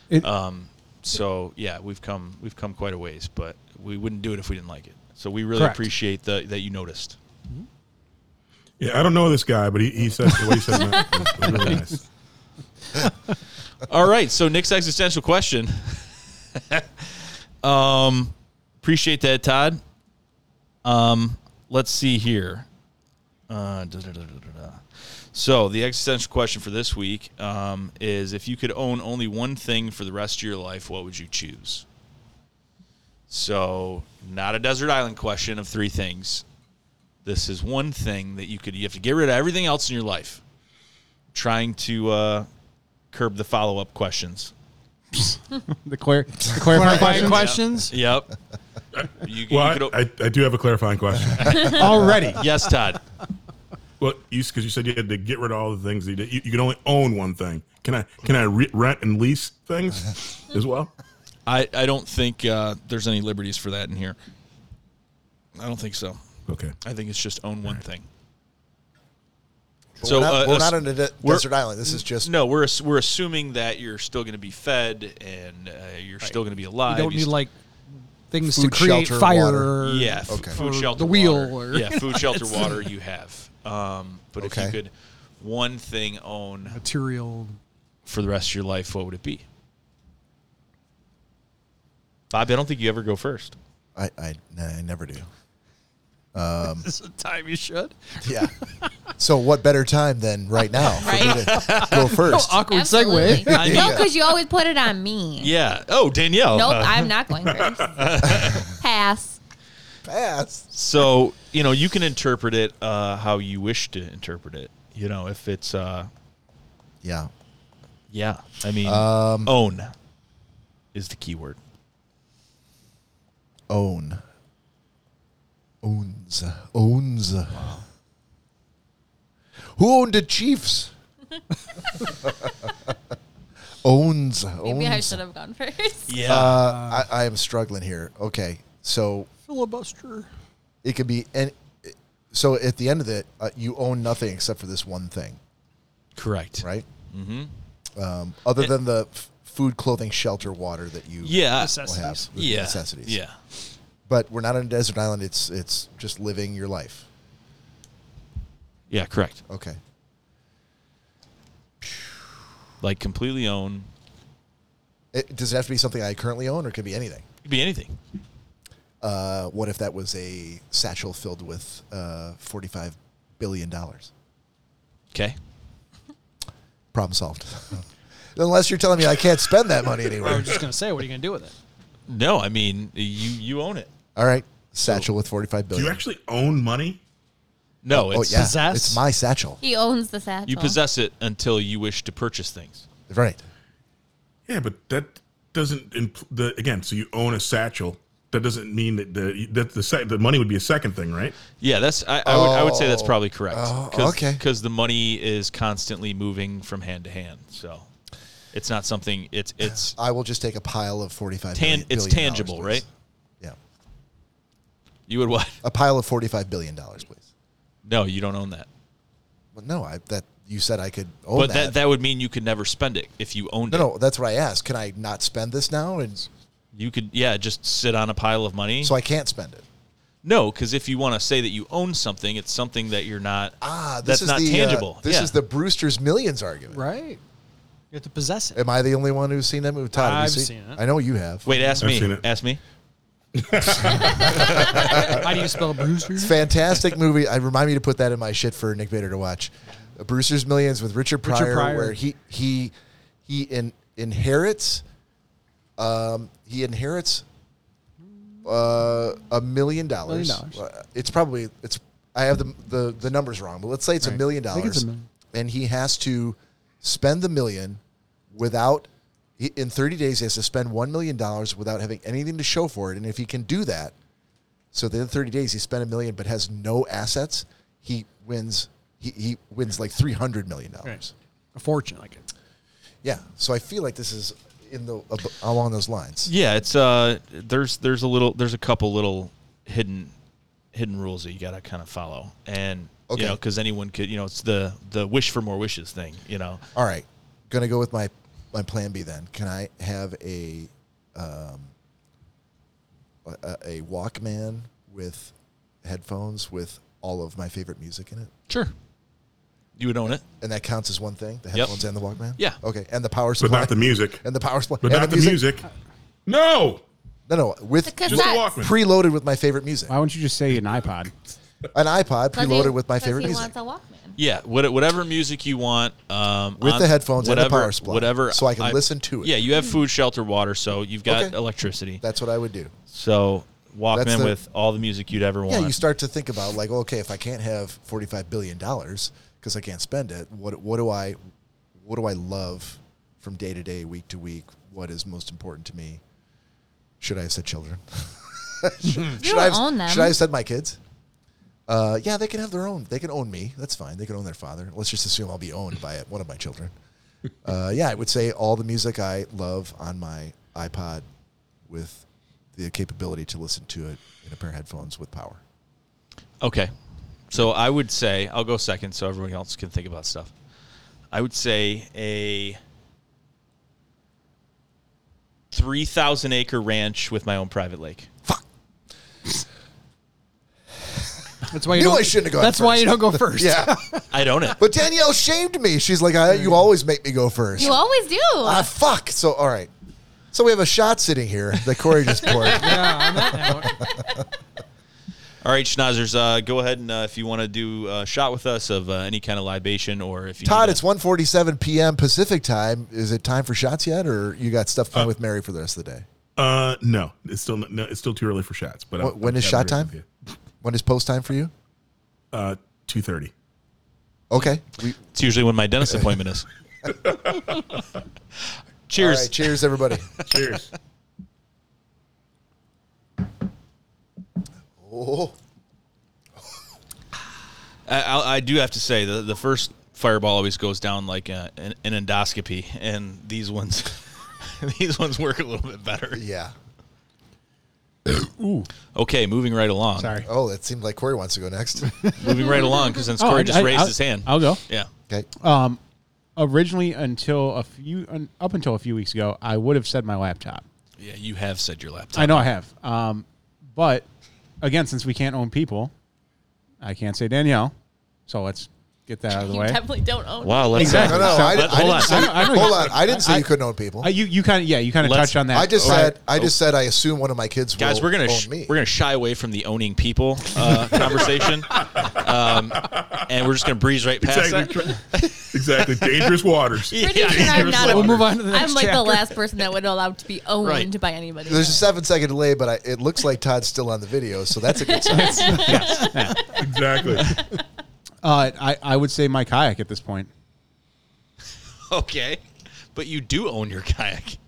Speaker 3: It-
Speaker 5: um, so yeah, we've come we've come quite a ways, but we wouldn't do it if we didn't like it. So we really
Speaker 3: Correct.
Speaker 5: appreciate the that you noticed.
Speaker 6: Yeah, I don't know this guy, but he, he said the way he said that was really nice.
Speaker 5: All right, so Nick's existential question. um, appreciate that, Todd. Um, let's see here. Uh, da, da, da, da, da, da. So the existential question for this week um, is: If you could own only one thing for the rest of your life, what would you choose? So, not a desert island question of three things. This is one thing that you could you have to get rid of everything else in your life. Trying to uh, curb the follow up questions.
Speaker 3: the clear the clarifying question
Speaker 2: questions
Speaker 5: Yep. You, you
Speaker 6: Well, I,
Speaker 5: could o-
Speaker 6: I, I do have a clarifying question.
Speaker 3: already.
Speaker 5: yes, Todd.
Speaker 6: Well, you because you said you had to get rid of all the things that you did. You, you can only own one thing. Can I can I re- rent and lease things as well?
Speaker 5: I, I don't think uh, there's any liberties for that in here. I don't think so.
Speaker 6: Okay.
Speaker 5: I think it's just own one thing.
Speaker 1: But we're not,
Speaker 5: uh,
Speaker 1: we're
Speaker 5: ass-
Speaker 1: not on a de-
Speaker 5: we're-
Speaker 1: desert island. This is just
Speaker 5: No, we're ass- we're assuming that you're still going to be fed and uh, you're still going to be
Speaker 2: you
Speaker 5: alive.
Speaker 2: don't need
Speaker 5: st-
Speaker 2: like things
Speaker 1: Food,
Speaker 2: to create
Speaker 1: shelter,
Speaker 2: fire
Speaker 1: water.
Speaker 5: yeah, f-
Speaker 1: Okay.
Speaker 5: food,
Speaker 2: or
Speaker 5: shelter,
Speaker 2: the wheel
Speaker 5: water.
Speaker 2: or-
Speaker 5: yeah, food, shelter, water. You have, um, but if
Speaker 1: Okay.
Speaker 5: you could one thing own
Speaker 2: material
Speaker 5: for the rest of your life, what would it be? Bobby, I don't think you ever go first.
Speaker 1: I, I, nah, I never do.
Speaker 2: this is the time you should
Speaker 1: Yeah. so what better time than right now for me to go first?
Speaker 2: awkward
Speaker 4: Absolutely.
Speaker 2: segue
Speaker 5: I
Speaker 4: No,
Speaker 5: mean-
Speaker 4: because you always put it on me.
Speaker 5: Yeah. Oh, Danielle.
Speaker 4: Nope,
Speaker 5: Uh,
Speaker 4: I'm not going first. Pass.
Speaker 1: Pass.
Speaker 5: so you know you can interpret it uh, how you wish to interpret it. You know, if it's uh,
Speaker 1: Yeah.
Speaker 5: yeah, I mean,
Speaker 1: Um,
Speaker 5: own is the key word.
Speaker 1: Own. Owns. Owns. Who owned the Chiefs? owns.
Speaker 4: Maybe I
Speaker 1: owns.
Speaker 4: should have gone first.
Speaker 5: Yeah.
Speaker 1: Uh, I, I am struggling here. Okay, so
Speaker 2: filibuster
Speaker 1: it could be and so at the end of it, uh, you own nothing except for this one thing,
Speaker 5: Correct.
Speaker 1: right? Mm-hmm. Um, other than the f- food, clothing, shelter, water that you
Speaker 5: Yeah.
Speaker 1: will have, the
Speaker 5: Yeah.
Speaker 1: necessities.
Speaker 5: Yeah.
Speaker 1: but we're not on a desert island. It's it's just living your life.
Speaker 5: Yeah. Correct.
Speaker 1: Okay,
Speaker 5: Like completely own.
Speaker 1: it, does it have to be something I currently own, or it could be anything?
Speaker 5: It could be anything.
Speaker 1: Uh, what if that was a satchel filled with uh, forty-five billion dollars?
Speaker 5: Okay.
Speaker 1: Problem solved. Unless you're telling me I can't spend that money
Speaker 2: I
Speaker 1: anywhere.
Speaker 2: was just gonna say, what are you gonna do with it?
Speaker 5: No, I mean you you own it.
Speaker 1: All right, satchel with forty-five
Speaker 6: Do
Speaker 1: billion.
Speaker 6: you actually own money?
Speaker 5: No,
Speaker 1: Oh
Speaker 5: it's
Speaker 1: yeah,
Speaker 2: possess?
Speaker 1: it's my satchel.
Speaker 4: He owns the satchel.
Speaker 5: you possess it until you wish to purchase things.
Speaker 1: Right.
Speaker 6: Yeah, but that doesn't impl- the again. So you own a satchel. That doesn't mean that the that the sec- the money would be a second thing, right?
Speaker 5: Yeah, that's I, I would I would say that's
Speaker 1: Oh.
Speaker 5: probably correct.
Speaker 1: Oh, okay.
Speaker 5: Because the money is constantly moving from hand to hand, so it's not something it's it's
Speaker 1: I will just take a pile of forty-five.
Speaker 5: tan,
Speaker 1: billion-
Speaker 5: it's
Speaker 1: billion
Speaker 5: tangible,
Speaker 1: dollars,
Speaker 5: right?
Speaker 1: please. Yeah,
Speaker 5: You would what?
Speaker 1: a pile of forty-five billion dollars, please.
Speaker 5: No, you don't own that.
Speaker 1: Well, no, I that you said I could own
Speaker 5: But that. that would mean you could never spend it if you owned
Speaker 1: no,
Speaker 5: it.
Speaker 1: no, that's what I asked. Can I not spend this now? And
Speaker 5: You could, yeah, just sit on a pile of money.
Speaker 1: So I can't spend it.
Speaker 5: no, because if you want to say that you own something, it's something that you're not.
Speaker 1: Ah, this
Speaker 5: that's
Speaker 1: is
Speaker 5: not
Speaker 1: the, uh,
Speaker 5: tangible.
Speaker 1: this
Speaker 5: Yeah.
Speaker 1: is the Brewster's Millions argument.
Speaker 2: Right. You have to possess it.
Speaker 1: Am I the only one who's seen that movie? Todd, have you
Speaker 2: I've
Speaker 1: seen,
Speaker 2: seen it.
Speaker 1: I know you have.
Speaker 5: Wait, ask
Speaker 6: I've
Speaker 5: me.
Speaker 6: seen it.
Speaker 5: Ask me.
Speaker 2: How do you spell Brewster?
Speaker 1: Fantastic movie. I remind me to put that in my shit for Nick Bader to watch. Uh, Brewster's Millions with Richard Pryor,
Speaker 2: Pryor.
Speaker 1: where he he he in, inherits um he inherits uh a million dollars.
Speaker 2: dollars.
Speaker 1: Uh, It's probably it's I have the the, the numbers wrong, but let's say it's a
Speaker 3: Right.
Speaker 1: million
Speaker 3: I think
Speaker 1: dollars
Speaker 3: it's a million.
Speaker 1: and he has to spend the million without he- in 30 days he has to spend 1 million dollars without having anything to show for it and if he can do that so at the end of 30 days, he spent a million but has no assets. He wins. He, he wins like 300 million dollars.
Speaker 2: A fortune, like it.
Speaker 1: Yeah. So I feel like this is in the ab- along those lines.
Speaker 5: Yeah, it's uh, there's there's a little there's a couple little hidden hidden rules that you gotta kind of follow, and
Speaker 1: Okay.
Speaker 5: you know because anyone could you know it's the the wish for more wishes thing, you know.
Speaker 1: All right. Going to go with my my plan B then. Can I have a um, a, a Walkman with headphones with all of my favorite music in it?
Speaker 5: Sure. You would own it.
Speaker 1: And that counts as one thing, the headphones and the Walkman?
Speaker 5: Yeah.
Speaker 1: Okay. And the power
Speaker 6: but
Speaker 1: supply.
Speaker 6: not the music.
Speaker 1: And the power supply.
Speaker 6: But
Speaker 1: and
Speaker 6: not the music. No,
Speaker 1: No, no. With
Speaker 4: Because
Speaker 6: just a
Speaker 4: that's-
Speaker 6: Walkman.
Speaker 1: preloaded with my favorite music.
Speaker 3: Why wouldn't you just say an iPod?
Speaker 1: an iPod
Speaker 4: 'cause he-
Speaker 1: preloaded with my
Speaker 4: 'cause
Speaker 1: favorite
Speaker 4: he
Speaker 1: music.
Speaker 4: wants a Walkman.
Speaker 5: Yeah, what, whatever music you want, um,
Speaker 1: With the headphones and the power supply,
Speaker 5: whatever,
Speaker 1: so I can listen to it.
Speaker 5: Yeah, you have food, shelter, water, so you've got
Speaker 1: Okay.
Speaker 5: electricity.
Speaker 1: That's what I would do.
Speaker 5: So
Speaker 1: That's
Speaker 5: Walkman
Speaker 1: the-
Speaker 5: with all the music you'd ever want.
Speaker 1: Yeah, you start to think about like, okay, if I can't have forty-five billion dollars because I can't spend it, what what do I what do I love from day to day, week to week? What is most important to me? Should I have said children? should,
Speaker 4: You
Speaker 1: I have,
Speaker 4: don't own them.
Speaker 1: should I have said my kids? Uh, yeah, they can have their own. They can own me. That's fine. They can own their father. Let's just assume I'll be owned by one of my children. Uh, yeah, I would say all the music I love on my iPod with the capability to listen to it in a pair of headphones with power.
Speaker 5: Okay. So I would say I'll go second so everyone else can think about stuff. I would say a 3,000 acre ranch with my own private lake.
Speaker 2: That's why
Speaker 1: Knew
Speaker 2: you don't,
Speaker 1: I shouldn't have gone
Speaker 2: That's why
Speaker 1: first.
Speaker 2: you don't go first.
Speaker 1: Yeah.
Speaker 5: I'd own it.
Speaker 1: but Danielle shamed me. She's like, I, you always make me go first.
Speaker 4: You always do.
Speaker 1: ah, fuck. So, all right. So we have a shot sitting here that Corey just poured.
Speaker 2: yeah. On that note,
Speaker 5: All right, Schnauzers, uh, go ahead and uh, if you want to do a shot with us of uh, any kind of libation or if you
Speaker 1: Todd,
Speaker 5: need
Speaker 1: it's 1.47 p.m. Pacific time. Is it time for shots yet, or you got stuff
Speaker 5: Uh,
Speaker 1: playing with Mary for the rest of the day?
Speaker 6: uh, no, it's still no, it's still too early for shots. But
Speaker 1: Wh- when is shot time? When is post time for you?
Speaker 6: Uh, Two thirty.
Speaker 1: Okay. We,
Speaker 5: it's usually when my dentist appointment is.
Speaker 1: all
Speaker 5: Cheers.
Speaker 1: right. Cheers, everybody.
Speaker 6: Cheers.
Speaker 1: oh,
Speaker 5: I, I, I do have to say the the first fireball always goes down like uh an, an endoscopy, and these ones these ones work a little bit better.
Speaker 1: yeah.
Speaker 5: Okay, moving right along.
Speaker 3: Sorry.
Speaker 1: Oh, that seemed like Corey wants to go next.
Speaker 5: moving right along because since
Speaker 3: Oh,
Speaker 5: Corey
Speaker 3: I-
Speaker 5: just
Speaker 3: I-
Speaker 5: raised
Speaker 3: I'll-
Speaker 5: his hand.
Speaker 3: I'll go.
Speaker 5: yeah.
Speaker 1: Okay.
Speaker 3: Um, originally, until a few un, up until a few weeks ago, I would have said my laptop.
Speaker 5: Yeah, you have said your laptop.
Speaker 3: I know I have. Um, but again, since we can't own people, I can't say Danielle. So let's get that out of the
Speaker 4: you
Speaker 3: way.
Speaker 4: definitely don't own. it.
Speaker 5: Wow, let's
Speaker 1: No,
Speaker 3: Exactly.
Speaker 1: no,
Speaker 3: So-
Speaker 1: I, I
Speaker 5: let- hold
Speaker 1: didn't
Speaker 5: on.
Speaker 1: say.
Speaker 3: I know- I know you-
Speaker 1: hold on. I didn't say
Speaker 3: I-
Speaker 1: you couldn't own people.
Speaker 3: Uh, you you kind of yeah you kind of
Speaker 5: Let's-
Speaker 3: touched on that.
Speaker 1: I just
Speaker 3: Right.
Speaker 1: said. I just said. I assume one of my kids.
Speaker 5: Oh. Guys,
Speaker 1: will
Speaker 5: we're gonna
Speaker 1: own
Speaker 5: sh-
Speaker 1: me.
Speaker 5: we're gonna shy away from the owning people uh, conversation, um, and we're just gonna breeze right past
Speaker 6: Exactly.
Speaker 5: that.
Speaker 6: exactly. Dangerous waters.
Speaker 4: Pretty sure I'm not.
Speaker 2: we'll
Speaker 4: a-
Speaker 2: move on to the next
Speaker 4: I'm like the
Speaker 2: chapter.
Speaker 4: last person that would allow to be owned
Speaker 5: Right.
Speaker 4: by anybody.
Speaker 1: There's a seven second delay, but I, it looks like Todd's still on the video, so that's a good sign.
Speaker 6: Exactly.
Speaker 3: Uh, I I would say my kayak at this point,
Speaker 5: Okay, but you do own your kayak.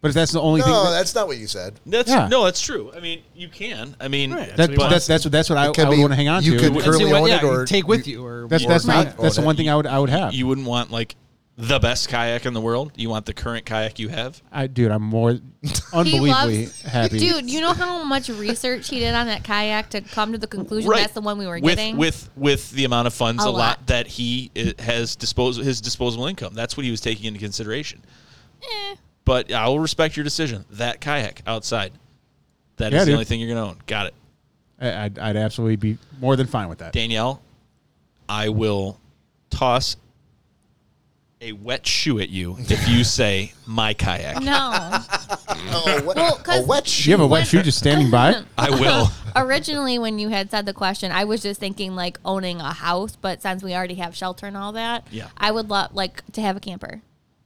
Speaker 3: but if that's the only thing.
Speaker 1: no,
Speaker 3: that-
Speaker 1: that's not what you said.
Speaker 5: That's
Speaker 3: Yeah.
Speaker 5: no, that's true. I mean, you can. I mean,
Speaker 2: Right.
Speaker 3: that,
Speaker 2: That's what he
Speaker 3: but that's
Speaker 2: wants.
Speaker 3: that's what that's what I,
Speaker 1: It could
Speaker 3: I would
Speaker 1: be-
Speaker 3: want to hang on
Speaker 1: you
Speaker 3: to.
Speaker 1: could
Speaker 3: That's
Speaker 1: currently
Speaker 2: See what-
Speaker 1: own
Speaker 2: yeah,
Speaker 1: it, or
Speaker 2: you take with you, or
Speaker 3: that's,
Speaker 1: or
Speaker 3: that's,
Speaker 1: not
Speaker 3: my,
Speaker 1: own
Speaker 3: that's the
Speaker 1: it.
Speaker 3: one thing I would I would have.
Speaker 5: you wouldn't want like the best kayak in the world. You want the current kayak you have.
Speaker 3: I dude, I'm more unbelievably happy.
Speaker 4: Dude, you know how much research he did on that kayak to come to the conclusion that's the one we were
Speaker 5: with,
Speaker 4: getting?
Speaker 5: With with the amount of funds,
Speaker 4: A
Speaker 5: a, lot.
Speaker 4: lot.
Speaker 5: that he uh, has disposal his disposable income. That's what he was taking into consideration.
Speaker 4: Eh,
Speaker 5: But I will respect your decision. That kayak outside. that is
Speaker 3: Yeah,
Speaker 5: the
Speaker 3: dude.
Speaker 5: only thing you're going to own. Got it.
Speaker 3: I- I'd, I'd absolutely be more than fine with that.
Speaker 5: Danielle, I will toss a wet shoe at you if you say my kayak.
Speaker 4: No.
Speaker 1: Oh, what,
Speaker 4: Well, 'cause-
Speaker 1: a wet
Speaker 3: You have a
Speaker 1: shoe.
Speaker 3: wet shoe just standing by.
Speaker 5: I will.
Speaker 4: Originally, when you had said the question, I was just thinking like owning a house, but since we already have shelter and all that,
Speaker 5: Yeah.
Speaker 4: I would love like to have a camper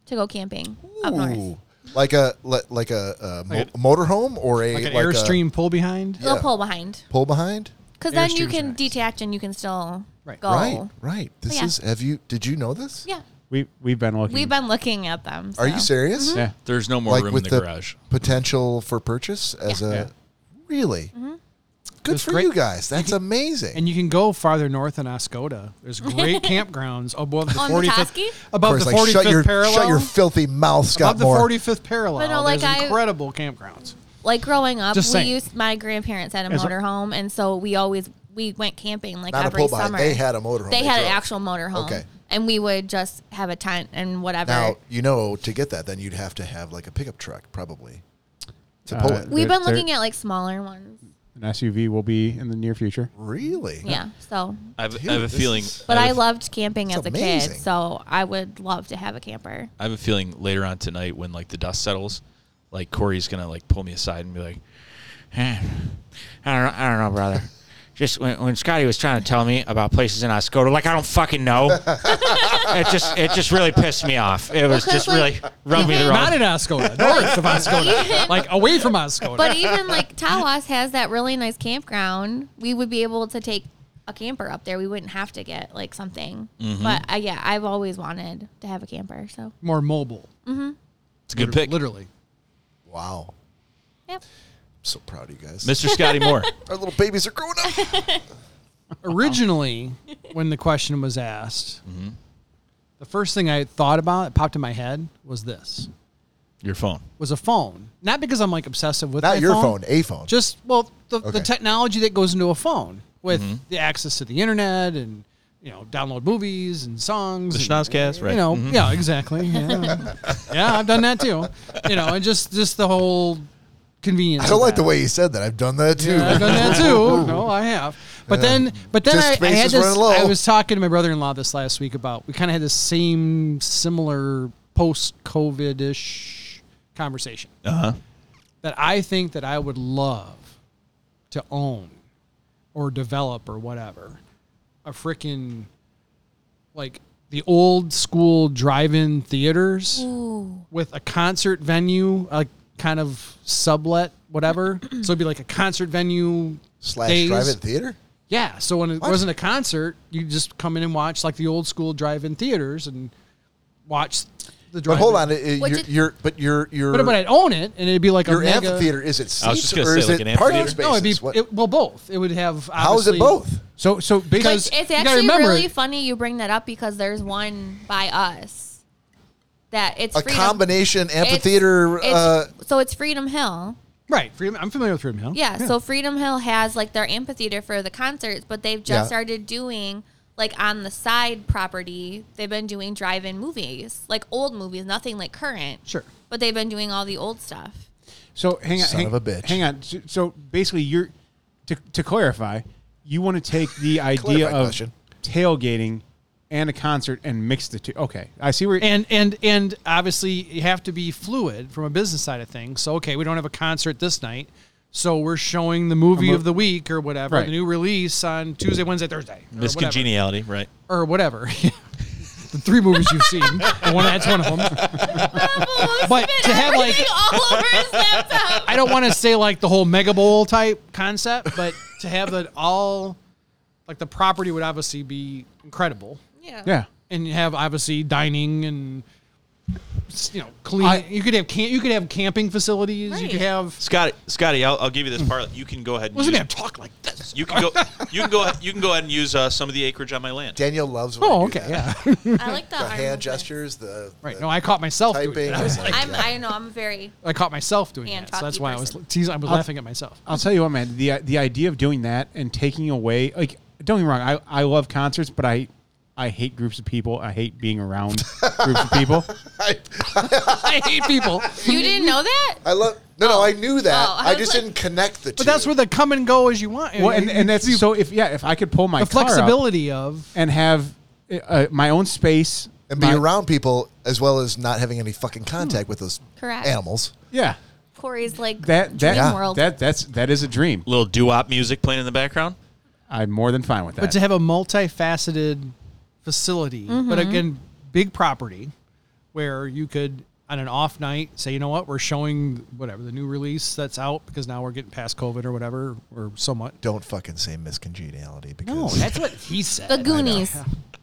Speaker 4: to go camping up
Speaker 1: Ooh.
Speaker 4: north.
Speaker 1: Oh, Like a li- like a, uh mo- motorhome or a
Speaker 2: Like an
Speaker 1: like a
Speaker 2: airstream pull behind.
Speaker 4: They'll
Speaker 1: Yeah.
Speaker 4: pull behind
Speaker 1: pull behind.
Speaker 4: because then you
Speaker 3: Airstreams
Speaker 4: can
Speaker 3: are nice.
Speaker 4: detach and you can still
Speaker 2: Right.
Speaker 4: go.
Speaker 1: Right, right. This
Speaker 4: Oh. yeah.
Speaker 1: is. Have you? Did you know this?
Speaker 4: Yeah,
Speaker 3: We we've been looking.
Speaker 4: we've been looking at them.
Speaker 1: Are
Speaker 4: so.
Speaker 1: you serious?
Speaker 4: Mm-hmm.
Speaker 3: Yeah.
Speaker 5: There's no more
Speaker 1: Like
Speaker 5: room in
Speaker 1: with
Speaker 5: the,
Speaker 1: the
Speaker 5: garage.
Speaker 1: potential for purchase as a
Speaker 3: Yeah.
Speaker 1: really
Speaker 4: Mm-hmm.
Speaker 1: good
Speaker 2: That's
Speaker 1: for
Speaker 2: great.
Speaker 1: you guys. That's amazing.
Speaker 2: And you can go farther north in Oscoda. There's great campgrounds above the
Speaker 4: On
Speaker 2: 45th,
Speaker 4: Petoskey?
Speaker 1: of
Speaker 2: above
Speaker 1: course,
Speaker 2: the
Speaker 1: like
Speaker 2: 45th
Speaker 1: shut your
Speaker 2: parallel.
Speaker 1: shut your filthy mouth, Scott
Speaker 2: above the
Speaker 1: Moore.
Speaker 2: 45th parallel.
Speaker 4: But no, like
Speaker 2: there's
Speaker 4: I-
Speaker 2: incredible campgrounds.
Speaker 4: Like growing up,
Speaker 2: Just
Speaker 4: we
Speaker 2: saying.
Speaker 4: used my grandparents had a
Speaker 3: As a-
Speaker 4: motorhome, and so we always we went camping like
Speaker 1: Not a
Speaker 4: every
Speaker 1: pull by.
Speaker 4: summer.
Speaker 1: They had a motorhome.
Speaker 4: They had an
Speaker 1: drove.
Speaker 4: actual motorhome,
Speaker 1: Okay.
Speaker 4: and we would just have a tent and whatever.
Speaker 1: Now you know to get that, then you'd have to have like a pickup truck probably to pull
Speaker 3: Uh,
Speaker 1: it.
Speaker 4: We've
Speaker 3: They're-
Speaker 4: been
Speaker 3: they're-
Speaker 4: looking at like smaller ones.
Speaker 3: An SUV will be in the near future.
Speaker 1: Really?
Speaker 4: Yeah. So,
Speaker 5: I have,
Speaker 1: Dude,
Speaker 5: I have a
Speaker 1: this
Speaker 5: feeling.
Speaker 1: is-
Speaker 4: but
Speaker 5: I
Speaker 4: I
Speaker 5: have-
Speaker 4: loved camping as
Speaker 1: It's
Speaker 4: a
Speaker 1: amazing.
Speaker 4: kid, so I would love to have a camper.
Speaker 5: I have a feeling later on tonight when like the dust settles, like Corey's gonna like pull me aside and be like,
Speaker 7: Eh, I don't know, I don't know, brother. Just when, when Scotty was trying to tell me about places in Oscoda, like I don't fucking know. it just it just really pissed me off. It was just really rubbed me the wrong.
Speaker 2: Not in Oscoda, north of Oscoda, like away from Oscoda.
Speaker 4: But even like Tawas has that really nice campground. We would be able to take a camper up there. We wouldn't have to get like something.
Speaker 1: Mm-hmm.
Speaker 4: But uh, yeah, I've always wanted to have a camper. So
Speaker 2: more mobile.
Speaker 5: "It's a good pick,
Speaker 2: Literally.
Speaker 1: Wow.
Speaker 4: Yep.
Speaker 1: I'm so proud of you guys.
Speaker 5: Mr. Scotty Moore."
Speaker 1: Our little babies are growing up.
Speaker 2: Originally, when the question was asked,
Speaker 1: Mm-hmm.
Speaker 2: the first thing I thought about, it popped in my head, was this.
Speaker 5: Your phone.
Speaker 2: Was a phone. Not because I'm like obsessive with my
Speaker 1: Not your phone, a phone.
Speaker 2: just well the,
Speaker 1: Okay. Mm-hmm.
Speaker 2: the technology that goes into a phone with the access to the internet and you know download movies and songs
Speaker 5: The
Speaker 2: and,
Speaker 5: schnozcast, right.
Speaker 2: you know
Speaker 1: Mm-hmm.
Speaker 2: yeah exactly yeah. Yeah, i've done that too you know and just just the whole convenience
Speaker 1: I don't
Speaker 2: of
Speaker 1: like the
Speaker 2: that.
Speaker 1: way you said that. I've done that too.
Speaker 2: Yeah, I've done that too. No, I have. But then, but then
Speaker 1: Disk
Speaker 2: I, I
Speaker 1: space
Speaker 2: had
Speaker 1: is
Speaker 2: this.
Speaker 1: running low.
Speaker 2: I was talking to my brother-in-law this last week about we kind of had the same similar post-COVID ish conversation. Uh
Speaker 1: Uh-huh.
Speaker 2: huh. That I think that I would love to own or develop or whatever a freaking like the old school drive-in theaters with a concert venue, like kind of sublet, whatever. so it'd be like a concert venue
Speaker 1: Slash
Speaker 2: days.
Speaker 1: drive-in theater.
Speaker 2: Yeah. So when it
Speaker 1: What?
Speaker 2: wasn't a concert, you just come in and watch like the old school drive-in theaters and watch the
Speaker 1: But
Speaker 2: drive.
Speaker 1: hold on, it- it-
Speaker 4: Which
Speaker 1: you're,
Speaker 4: it-
Speaker 1: you're but you're you're
Speaker 2: But, but I'd own it, and it'd be like
Speaker 1: your
Speaker 2: a mega,
Speaker 1: amphitheater is it seats
Speaker 5: I was just gonna
Speaker 1: or
Speaker 5: say,
Speaker 1: is
Speaker 5: like,
Speaker 1: it
Speaker 5: an
Speaker 1: parking
Speaker 5: amphitheater?
Speaker 1: spaces?
Speaker 2: No, it'd be
Speaker 1: What-
Speaker 2: it, well both. It would have.
Speaker 1: how is it
Speaker 2: obviously-
Speaker 1: both?
Speaker 3: So so
Speaker 4: But
Speaker 3: because
Speaker 4: it's
Speaker 2: you gotta
Speaker 4: actually
Speaker 2: remember-
Speaker 4: really funny you bring that up because there's one by us that it's
Speaker 1: A
Speaker 4: Freedom-
Speaker 1: combination
Speaker 4: it's-
Speaker 1: amphitheater.
Speaker 4: it's-
Speaker 1: uh,
Speaker 4: so it's Freedom Hill.
Speaker 2: Right. Freedom, I'm familiar with Freedom Hill.
Speaker 4: Yeah, So Freedom Hill has like their amphitheater for the concerts, but they've just
Speaker 1: Yeah.
Speaker 4: started doing like on the side property. They've been doing drive-in movies, like old movies, nothing like current.
Speaker 2: Sure.
Speaker 4: But they've been doing all the old stuff.
Speaker 3: so hang on,
Speaker 1: Son
Speaker 3: hang,
Speaker 1: of a bitch.
Speaker 3: Hang on. So, so basically, you're to to clarify, you want to take the idea
Speaker 1: Clarify
Speaker 3: of
Speaker 1: question.
Speaker 3: tailgating and a concert and mix the two. Okay, I see where. you
Speaker 2: and and and obviously you have to be fluid from a business side of things. So okay, we don't have a concert this night, so we're showing the movie
Speaker 3: mo-
Speaker 2: of the week or whatever,
Speaker 3: Right.
Speaker 2: the new release on Tuesday, Wednesday, Thursday, or
Speaker 5: Miss
Speaker 2: whatever.
Speaker 5: Congeniality, right?
Speaker 2: or whatever. the three movies you've seen, and one that's one of them. But to have like,
Speaker 4: all over his laptop.
Speaker 2: I don't want to say like the whole Mega Bowl type concept, but to have it all, like the property would obviously be incredible.
Speaker 4: Yeah.
Speaker 3: yeah.
Speaker 2: and you have obviously dining and s- you know clean.
Speaker 3: I-
Speaker 2: you could have camp. You could have camping facilities. You could
Speaker 4: Right.
Speaker 2: have.
Speaker 5: Scotty, Scotty, I'll, I'll give you this part. You can go ahead. And
Speaker 2: Mm. Wasn't
Speaker 5: use,
Speaker 2: gonna talk like this.
Speaker 5: You can go. You can go. ahead- You can go ahead and use uh, some of the acreage on my land.
Speaker 1: Danielle loves. When
Speaker 2: Oh,
Speaker 1: I do that.
Speaker 2: okay, yeah,
Speaker 4: I like the,
Speaker 1: The
Speaker 4: arm
Speaker 1: hand
Speaker 4: movement.
Speaker 1: gestures, the
Speaker 2: right.
Speaker 1: the
Speaker 2: No, I caught myself doing
Speaker 1: typing.
Speaker 2: that.
Speaker 4: I'm, I know. I'm very.
Speaker 2: I caught myself doing
Speaker 4: Hand
Speaker 2: that. So that's
Speaker 4: talky
Speaker 2: why I was
Speaker 4: person.
Speaker 2: teasing. I was laughing at myself.
Speaker 3: I'll tell you what, man. The the idea of doing that and taking away, like, don't get me wrong, I, I love concerts, but I I hate groups of people. I hate being around groups of people.
Speaker 2: I hate people.
Speaker 4: You didn't know that?
Speaker 1: I love. No, no, I knew that.
Speaker 4: Oh,
Speaker 1: I,
Speaker 4: I was
Speaker 1: just
Speaker 4: like-
Speaker 1: didn't connect the two.
Speaker 2: But that's where the come and go as you want.
Speaker 3: Well, and, and that's so if yeah, if I could pull my
Speaker 2: the
Speaker 3: car up
Speaker 2: flexibility of.
Speaker 3: and have uh, uh, my own space
Speaker 1: and be
Speaker 3: my-
Speaker 1: around people as well as not having any fucking
Speaker 2: Hmm.
Speaker 1: contact with those
Speaker 4: Correct.
Speaker 1: animals.
Speaker 3: Yeah,
Speaker 4: Corey's like
Speaker 3: that that
Speaker 4: dream
Speaker 1: Yeah.
Speaker 4: world.
Speaker 3: that that's that is a dream.
Speaker 5: Little doo-wop music playing in the background.
Speaker 3: I'm more than fine with that.
Speaker 2: But to have a multifaceted facility, but again, big property where you could, on an off night, say, you know what, we're showing whatever the new release that's out because now we're getting past COVID or whatever, or somewhat.
Speaker 1: Don't fucking say miscongeniality because
Speaker 2: No, that's what he
Speaker 4: the
Speaker 2: said.
Speaker 4: Goonies.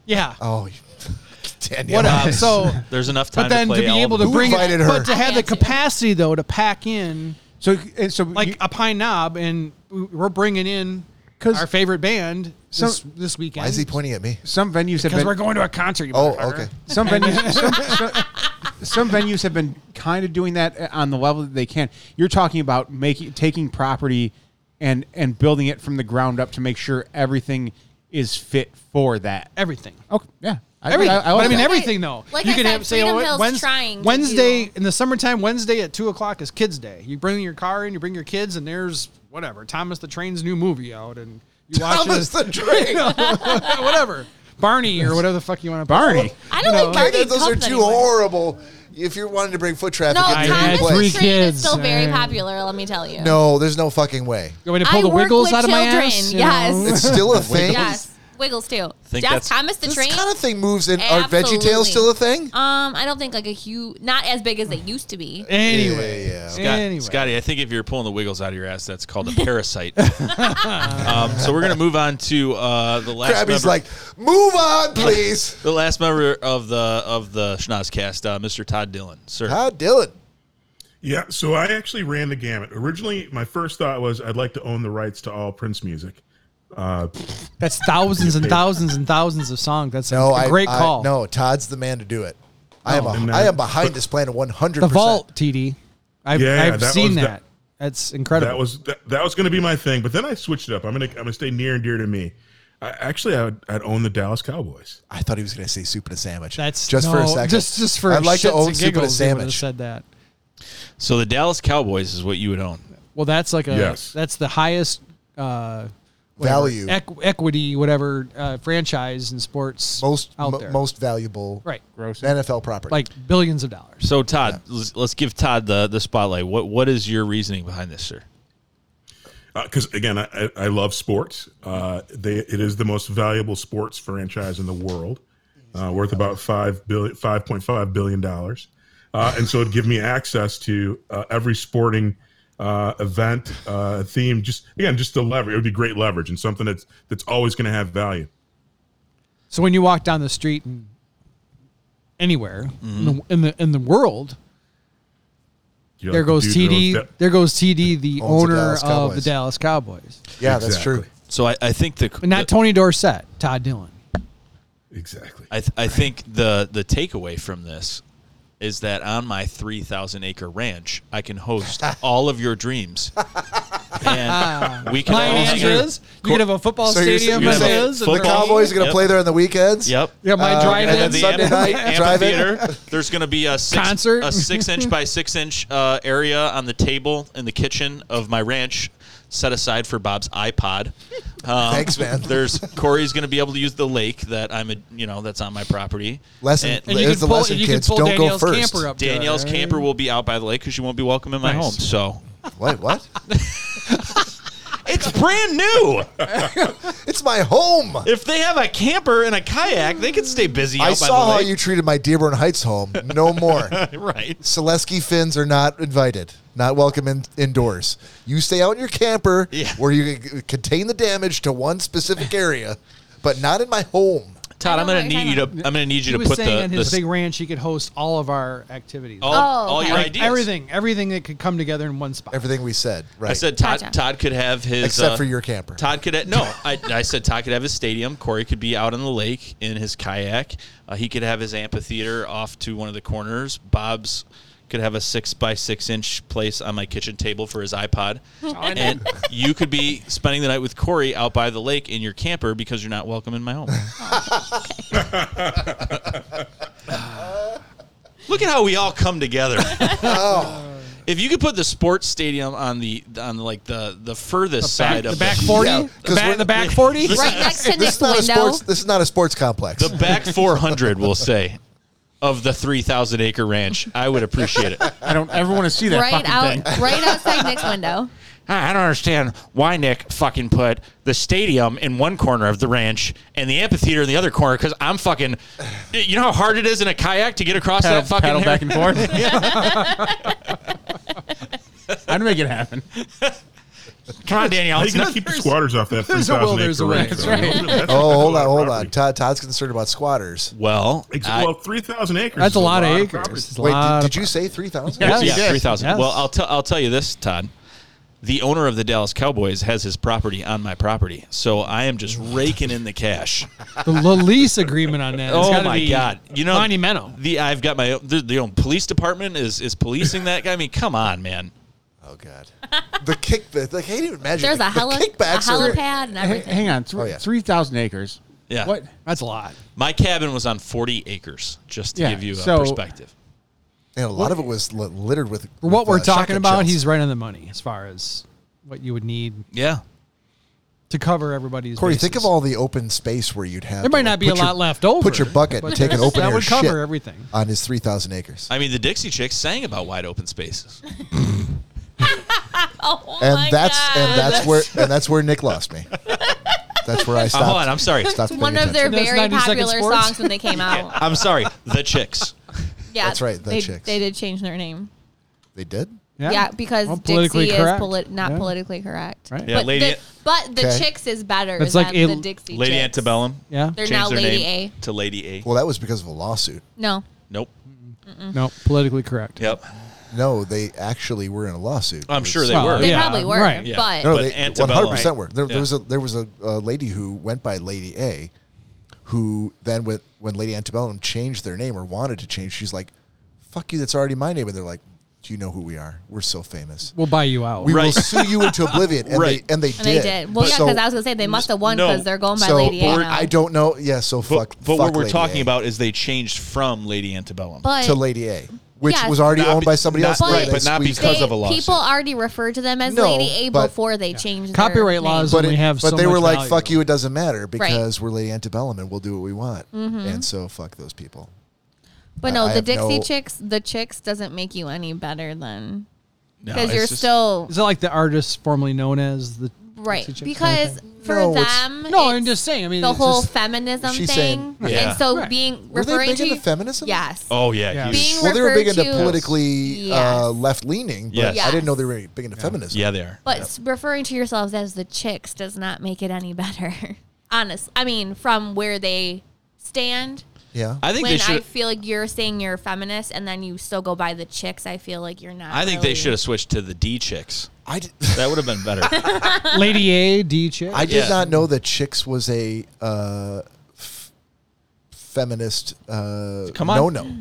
Speaker 2: Yeah.
Speaker 1: oh, Danielle.
Speaker 2: What up? So,
Speaker 5: There's enough Uh, time
Speaker 2: but then
Speaker 5: to
Speaker 2: to,
Speaker 5: play
Speaker 2: be
Speaker 5: all
Speaker 2: able
Speaker 5: the
Speaker 2: to
Speaker 1: Who
Speaker 2: bring it,
Speaker 1: invited her?
Speaker 2: but to have the
Speaker 4: Fancy.
Speaker 2: capacity though to pack in
Speaker 3: so and so
Speaker 2: like
Speaker 3: you-
Speaker 2: a pine knob, and we're bringing in
Speaker 3: 'Cause-
Speaker 2: our favorite band
Speaker 3: So-
Speaker 2: this, this weekend.
Speaker 1: Why is he pointing at me?
Speaker 3: some venues have
Speaker 2: Because
Speaker 3: been
Speaker 2: we're going to a concert. You
Speaker 1: Oh,
Speaker 2: motherfucker.
Speaker 1: okay.
Speaker 3: some venues some, some, some venues have been kind of doing that uh, on the level that they can. You're talking about making taking property and and building it from the ground up to make sure everything is fit for that.
Speaker 2: Everything.
Speaker 3: Okay, yeah. I,
Speaker 2: Everything.
Speaker 3: I, I like
Speaker 2: but I mean
Speaker 3: that.
Speaker 2: everything though.
Speaker 4: Like
Speaker 2: you
Speaker 4: I
Speaker 2: could
Speaker 4: said,
Speaker 2: have say
Speaker 4: Freedom
Speaker 2: oh,
Speaker 4: Hill's
Speaker 2: Wednes-
Speaker 4: trying to
Speaker 2: Wednesday
Speaker 4: do-
Speaker 2: in the summertime. Wednesday at two o'clock is kids' day. You bring your car in, you bring your kids, and there's whatever Thomas the Train's new movie out, and you watch
Speaker 1: Thomas
Speaker 2: it,
Speaker 1: the Train.
Speaker 2: whatever Barney or whatever the fuck you want to
Speaker 3: Barney.
Speaker 4: I don't like
Speaker 1: Okay,
Speaker 4: Barbie.
Speaker 1: those are
Speaker 4: Cup
Speaker 1: too
Speaker 4: anymore.
Speaker 1: horrible. If you're wanting to bring foot traffic
Speaker 4: No,
Speaker 1: into your new
Speaker 2: had
Speaker 4: Thomas
Speaker 1: place,
Speaker 2: three
Speaker 4: the Train is still
Speaker 2: kids,
Speaker 4: very
Speaker 2: and-
Speaker 4: popular. Let me tell you.
Speaker 1: no, there's no fucking way.
Speaker 2: Going to
Speaker 4: I
Speaker 2: pull the
Speaker 4: work
Speaker 2: Wiggles
Speaker 4: with
Speaker 2: out of
Speaker 4: children.
Speaker 2: my ass. you know?
Speaker 4: yes.
Speaker 1: It's still a thing.
Speaker 4: yes. Wiggles too.
Speaker 5: Think
Speaker 4: Yes,
Speaker 5: that's-
Speaker 4: Thomas the
Speaker 1: This
Speaker 4: Train.
Speaker 1: kind of thing moves in. Are Veggie Tales
Speaker 4: Absolutely.
Speaker 1: still a thing?
Speaker 4: um, I don't think like a huge, not as big as it used to be.
Speaker 2: Anyway,
Speaker 1: Yeah, yeah.
Speaker 5: Scott-
Speaker 2: anyway.
Speaker 5: Scotty, I think if you're pulling the wiggles out of your ass, that's called a parasite. um, so we're gonna move on to uh, the last.
Speaker 1: Krabby's
Speaker 5: member,
Speaker 1: like, move on, please.
Speaker 5: the last member of the of the Schnozcast, uh, Mr. Todd Dillon, sir.
Speaker 1: Todd Dillon.
Speaker 6: Yeah, so I actually ran the gamut. Originally, my first thought was I'd like to own the rights to all Prince music. Uh,
Speaker 2: that's thousands and thousands and thousands of songs. That's
Speaker 1: No,
Speaker 2: a
Speaker 1: I
Speaker 2: great
Speaker 1: I-
Speaker 2: call. uh,
Speaker 1: no, Todd's the man to do it. I am.
Speaker 6: and
Speaker 1: A,
Speaker 6: then-
Speaker 1: I am behind this plan 100.
Speaker 2: the vault TD. I've,
Speaker 6: Yeah,
Speaker 2: I've
Speaker 6: that
Speaker 2: seen
Speaker 6: was-
Speaker 2: that.
Speaker 6: that-
Speaker 2: That's incredible.
Speaker 6: that was that, that was going to be my thing, but then I switched it up. I'm gonna I'm gonna stay near and dear to me. I, actually, I would, I'd own the Dallas Cowboys.
Speaker 1: I thought he was going to say soup and a sandwich.
Speaker 2: That's
Speaker 1: just for
Speaker 2: no,
Speaker 1: a second.
Speaker 2: Just just for
Speaker 1: I'd like to
Speaker 2: shits
Speaker 1: own
Speaker 2: and
Speaker 1: soup and a
Speaker 2: giggles, they would have
Speaker 1: sandwich.
Speaker 2: Said that.
Speaker 5: So the Dallas Cowboys is what you would own.
Speaker 2: Well, that's like a
Speaker 6: Yes.
Speaker 2: that's the highest uh, whatever,
Speaker 1: Value.
Speaker 2: equ- equity whatever uh, franchise in sports
Speaker 1: most
Speaker 2: out
Speaker 1: mo-
Speaker 2: there.
Speaker 1: most valuable.
Speaker 2: right
Speaker 3: Gross.
Speaker 1: NFL property.
Speaker 2: like billions of dollars.
Speaker 5: So Todd, let's, let's give Todd the the spotlight. What what is your reasoning behind this, sir?
Speaker 6: Because Uh, again, I, I- I love sports. Uh, they it is the most valuable sports franchise in the world, uh, worth about five billion five point five billion dollars, uh, and so it'd give me access to uh, every sporting. Uh, event uh, theme, just again, just the leverage. It would be great leverage and something that's that's always going to have value.
Speaker 2: So when you walk down the street and anywhere in, the,
Speaker 1: Mm-hmm.
Speaker 2: in the in the world,
Speaker 6: You're
Speaker 2: there
Speaker 6: like the
Speaker 2: goes
Speaker 6: dude that
Speaker 2: TD.
Speaker 6: owns that-
Speaker 2: there goes TD, the
Speaker 1: Owns the
Speaker 2: owner
Speaker 1: Dallas
Speaker 2: of the
Speaker 1: Cowboys.
Speaker 2: Dallas Cowboys,
Speaker 1: yeah, that's
Speaker 6: Exactly.
Speaker 1: true.
Speaker 5: So I, I think the
Speaker 2: but not
Speaker 5: the-
Speaker 2: Tony Dorsett, Todd Dillon.
Speaker 6: Exactly.
Speaker 5: I, th- I think the the takeaway from this is that on my 3,000 acre ranch, I can host all of your dreams. and we can
Speaker 2: Mine
Speaker 5: all
Speaker 2: Ah. is yours. You could have a football
Speaker 1: So you're-
Speaker 2: stadium
Speaker 5: you're
Speaker 2: as
Speaker 5: saying
Speaker 2: is.
Speaker 1: The
Speaker 5: football-
Speaker 2: and-
Speaker 1: Cowboys are going to
Speaker 5: Yep.
Speaker 1: play there on the weekends.
Speaker 5: Yep.
Speaker 2: Yeah, my
Speaker 1: Uh,
Speaker 2: drive-in
Speaker 5: And then the
Speaker 1: Sunday
Speaker 5: amp-
Speaker 1: night, drive-in.
Speaker 5: amphitheater. There's going to be a six,
Speaker 2: Concert.
Speaker 5: a six inch by six inch uh, area on the table in the kitchen of my ranch, set aside for Bob's iPod. Um,
Speaker 1: Thanks, man.
Speaker 5: There's Corey's going to be able to use the lake that I'm a you know that's on my property.
Speaker 1: Lesson-
Speaker 5: And-
Speaker 2: And you
Speaker 1: There's
Speaker 2: can
Speaker 1: the
Speaker 2: pull,
Speaker 1: lesson,
Speaker 2: you can
Speaker 1: kids.
Speaker 2: pull
Speaker 1: Don't go
Speaker 2: Danielle's
Speaker 1: first.
Speaker 2: camper up. to it,
Speaker 5: Danielle's
Speaker 2: right?
Speaker 5: camper will be out by the lake because you won't be welcome in my
Speaker 2: Nice.
Speaker 5: home. So
Speaker 1: Wait, what?
Speaker 5: it's brand new.
Speaker 1: It's my home.
Speaker 5: if they have a camper and a kayak, they can stay busy.
Speaker 1: I
Speaker 5: out
Speaker 1: saw
Speaker 5: by
Speaker 1: how
Speaker 5: the
Speaker 1: you
Speaker 5: lake.
Speaker 1: treated my Dearborn Heights home. No more.
Speaker 5: right.
Speaker 1: Selesky Finns are not invited, not welcome in, indoors. You stay out in your camper
Speaker 5: Yeah.
Speaker 1: where you can contain the damage to one specific area, but not in my home.
Speaker 5: Todd,
Speaker 4: I don't
Speaker 5: I'm
Speaker 4: know
Speaker 5: gonna
Speaker 4: what you're
Speaker 5: need you to. I'm
Speaker 4: talking
Speaker 5: gonna need
Speaker 2: He
Speaker 5: you to
Speaker 2: was
Speaker 5: put
Speaker 2: saying
Speaker 5: the,
Speaker 2: on
Speaker 5: the
Speaker 2: his
Speaker 5: s-
Speaker 2: big ranch, he could host all of our activities.
Speaker 5: all,
Speaker 4: Oh,
Speaker 5: all
Speaker 4: okay.
Speaker 5: your
Speaker 4: Like
Speaker 5: ideas.
Speaker 2: everything, everything that could come together in one spot.
Speaker 1: Everything we said, right?
Speaker 5: I said Todd.
Speaker 4: Gotcha.
Speaker 5: Todd could have his.
Speaker 1: except
Speaker 5: uh,
Speaker 1: for your camper.
Speaker 5: Todd could have, no. I, I said Todd could have his stadium. Corey could be out on the lake in his kayak. Uh, he could have his amphitheater off to one of the corners. Bob's could have a six by six inch place on my kitchen table for his iPod,
Speaker 2: Oh,
Speaker 5: and you could be spending the night with Corey out by the lake in your camper because you're not welcome in my home. Look at how we all come together.
Speaker 2: Oh.
Speaker 5: If you could put the sports stadium on the on like the the furthest side
Speaker 2: the
Speaker 5: of
Speaker 2: back 40?
Speaker 1: Yeah,
Speaker 2: the,
Speaker 1: 'cause
Speaker 2: back,
Speaker 1: we're-
Speaker 2: the back 40?
Speaker 4: Right next to
Speaker 1: This
Speaker 4: Nick's
Speaker 1: is not a
Speaker 4: window.
Speaker 1: sports. This is not a sports complex.
Speaker 5: the back 400 we'll say of the 3000 acre ranch i would appreciate it
Speaker 3: I don't ever want to see that
Speaker 4: Right
Speaker 3: fucking thing.
Speaker 4: out, right outside Nick's window.
Speaker 7: I I don't understand why Nick fucking put the stadium in one corner of the ranch and the amphitheater in the other corner because I'm fucking. You know how hard it is in a kayak to get across
Speaker 3: Paddle,
Speaker 7: that fucking.
Speaker 3: paddle
Speaker 7: hair?
Speaker 3: back and forth. I'd make it happen.
Speaker 7: Come on, Danielle.
Speaker 6: How are
Speaker 7: It's
Speaker 6: you going to
Speaker 7: not-
Speaker 6: keep the squatters off that
Speaker 2: there's a will,
Speaker 6: 3,000
Speaker 2: there's a
Speaker 6: acre
Speaker 2: way.
Speaker 6: ranch?
Speaker 2: That's
Speaker 6: though?
Speaker 2: right.
Speaker 6: That's
Speaker 1: oh, hold
Speaker 6: a
Speaker 1: on,
Speaker 6: lot of
Speaker 1: hold on.
Speaker 6: property.
Speaker 1: Todd, Todd's concerned about squatters.
Speaker 5: well
Speaker 6: Ex-
Speaker 5: I-
Speaker 6: well, 3,000 acres.
Speaker 2: That's
Speaker 6: is
Speaker 2: a lot of
Speaker 6: property.
Speaker 2: acres. It's a
Speaker 1: Wait,
Speaker 2: lot
Speaker 1: did,
Speaker 2: of-
Speaker 1: did you say three thousand?
Speaker 2: Yes, you
Speaker 5: yeah
Speaker 2: did.
Speaker 5: 3000
Speaker 2: Yes.
Speaker 5: well i'll tell i'll tell you this todd the owner of the dallas cowboys has his property on my property so i am just raking in the cash
Speaker 2: the the lease agreement on that.
Speaker 5: oh my god you know
Speaker 2: monumental.
Speaker 5: the i've got my own, the, the own police department is is policing that guy i mean come on man
Speaker 1: Oh God. The kick. The, the, I can't even imagine.
Speaker 4: There's
Speaker 1: the,
Speaker 4: a, heli- a
Speaker 1: the kickbacks are-
Speaker 4: helipad and
Speaker 3: Hey,
Speaker 4: everything.
Speaker 3: hang on.
Speaker 1: Oh, yeah.
Speaker 3: 3,000 acres.
Speaker 5: Yeah.
Speaker 3: What?
Speaker 2: That's a lot.
Speaker 5: my cabin was on 40 acres just to
Speaker 3: Yeah,
Speaker 5: give you a
Speaker 3: so-
Speaker 5: perspective
Speaker 1: And a lot of it was li- littered with.
Speaker 2: For what
Speaker 1: with,
Speaker 2: we're
Speaker 1: uh,
Speaker 2: talking
Speaker 1: shotgun
Speaker 2: about,
Speaker 1: shells.
Speaker 2: he's right on the money as far as what you would need
Speaker 5: yeah
Speaker 2: to cover everybody's.
Speaker 1: Corey, think
Speaker 2: bases.
Speaker 1: of all the open space where you'd have.
Speaker 2: There might
Speaker 1: to, like,
Speaker 2: not be a
Speaker 1: put your-
Speaker 2: lot left over.
Speaker 1: Put your bucket and
Speaker 2: but
Speaker 1: take an open
Speaker 2: that
Speaker 1: air
Speaker 2: would cover
Speaker 1: shit
Speaker 2: everything.
Speaker 1: on his three thousand acres.
Speaker 5: i mean the dixie chicks sang about wide open spaces Uh,
Speaker 4: Oh
Speaker 1: and
Speaker 4: my
Speaker 1: that's
Speaker 4: God.
Speaker 1: and that's where and that's where Nick lost me. That's where I
Speaker 5: Uh,
Speaker 1: stopped.
Speaker 5: hold on i'm sorry
Speaker 1: stopped paying
Speaker 4: one of their
Speaker 1: attention.
Speaker 2: That's
Speaker 4: very
Speaker 2: 90 Second
Speaker 4: popular
Speaker 2: Sports?
Speaker 4: songs when they came out.
Speaker 5: i'm sorry the chicks
Speaker 4: Yeah,
Speaker 1: That's right, the
Speaker 4: they,
Speaker 1: Chicks.
Speaker 4: they did change their name.
Speaker 1: They did.
Speaker 4: Yeah, because
Speaker 2: Well, politically
Speaker 4: Dixie
Speaker 2: correct.
Speaker 4: is poli- not
Speaker 3: Yeah.
Speaker 4: politically correct.
Speaker 3: Right.
Speaker 5: Yeah,
Speaker 4: but
Speaker 5: Lady-
Speaker 4: The, but the
Speaker 1: Okay.
Speaker 4: Chicks is better
Speaker 2: It's
Speaker 4: than
Speaker 2: like a-
Speaker 4: the Dixie
Speaker 5: Lady
Speaker 4: Chicks.
Speaker 5: Antebellum.
Speaker 2: Yeah.
Speaker 4: They're
Speaker 5: changed
Speaker 4: now
Speaker 5: their
Speaker 4: Lady
Speaker 5: name to Lady A.
Speaker 1: Well, that was because of a lawsuit.
Speaker 4: No.
Speaker 5: Nope.
Speaker 2: No, politically correct.
Speaker 5: Yep.
Speaker 1: No, they actually were in a lawsuit.
Speaker 5: I'm sure they
Speaker 2: Well,
Speaker 5: were.
Speaker 4: They
Speaker 2: Yeah,
Speaker 4: probably were.
Speaker 2: right.
Speaker 5: Yeah.
Speaker 4: But
Speaker 1: No,
Speaker 5: But
Speaker 1: they one
Speaker 5: antebellum.
Speaker 1: hundred percent were. There,
Speaker 5: Yeah.
Speaker 1: there was a there was a, uh lady who went by Lady A, who then went, when Lady Antebellum changed their name or wanted to change, she's like, "Fuck you, that's already my name." And they're like, "Do you know who we are? We're so famous.
Speaker 2: We'll buy you out.
Speaker 1: We will
Speaker 5: Right.
Speaker 1: sue you into oblivion." And
Speaker 5: Right.
Speaker 1: they and they
Speaker 4: and
Speaker 1: did.
Speaker 4: they did. Well, yeah,
Speaker 1: So-
Speaker 4: because I was gonna say they must have won
Speaker 5: No.
Speaker 4: because they're going by
Speaker 1: so,
Speaker 4: Lady
Speaker 1: but
Speaker 4: A.
Speaker 1: we're-
Speaker 4: now.
Speaker 1: I don't know. Yeah, so
Speaker 5: But,
Speaker 1: fuck.
Speaker 5: but
Speaker 1: fuck
Speaker 5: what we're
Speaker 1: Lady
Speaker 5: talking
Speaker 1: A
Speaker 5: about is they changed from Lady Antebellum.
Speaker 4: But
Speaker 1: to Lady A, which
Speaker 4: Yes.
Speaker 1: was already
Speaker 5: Not
Speaker 1: owned
Speaker 5: be-
Speaker 1: by somebody
Speaker 5: not-
Speaker 1: else.
Speaker 4: right,
Speaker 1: they
Speaker 5: but not
Speaker 1: squeezed
Speaker 5: because
Speaker 1: out.
Speaker 4: they-
Speaker 5: of a lawsuit.
Speaker 4: people already refer to them as
Speaker 1: No,
Speaker 4: Lady A
Speaker 1: but-
Speaker 4: before they changed
Speaker 2: Copyright
Speaker 4: their
Speaker 2: laws
Speaker 4: name.
Speaker 1: But,
Speaker 2: only
Speaker 1: it-
Speaker 2: have
Speaker 1: but
Speaker 2: so
Speaker 1: they were
Speaker 2: much
Speaker 1: like,
Speaker 2: value.
Speaker 1: "Fuck you, it doesn't matter because we're Lady Antebellum and we'll do what we want."
Speaker 4: Mm-hmm.
Speaker 1: And so fuck those people.
Speaker 4: But no,
Speaker 1: I
Speaker 4: the
Speaker 1: have
Speaker 4: Dixie
Speaker 1: no-
Speaker 4: Chicks, the Chicks doesn't make you any better than
Speaker 5: No,
Speaker 4: because
Speaker 5: it's
Speaker 4: you're
Speaker 5: just-
Speaker 4: still
Speaker 2: Is it like the artist formerly known as the
Speaker 4: right
Speaker 2: Dixie Chicks kind
Speaker 4: because
Speaker 2: of thing?
Speaker 4: for
Speaker 1: No, it's-
Speaker 4: them,
Speaker 2: No, I'm
Speaker 4: it's
Speaker 2: just saying. I mean,
Speaker 4: the
Speaker 2: it's
Speaker 4: whole
Speaker 2: just-
Speaker 4: feminism thing,
Speaker 1: She's saying-
Speaker 5: Yeah.
Speaker 4: and so
Speaker 2: Right.
Speaker 4: being
Speaker 1: Were they
Speaker 4: referring
Speaker 1: big
Speaker 4: to
Speaker 1: into feminism?
Speaker 4: yes,
Speaker 5: Oh yeah.
Speaker 2: Yeah.
Speaker 5: huge.
Speaker 4: being
Speaker 1: Well, they were big
Speaker 4: referred
Speaker 1: into
Speaker 4: to-
Speaker 1: politically uh,
Speaker 4: Yes.
Speaker 1: left leaning, but
Speaker 5: Yes.
Speaker 1: I didn't know they were big into feminism.
Speaker 5: yeah, they are.
Speaker 4: But s- referring to yourselves as the chicks does not make it any better. Honest, I mean, from where they stand,
Speaker 1: Yeah.
Speaker 5: I think
Speaker 4: when
Speaker 5: they should.
Speaker 4: I feel like you're saying you're a feminist and then you still go by the chicks, I feel like you're not.
Speaker 5: I think they
Speaker 4: really-
Speaker 5: should have switched to the D chicks.
Speaker 1: I did,
Speaker 5: That would have been better.
Speaker 2: Lady A, D chick.
Speaker 1: I did
Speaker 5: Yeah.
Speaker 1: not know that Chicks was a uh, f- feminist uh,
Speaker 5: Come on.
Speaker 1: no no.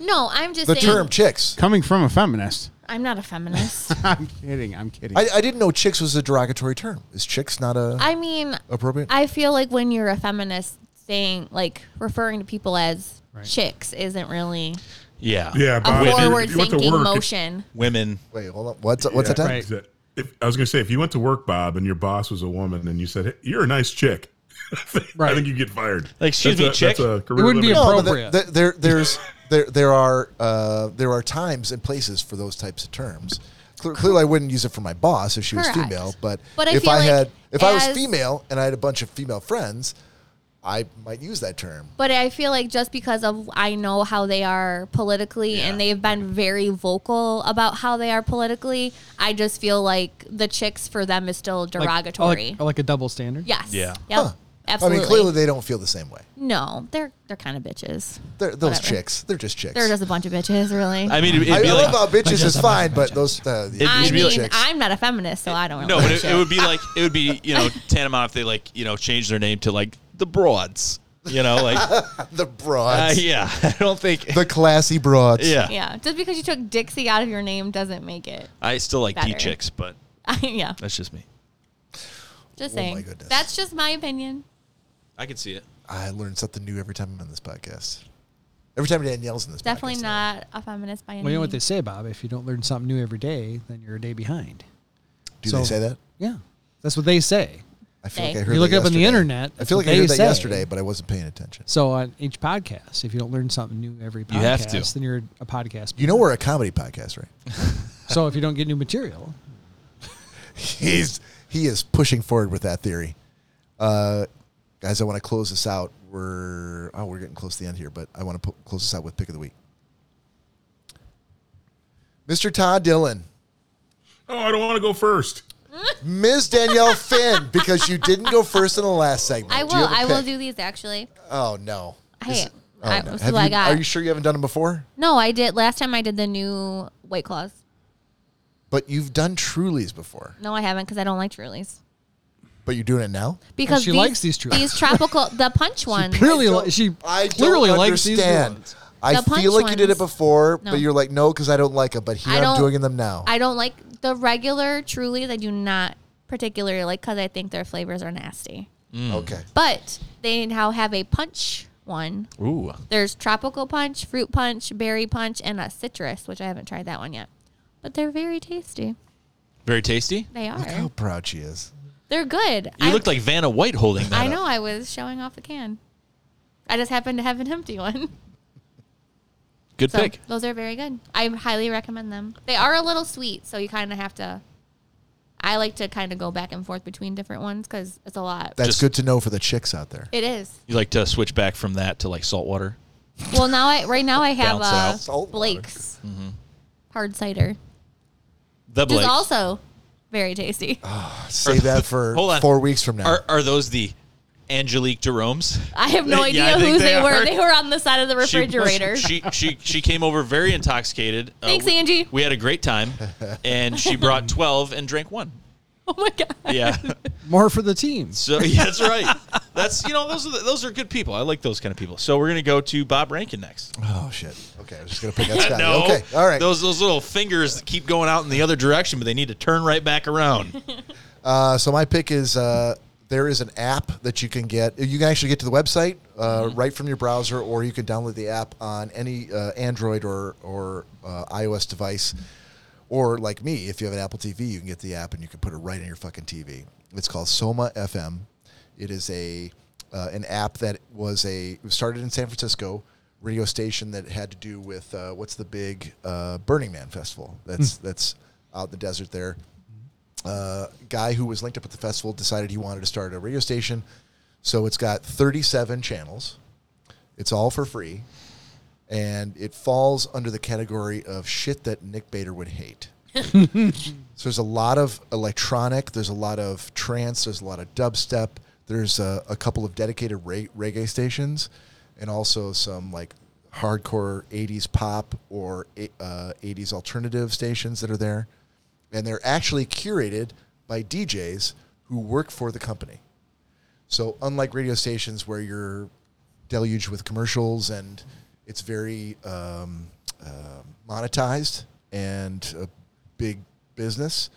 Speaker 4: No, I'm just
Speaker 1: The
Speaker 4: saying.
Speaker 1: term Chicks.
Speaker 3: Coming from a feminist.
Speaker 4: I'm not a feminist.
Speaker 3: I'm kidding. I'm kidding.
Speaker 1: I, I didn't know Chicks was a derogatory term. Is Chicks not a
Speaker 4: I mean,
Speaker 1: appropriate?
Speaker 4: I feel like when you're a feminist, saying like referring to people as chicks isn't really
Speaker 5: Yeah.
Speaker 6: Yeah,
Speaker 4: a
Speaker 6: Bob, if you-
Speaker 4: forward
Speaker 6: you went to
Speaker 4: thinking
Speaker 6: work, it-
Speaker 4: motion.
Speaker 5: Women.
Speaker 1: Wait, hold on. What's what's
Speaker 6: Yeah,
Speaker 1: that?
Speaker 2: Right.
Speaker 6: that- if- I was going to say, if you went to work, Bob, and your boss was a woman, and you said, hey, "You're a nice chick," I
Speaker 2: Right.
Speaker 6: think you get fired.
Speaker 5: Like, excuse
Speaker 6: That's
Speaker 5: me,
Speaker 6: a-
Speaker 5: chick?
Speaker 6: That's a career
Speaker 2: wouldn't be
Speaker 6: limiter.
Speaker 2: a-
Speaker 1: No, but
Speaker 2: Appropriate.
Speaker 1: there, there, there's there, there are uh, there are times and places for those types of terms. Cle- Clearly, I wouldn't use it for my boss if she was
Speaker 4: Correct.
Speaker 1: female. But,
Speaker 4: But I
Speaker 1: if
Speaker 4: feel
Speaker 1: I
Speaker 4: like
Speaker 1: had if I was
Speaker 4: as-
Speaker 1: female and I had a bunch of female friends, I might use that term.
Speaker 4: But I feel like just because of I know how they are politically and they've been very vocal about how they are politically, I just feel like the chicks for them is still
Speaker 2: Like-
Speaker 4: derogatory.
Speaker 2: Like, like a double standard.
Speaker 4: yes.
Speaker 5: Yeah.
Speaker 4: Yep. Absolutely.
Speaker 1: oh, I mean, clearly they don't feel the same way.
Speaker 4: no, they're they're kind of bitches.
Speaker 1: They're, those
Speaker 4: Whatever.
Speaker 1: chicks, they're just chicks.
Speaker 4: They're just a bunch of bitches, really.
Speaker 5: I mean, it'd,
Speaker 1: I,
Speaker 5: it'd be
Speaker 1: I
Speaker 5: like.
Speaker 1: love how bitches is fine, but those uh, the
Speaker 4: I
Speaker 5: it'd be
Speaker 4: mean,
Speaker 5: like-
Speaker 1: chicks.
Speaker 4: I'm not a feminist, so I don't really
Speaker 5: no, but it,
Speaker 4: give a
Speaker 5: it
Speaker 4: shit.
Speaker 5: would be like it would be you know tantamount if they like you know changed their name to like the broads. You know, like
Speaker 1: the
Speaker 5: uh,
Speaker 1: broads,
Speaker 5: yeah, I don't think.
Speaker 1: the classy broads.
Speaker 5: Yeah,
Speaker 4: Yeah, just because you took Dixie out of your name doesn't make it.
Speaker 5: I still like D
Speaker 4: Better.
Speaker 5: chicks, but
Speaker 4: yeah,
Speaker 5: that's just me.
Speaker 4: just
Speaker 1: Oh my
Speaker 4: saying.
Speaker 1: goodness.
Speaker 4: That's just my opinion.
Speaker 5: I can see it.
Speaker 1: I learn something new every time I'm on this podcast. Every time Danielle's in this,
Speaker 4: Definitely
Speaker 1: podcast.
Speaker 4: not a feminist by any.
Speaker 2: Well, you know what they
Speaker 4: means.
Speaker 2: say, Bob. If you don't learn something new every day, then you're a day behind.
Speaker 1: Do
Speaker 2: So-
Speaker 1: they say that?
Speaker 2: Yeah, that's what they say.
Speaker 1: I feel like
Speaker 4: They.
Speaker 1: I heard
Speaker 2: You look
Speaker 1: that
Speaker 2: it up on the
Speaker 1: yesterday.
Speaker 2: internet,
Speaker 1: I feel like I
Speaker 2: they
Speaker 1: heard that
Speaker 2: say.
Speaker 1: yesterday, but I wasn't paying attention.
Speaker 2: So on each podcast, if you don't learn something new every podcast,
Speaker 5: You have to.
Speaker 2: then you're a podcast.
Speaker 1: You know we're a comedy podcast, right?
Speaker 2: so if you don't get new material,
Speaker 1: He's he is pushing forward with that theory. Uh, guys, I want to close this out. We're oh, we're getting close to the end here, but I want to pu- close this out with pick of the week. Mr. Todd Dillon,
Speaker 6: Oh, I don't want to go first.
Speaker 1: Ms. Danielle Finn, because you didn't go first in the last segment.
Speaker 4: I
Speaker 1: Do you
Speaker 4: will.
Speaker 1: have a
Speaker 4: I will
Speaker 1: pick?
Speaker 4: do these actually.
Speaker 1: Oh no.
Speaker 4: Hey,
Speaker 1: Is it- oh,
Speaker 4: I-
Speaker 1: no.
Speaker 4: this is
Speaker 1: Have
Speaker 4: what I
Speaker 1: you-
Speaker 4: got.
Speaker 1: Are you sure you haven't done them before?
Speaker 4: No, I did last time. I did the new White Claws.
Speaker 1: But you've done Trulies before.
Speaker 4: No, I haven't because I don't like Trulies.
Speaker 1: But you're doing it now.
Speaker 4: Because
Speaker 2: she
Speaker 4: these,
Speaker 2: likes these Trulies.
Speaker 4: These tropical, the punch ones.
Speaker 2: clearly
Speaker 1: don't-
Speaker 2: li- she
Speaker 1: I
Speaker 2: clearly
Speaker 1: don't
Speaker 2: likes these
Speaker 1: understand.
Speaker 2: ones.
Speaker 1: I
Speaker 4: The punch
Speaker 1: feel like you did it
Speaker 4: ones.
Speaker 1: before,
Speaker 4: No.
Speaker 1: but you're like, no, because I don't like them. But here
Speaker 4: I
Speaker 1: I'm
Speaker 4: don't-
Speaker 1: doing them now.
Speaker 4: I don't like the regular Trulies. I do not particularly like because I think their flavors are nasty.
Speaker 2: Hmm.
Speaker 1: Okay.
Speaker 4: But they now have a punch one.
Speaker 5: Ooh,
Speaker 4: There's tropical punch, fruit punch, berry punch, and a citrus, which I haven't tried that one yet. But they're very tasty.
Speaker 5: very tasty.
Speaker 4: They
Speaker 1: Look how
Speaker 4: are.
Speaker 1: proud she is.
Speaker 4: They're good.
Speaker 5: You
Speaker 4: I-
Speaker 5: looked like Vanna White holding that.
Speaker 4: I
Speaker 5: up.
Speaker 4: know. I was showing off the can. I just happened to have an empty one.
Speaker 5: Good
Speaker 4: So
Speaker 5: pick.
Speaker 4: those are very good. I highly recommend them. They are a little sweet, so you kind of have to. I like to kind of go back and forth between different ones because it's a lot.
Speaker 1: That's
Speaker 5: Just-
Speaker 1: good to know for the chicks out there.
Speaker 4: it is.
Speaker 5: You like to switch back from that to like salt water.
Speaker 4: Well, now I right now I have
Speaker 5: Bounce it
Speaker 4: uh,
Speaker 5: out. Mm-hmm.
Speaker 1: Salt water.
Speaker 4: Blake's hard cider,
Speaker 5: The
Speaker 4: which is
Speaker 5: Blake.
Speaker 4: also very tasty.
Speaker 5: Uh,
Speaker 1: Save that for
Speaker 5: Hold on.
Speaker 1: four weeks from now.
Speaker 5: are are those the Angelique Jerome's?
Speaker 4: I have no
Speaker 5: Yeah,
Speaker 4: idea
Speaker 5: I think
Speaker 4: whose
Speaker 5: they
Speaker 4: they,
Speaker 5: are.
Speaker 4: were. They were on the side of the
Speaker 5: She-
Speaker 4: refrigerator.
Speaker 5: She, she she came over very intoxicated. Uh,
Speaker 4: Thanks,
Speaker 5: we-
Speaker 4: Angie.
Speaker 5: We had a great time, and she brought twelve and drank one.
Speaker 4: oh my god!
Speaker 5: Yeah,
Speaker 2: more for the teens.
Speaker 5: so yeah, that's right. That's you know those are the, those are good people. I like those kind of people. So we're gonna go to Bob Rankin next.
Speaker 1: oh shit. Okay, I was just gonna pick that Scotty.
Speaker 5: No,
Speaker 1: Okay, all right.
Speaker 5: Those those little fingers that keep going out in the other direction, but they need to turn right back around.
Speaker 1: Uh, so my pick is uh, there is an app that you can get. You can actually get to the website uh, right from your browser, or you can download the app on any uh, Android or or uh, iOS device. Or like me, if you have an Apple TV, you can get the app and you can put it right in your fucking TV. It's called Soma FM. It is a uh, an app that was a it was started in San Francisco radio station that had to do with uh, what's the big uh, Burning Man festival that's that's out in the desert there uh, guy who was linked up at the festival decided he wanted to start a radio station. So it's got 37 channels. It's all for free. And it falls under the category of shit that Nick Bader would hate. so there's a lot of electronic, there's a lot of trance, there's a lot of dubstep, there's a, a couple of dedicated re- reggae stations, and also some like hardcore 80s pop or eh, uh, 80s alternative stations that are there and they're actually curated by DJs who work for the company. So unlike radio stations where you're deluged with commercials and it's very um, uh, monetized and a big business,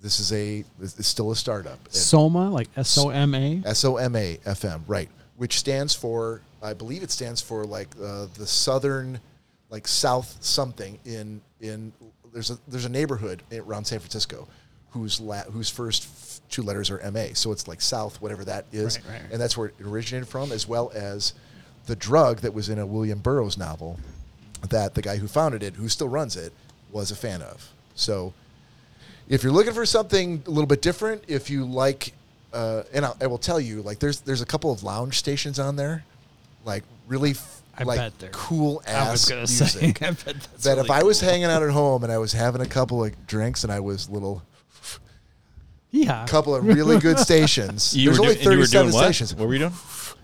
Speaker 1: this is a it's still a startup.
Speaker 2: Soma, like S O M A.
Speaker 1: S O M A F M, right? Which stands for, I believe it stands for like uh, the southern, like South something in in. There's a there's a neighborhood around San Francisco, whose la, whose first f- two letters are M A, so it's like South whatever that is, and that's where it originated from, as well as the drug that was in a William Burroughs novel, that the guy who founded it, who still runs it, was a fan of. So if you're looking for something a little bit different, if you like, uh, and I, I will tell you, like there's there's a couple of lounge stations on there, like really, f-
Speaker 2: I
Speaker 1: like
Speaker 2: bet they're-
Speaker 1: cool ass
Speaker 2: I was gonna
Speaker 1: music.
Speaker 2: say. I bet that's
Speaker 1: that if
Speaker 2: really
Speaker 1: I was
Speaker 2: cool.
Speaker 1: hanging out at home and I was having a couple of drinks and I was little,
Speaker 2: yeah,
Speaker 1: couple of really good stations. there's only
Speaker 5: doing- and you
Speaker 1: 37
Speaker 5: doing what?
Speaker 1: stations.
Speaker 5: What were you doing?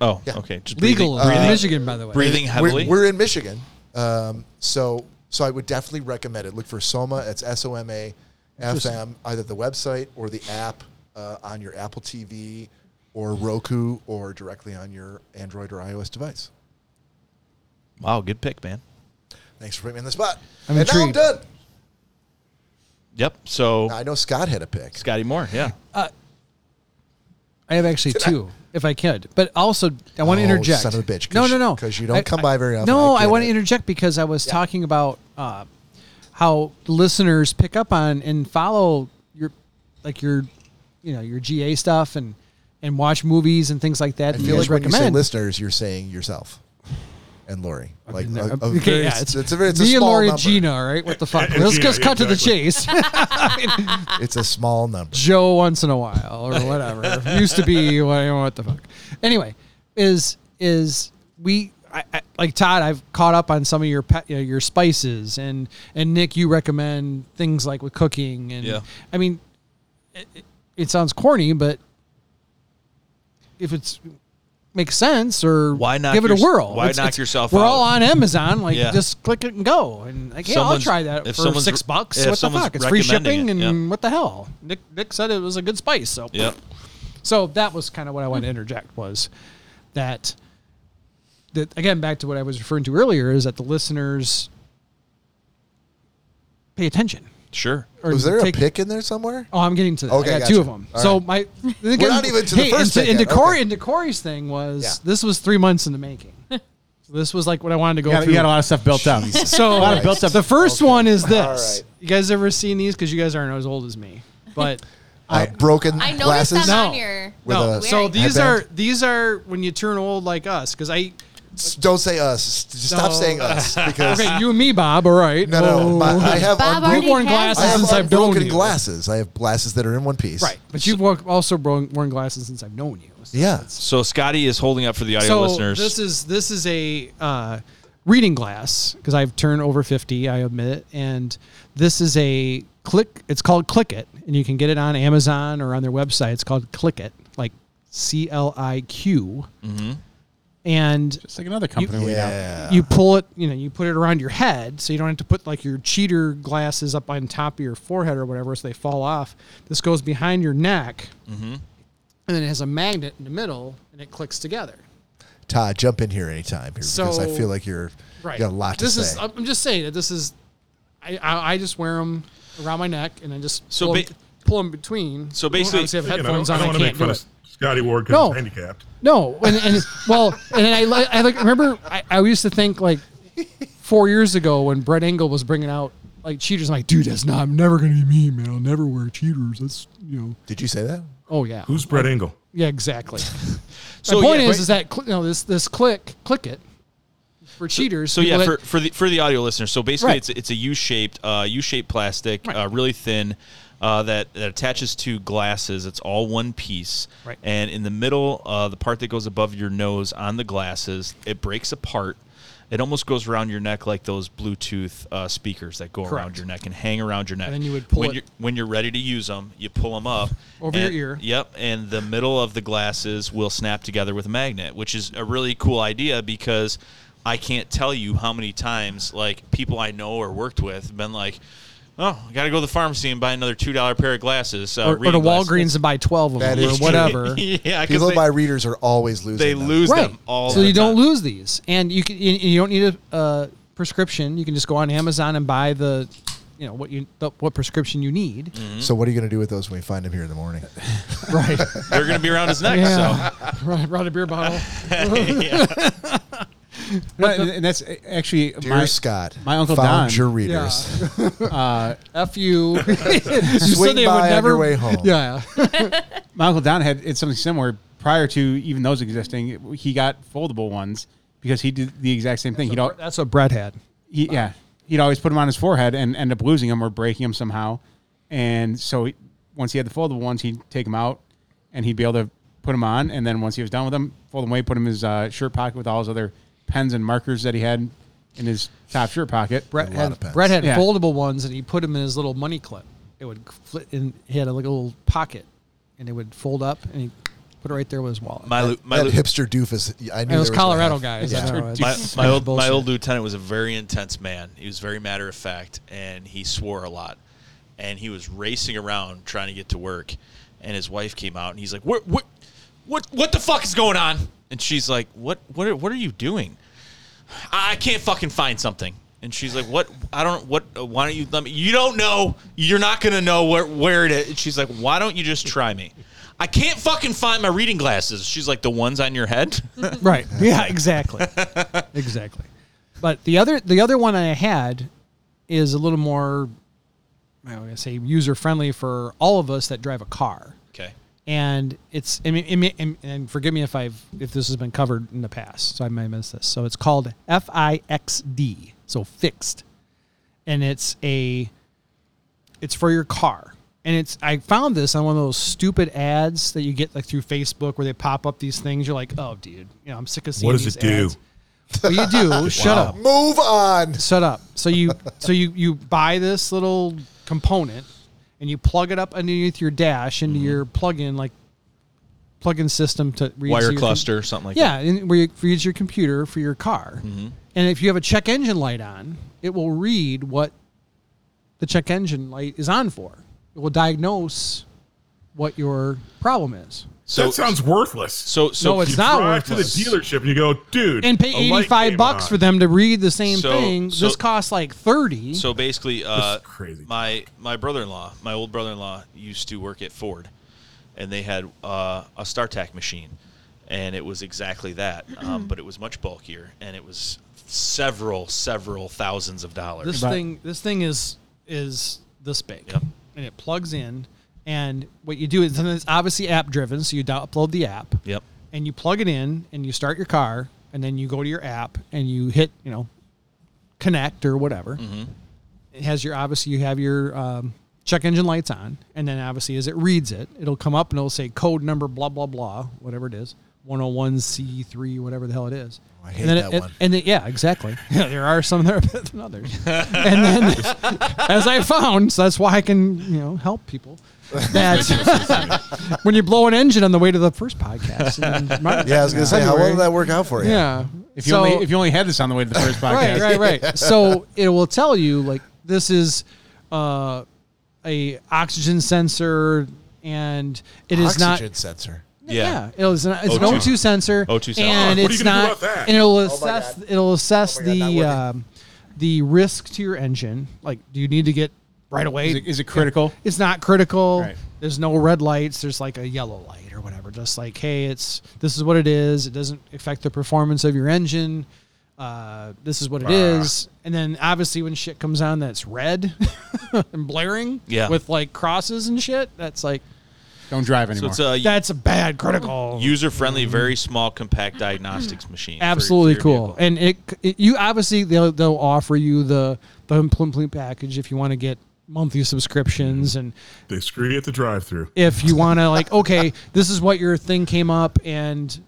Speaker 5: Oh,
Speaker 1: Yeah.
Speaker 5: okay. Just
Speaker 2: legal uh,
Speaker 5: breathing,
Speaker 2: in
Speaker 5: breathing,
Speaker 2: Michigan, by the way.
Speaker 5: breathing heavily.
Speaker 1: We're, we're in Michigan, um, so so I would definitely recommend it. Look for Soma. It's S O M A F M, either the website or the app uh, on your Apple TV or Roku or directly on your Android or iOS device.
Speaker 5: Wow, good pick, man.
Speaker 1: Thanks for putting me in the spot.
Speaker 2: I'm
Speaker 1: and
Speaker 2: intrigued.
Speaker 1: now I'm done.
Speaker 5: Yep. So
Speaker 1: Now, I know Scott had a pick.
Speaker 5: Scotty Moore. Yeah.
Speaker 2: I have actually two, if I could. But also, I want
Speaker 1: Oh,
Speaker 2: to interject.
Speaker 1: son of a bitch, 'cause
Speaker 2: No,
Speaker 1: you-
Speaker 2: no, no.
Speaker 1: 'cause you don't
Speaker 2: I-
Speaker 1: come by very often.
Speaker 2: No,
Speaker 1: I
Speaker 2: I,
Speaker 1: get
Speaker 2: want
Speaker 1: it.
Speaker 2: to interject because I was talking about uh, how listeners pick up on and follow your, like your, you know, your GA stuff and and watch movies and things like that.
Speaker 1: I
Speaker 2: that you
Speaker 1: feel
Speaker 2: guys
Speaker 1: like when you say
Speaker 2: recommend.
Speaker 1: listeners, you're saying yourself and Lori. Like, a- a
Speaker 2: Okay,
Speaker 1: very-
Speaker 2: yeah,
Speaker 1: it's, a very it's a
Speaker 2: me and
Speaker 1: small
Speaker 2: Lori
Speaker 1: number.
Speaker 2: Gina, all right? What the fuck?
Speaker 6: And
Speaker 2: Let's
Speaker 6: Gina,
Speaker 2: just
Speaker 6: yeah,
Speaker 2: cut to the
Speaker 6: exactly.
Speaker 2: chase.
Speaker 1: It's a small number.
Speaker 2: Joe once in a while or whatever. Used to be what, what the fuck. Anyway, is is we I, I, like Todd? I've caught up on some of your pet, you know, your spices and and Nick, you recommend things like with cooking and
Speaker 5: Yeah.
Speaker 2: I mean, it, it, it sounds corny, but if it's makes sense or
Speaker 5: Why knock
Speaker 2: give it a
Speaker 5: your-
Speaker 2: whirl
Speaker 5: why knock yourself
Speaker 2: we're
Speaker 5: out?
Speaker 2: all on amazon like
Speaker 5: Yeah.
Speaker 2: just click it and go and like yeah i'll
Speaker 5: Someone's-
Speaker 2: try that
Speaker 5: if
Speaker 2: for
Speaker 5: someone's-
Speaker 2: six bucks
Speaker 5: if
Speaker 2: what the
Speaker 5: someone's
Speaker 2: fuck it's free
Speaker 5: recommending
Speaker 2: shipping
Speaker 5: it,
Speaker 2: and
Speaker 5: yeah.
Speaker 2: what the hell? Nick Nick said it was a good spice. So
Speaker 5: Yep.
Speaker 2: so that was kind of what I wanted to interject was that that again back to what I was referring to earlier is that the listeners pay attention.
Speaker 5: Sure.
Speaker 2: Or
Speaker 1: Was there a
Speaker 2: take-
Speaker 1: pick in there somewhere?
Speaker 2: Oh, I'm getting to that.
Speaker 1: Okay,
Speaker 2: I got
Speaker 1: gotcha.
Speaker 2: two of them.
Speaker 1: All
Speaker 2: so
Speaker 1: right.
Speaker 2: my again,
Speaker 1: not even to the first
Speaker 2: into,
Speaker 1: pick
Speaker 2: into,
Speaker 1: yet.
Speaker 2: Corey,
Speaker 1: Okay.
Speaker 2: into Corey's thing was
Speaker 1: Yeah.
Speaker 2: this was three months in the making. so this was like what I wanted to go
Speaker 3: You got,
Speaker 2: through.
Speaker 3: you got a lot of stuff built up.
Speaker 2: So
Speaker 3: lot of built up-
Speaker 2: The first one is this.
Speaker 1: right.
Speaker 2: You guys ever seen these? Because you guys aren't as old as me. But
Speaker 1: Uh, broken
Speaker 4: I noticed
Speaker 1: glasses.
Speaker 4: them on
Speaker 2: No.
Speaker 4: your.
Speaker 1: With
Speaker 2: no.
Speaker 1: a
Speaker 2: so
Speaker 4: wearing-
Speaker 2: these are
Speaker 1: headband?
Speaker 2: these are when you turn old like us. Because I
Speaker 1: S- Don't say us. S- Stop
Speaker 2: No.
Speaker 1: saying us because
Speaker 2: okay, you and me, Bob. All right. Oh.
Speaker 1: no, no, no. My- I have
Speaker 4: Bob
Speaker 1: unbroken,
Speaker 4: already
Speaker 2: worn
Speaker 4: has
Speaker 2: glasses
Speaker 1: I have
Speaker 2: since
Speaker 4: those.
Speaker 2: I've known
Speaker 1: unbroken
Speaker 2: you.
Speaker 1: glasses. I have glasses that are in one piece.
Speaker 2: right. But you've wo- also worn, worn glasses since I've known you.
Speaker 1: Yeah.
Speaker 5: So Scotty is holding up for the audio
Speaker 2: so
Speaker 5: listeners.
Speaker 2: this is this is a uh, reading glass because I've turned over fifty, I admit, and this is a click. It's called Click It, and you can get it on Amazon or on their website. It's called Click It, like C L I Q. And
Speaker 3: It's like another company we know.
Speaker 1: Yeah.
Speaker 2: you pull it, you know, you put it around your head so you don't have to put like your cheater glasses up on top of your forehead or whatever so they fall off. This goes behind your neck
Speaker 1: Mm-hmm.
Speaker 2: and then it has a magnet in the middle and it clicks together.
Speaker 1: Todd, jump in here anytime here because I
Speaker 2: So-
Speaker 1: feel like you're
Speaker 2: Right.
Speaker 1: you got a lot to
Speaker 2: this
Speaker 1: say.
Speaker 2: is, I'm just saying that this is, I, I, I just wear them around my neck and I just
Speaker 5: So
Speaker 2: pull,
Speaker 5: ba-
Speaker 2: 'em- pull 'em between.
Speaker 5: So basically-
Speaker 2: I obviously have
Speaker 6: Again, I
Speaker 2: headphones
Speaker 6: don't,
Speaker 2: on. I,
Speaker 6: want to
Speaker 2: can't
Speaker 6: make fun
Speaker 2: do
Speaker 6: of
Speaker 2: it.
Speaker 6: Scotty Ward because
Speaker 2: No.
Speaker 6: he's handicapped.
Speaker 2: No, and, and well, and I li- I like remember I, I used to think like four years ago when Brett Engel was bringing out like cheaters. I'm like, dude, that's not. I'm never gonna be me, man. I'll never wear cheaters. That's you know.
Speaker 1: Did you say that?
Speaker 2: Oh yeah,
Speaker 6: Who's Brett Engel?
Speaker 2: yeah, exactly.
Speaker 5: So,
Speaker 2: My point
Speaker 5: yeah,
Speaker 2: is,
Speaker 5: but-
Speaker 2: is that cl- you know this this click click it for cheaters.
Speaker 5: So yeah,
Speaker 2: people
Speaker 5: for,
Speaker 2: that-
Speaker 5: for the for the audio listeners, so basically
Speaker 2: Right.
Speaker 5: it's it's a U shaped uh, U shaped plastic, uh, really thin, uh, that that attaches to glasses. It's all one piece,
Speaker 2: Right.
Speaker 5: and in the middle, uh, the part that goes above your nose on the glasses, it breaks apart. It almost goes around your neck like those Bluetooth uh, speakers that go around
Speaker 2: Correct.
Speaker 5: your neck and hang around your neck.
Speaker 2: then you would pull
Speaker 5: when
Speaker 2: it-
Speaker 5: You're, when you're ready to use them, you pull them up
Speaker 2: Over your
Speaker 5: and-
Speaker 2: ear.
Speaker 5: Yep, and the middle of the glasses will snap together with a magnet, which is a really cool idea because I can't tell you how many times like people I know or worked with have been like, "Oh, I got to go to the pharmacy and buy another two dollar pair of glasses."
Speaker 2: or,
Speaker 5: Uh,
Speaker 2: or to
Speaker 5: reading glasses."
Speaker 2: Walgreens and buy twelve of
Speaker 1: That
Speaker 2: them
Speaker 1: is
Speaker 2: or
Speaker 1: true.
Speaker 2: whatever.
Speaker 5: yeah, because
Speaker 1: People
Speaker 5: they,
Speaker 1: by readers are always losing.
Speaker 5: they
Speaker 1: them.
Speaker 5: lose them all.
Speaker 2: So
Speaker 5: the
Speaker 2: you don't
Speaker 5: time.
Speaker 2: lose these, and you can you, you don't need a uh, prescription. You can just go on Amazon and buy the, you know what you the, what prescription you need.
Speaker 5: Mm.
Speaker 1: So what are you going to do with those when we find them here in the morning?
Speaker 2: Right.
Speaker 5: They're going to be around his neck.
Speaker 2: yeah. Right. Brought a beer bottle.
Speaker 5: So yeah.
Speaker 3: But, and that's actually
Speaker 1: Dear
Speaker 3: my,
Speaker 1: Scott,
Speaker 3: my Uncle
Speaker 1: found
Speaker 3: Don.
Speaker 1: your readers.
Speaker 2: F you. you
Speaker 1: Swing
Speaker 2: said they
Speaker 1: by
Speaker 2: would
Speaker 1: on
Speaker 2: never.
Speaker 1: your way home.
Speaker 2: Yeah.
Speaker 3: my uncle Don had it's something similar prior to even those existing. He got foldable ones because he did the exact same thing. He'd al-
Speaker 2: Oh, That's what Brett had.
Speaker 3: he, yeah, he'd always put them on his forehead and end up losing them or breaking them somehow. And so he, once he had the foldable ones, he'd take them out and he'd be able to put them on. And then once he was done with them, fold them away, put them in his uh, shirt pocket with all his other pens and markers that he had in his top shirt pocket.
Speaker 2: Brett
Speaker 1: lot
Speaker 2: had
Speaker 1: of pens.
Speaker 2: Brett had
Speaker 3: Yeah.
Speaker 2: foldable ones, and he put them in his little money clip. It would flip, and he had a little pocket, and it would fold up, and he put it right there with his wallet.
Speaker 5: my lu- my
Speaker 1: that
Speaker 5: lu-
Speaker 1: hipster doofus. I knew
Speaker 2: it was
Speaker 1: there gonna
Speaker 2: Colorado
Speaker 1: have-
Speaker 2: guys.
Speaker 1: Yeah.
Speaker 2: I don't know.
Speaker 5: my,
Speaker 2: It's
Speaker 5: my old my
Speaker 2: bullshit.
Speaker 5: old lieutenant was a very intense man. He was very matter of fact, and he swore a lot. And he was racing around trying to get to work, and his wife came out, and he's like, "Where, where, what what the fuck is going on? And she's like, what what are, what are you doing? I I can't fucking find something. And she's like, what? I don't. What? uh, Why don't you let me? You don't know. You're not gonna know where where it is. And she's like, why don't you just try me? I can't fucking find my reading glasses. She's like, the ones on your head.
Speaker 2: Right. Yeah, exactly. exactly. But the other the other one I had is a little more I would say user friendly for all of us that drive a car.
Speaker 5: okay.
Speaker 2: And it's I mean, I mean- and, and forgive me if I've if this has been covered in the past, so I may miss this. So it's called FIXD, so fixed, and it's a it's for your car. And it's I found this on one of those stupid ads that you get like through Facebook where they pop up these things. You're like, oh, dude, you know, I'm sick of seeing
Speaker 6: What does
Speaker 2: these
Speaker 6: it do?
Speaker 2: ads." What you do? shut up
Speaker 1: Move on.
Speaker 2: set up. So you so you you buy this little component and you plug it up underneath your dash into your plug-in like plug-in system to read
Speaker 5: Wire
Speaker 2: your-
Speaker 5: cluster, or something like
Speaker 2: yeah,
Speaker 5: that.
Speaker 2: and where you reads your computer for your car. And if you have a check engine light on, it will read what the check engine light is on for. It will diagnose what your problem is.
Speaker 5: So
Speaker 6: that sounds worthless.
Speaker 5: so so
Speaker 2: No, it's
Speaker 6: You
Speaker 2: not
Speaker 6: drive to the
Speaker 2: worthless.
Speaker 6: dealership and you go, dude,
Speaker 2: And pay
Speaker 6: a light
Speaker 2: 85
Speaker 6: came
Speaker 2: bucks
Speaker 6: on."
Speaker 2: for them to read the same
Speaker 5: So-
Speaker 2: thing.
Speaker 5: so-
Speaker 2: this costs like 30.
Speaker 5: So basically, uh,
Speaker 6: is crazy.
Speaker 5: My my brother-in-law, my old brother-in-law, used to work at Ford, and they had uh, a StarTAC machine, and it was exactly that, um, but it was much bulkier, and it was several several thousands of dollars.
Speaker 2: This thing, this thing is is this big,
Speaker 5: Yep.
Speaker 2: and it plugs in. And what you do is, and it's obviously app driven, so you dou- upload the app,
Speaker 5: yep.
Speaker 2: and you plug it in, and you start your car, and then you go to your app, and you hit, you know, connect or whatever.
Speaker 1: Mm-hmm.
Speaker 2: It has your obviously you have your um, check engine lights on, and then obviously as it reads it, it'll come up and it'll say code number blah blah blah whatever it is, one hundred one C three whatever the hell it is.
Speaker 1: Oh, I hate
Speaker 2: and then
Speaker 1: that
Speaker 2: it,
Speaker 1: one.
Speaker 2: And then, yeah, exactly. Yeah, there are some that are better than others. and then, as I found, so that's why I can you know help people. That when you blow an engine on the way to the first podcast. and then mine-
Speaker 1: Yeah, I was gonna say, how well did that work out for you?
Speaker 2: Yeah.
Speaker 3: If you
Speaker 2: So-
Speaker 3: only if you only had this on the way to the first podcast,
Speaker 2: Right, right, right. so it will tell you like this is uh, a oxygen sensor, and it is
Speaker 1: Oxygen
Speaker 2: not.
Speaker 1: sensor.
Speaker 5: Yeah.
Speaker 2: it was an, it's
Speaker 5: O2.
Speaker 2: an O2 sensor.
Speaker 5: O2 sensor.
Speaker 2: And
Speaker 6: Oh, what are you
Speaker 2: it's
Speaker 6: gonna do
Speaker 2: not.
Speaker 6: about that?
Speaker 2: And it'll
Speaker 1: Oh my
Speaker 2: assess.
Speaker 1: God.
Speaker 2: It'll assess
Speaker 1: Oh my God, not
Speaker 2: the
Speaker 1: working.
Speaker 2: um, the risk to your engine. Like, do you need to get right away?
Speaker 3: Is it, is it critical?
Speaker 2: it's not critical.
Speaker 3: Right.
Speaker 2: There's no red lights. There's like a yellow light or whatever. Just like, hey, it's this is what it is. It doesn't affect the performance of your engine. Uh, this is what it is. And then obviously when shit comes on that's red and blaring,
Speaker 5: Yeah.
Speaker 2: with like crosses and shit, that's like
Speaker 3: Don't drive
Speaker 5: So
Speaker 3: anymore.
Speaker 5: it's a
Speaker 2: that's a bad critical.
Speaker 5: user-friendly, very small, compact diagnostics machine. for-
Speaker 2: Mm-hmm. Absolutely
Speaker 5: for your
Speaker 2: cool.
Speaker 5: vehicle.
Speaker 2: And it, it- you obviously they'll they'll offer you the the complete package if you want to get monthly
Speaker 5: Mm-hmm.
Speaker 2: subscriptions and
Speaker 6: They screw you at the drive-through.
Speaker 2: if you want to like okay this is what your thing came up and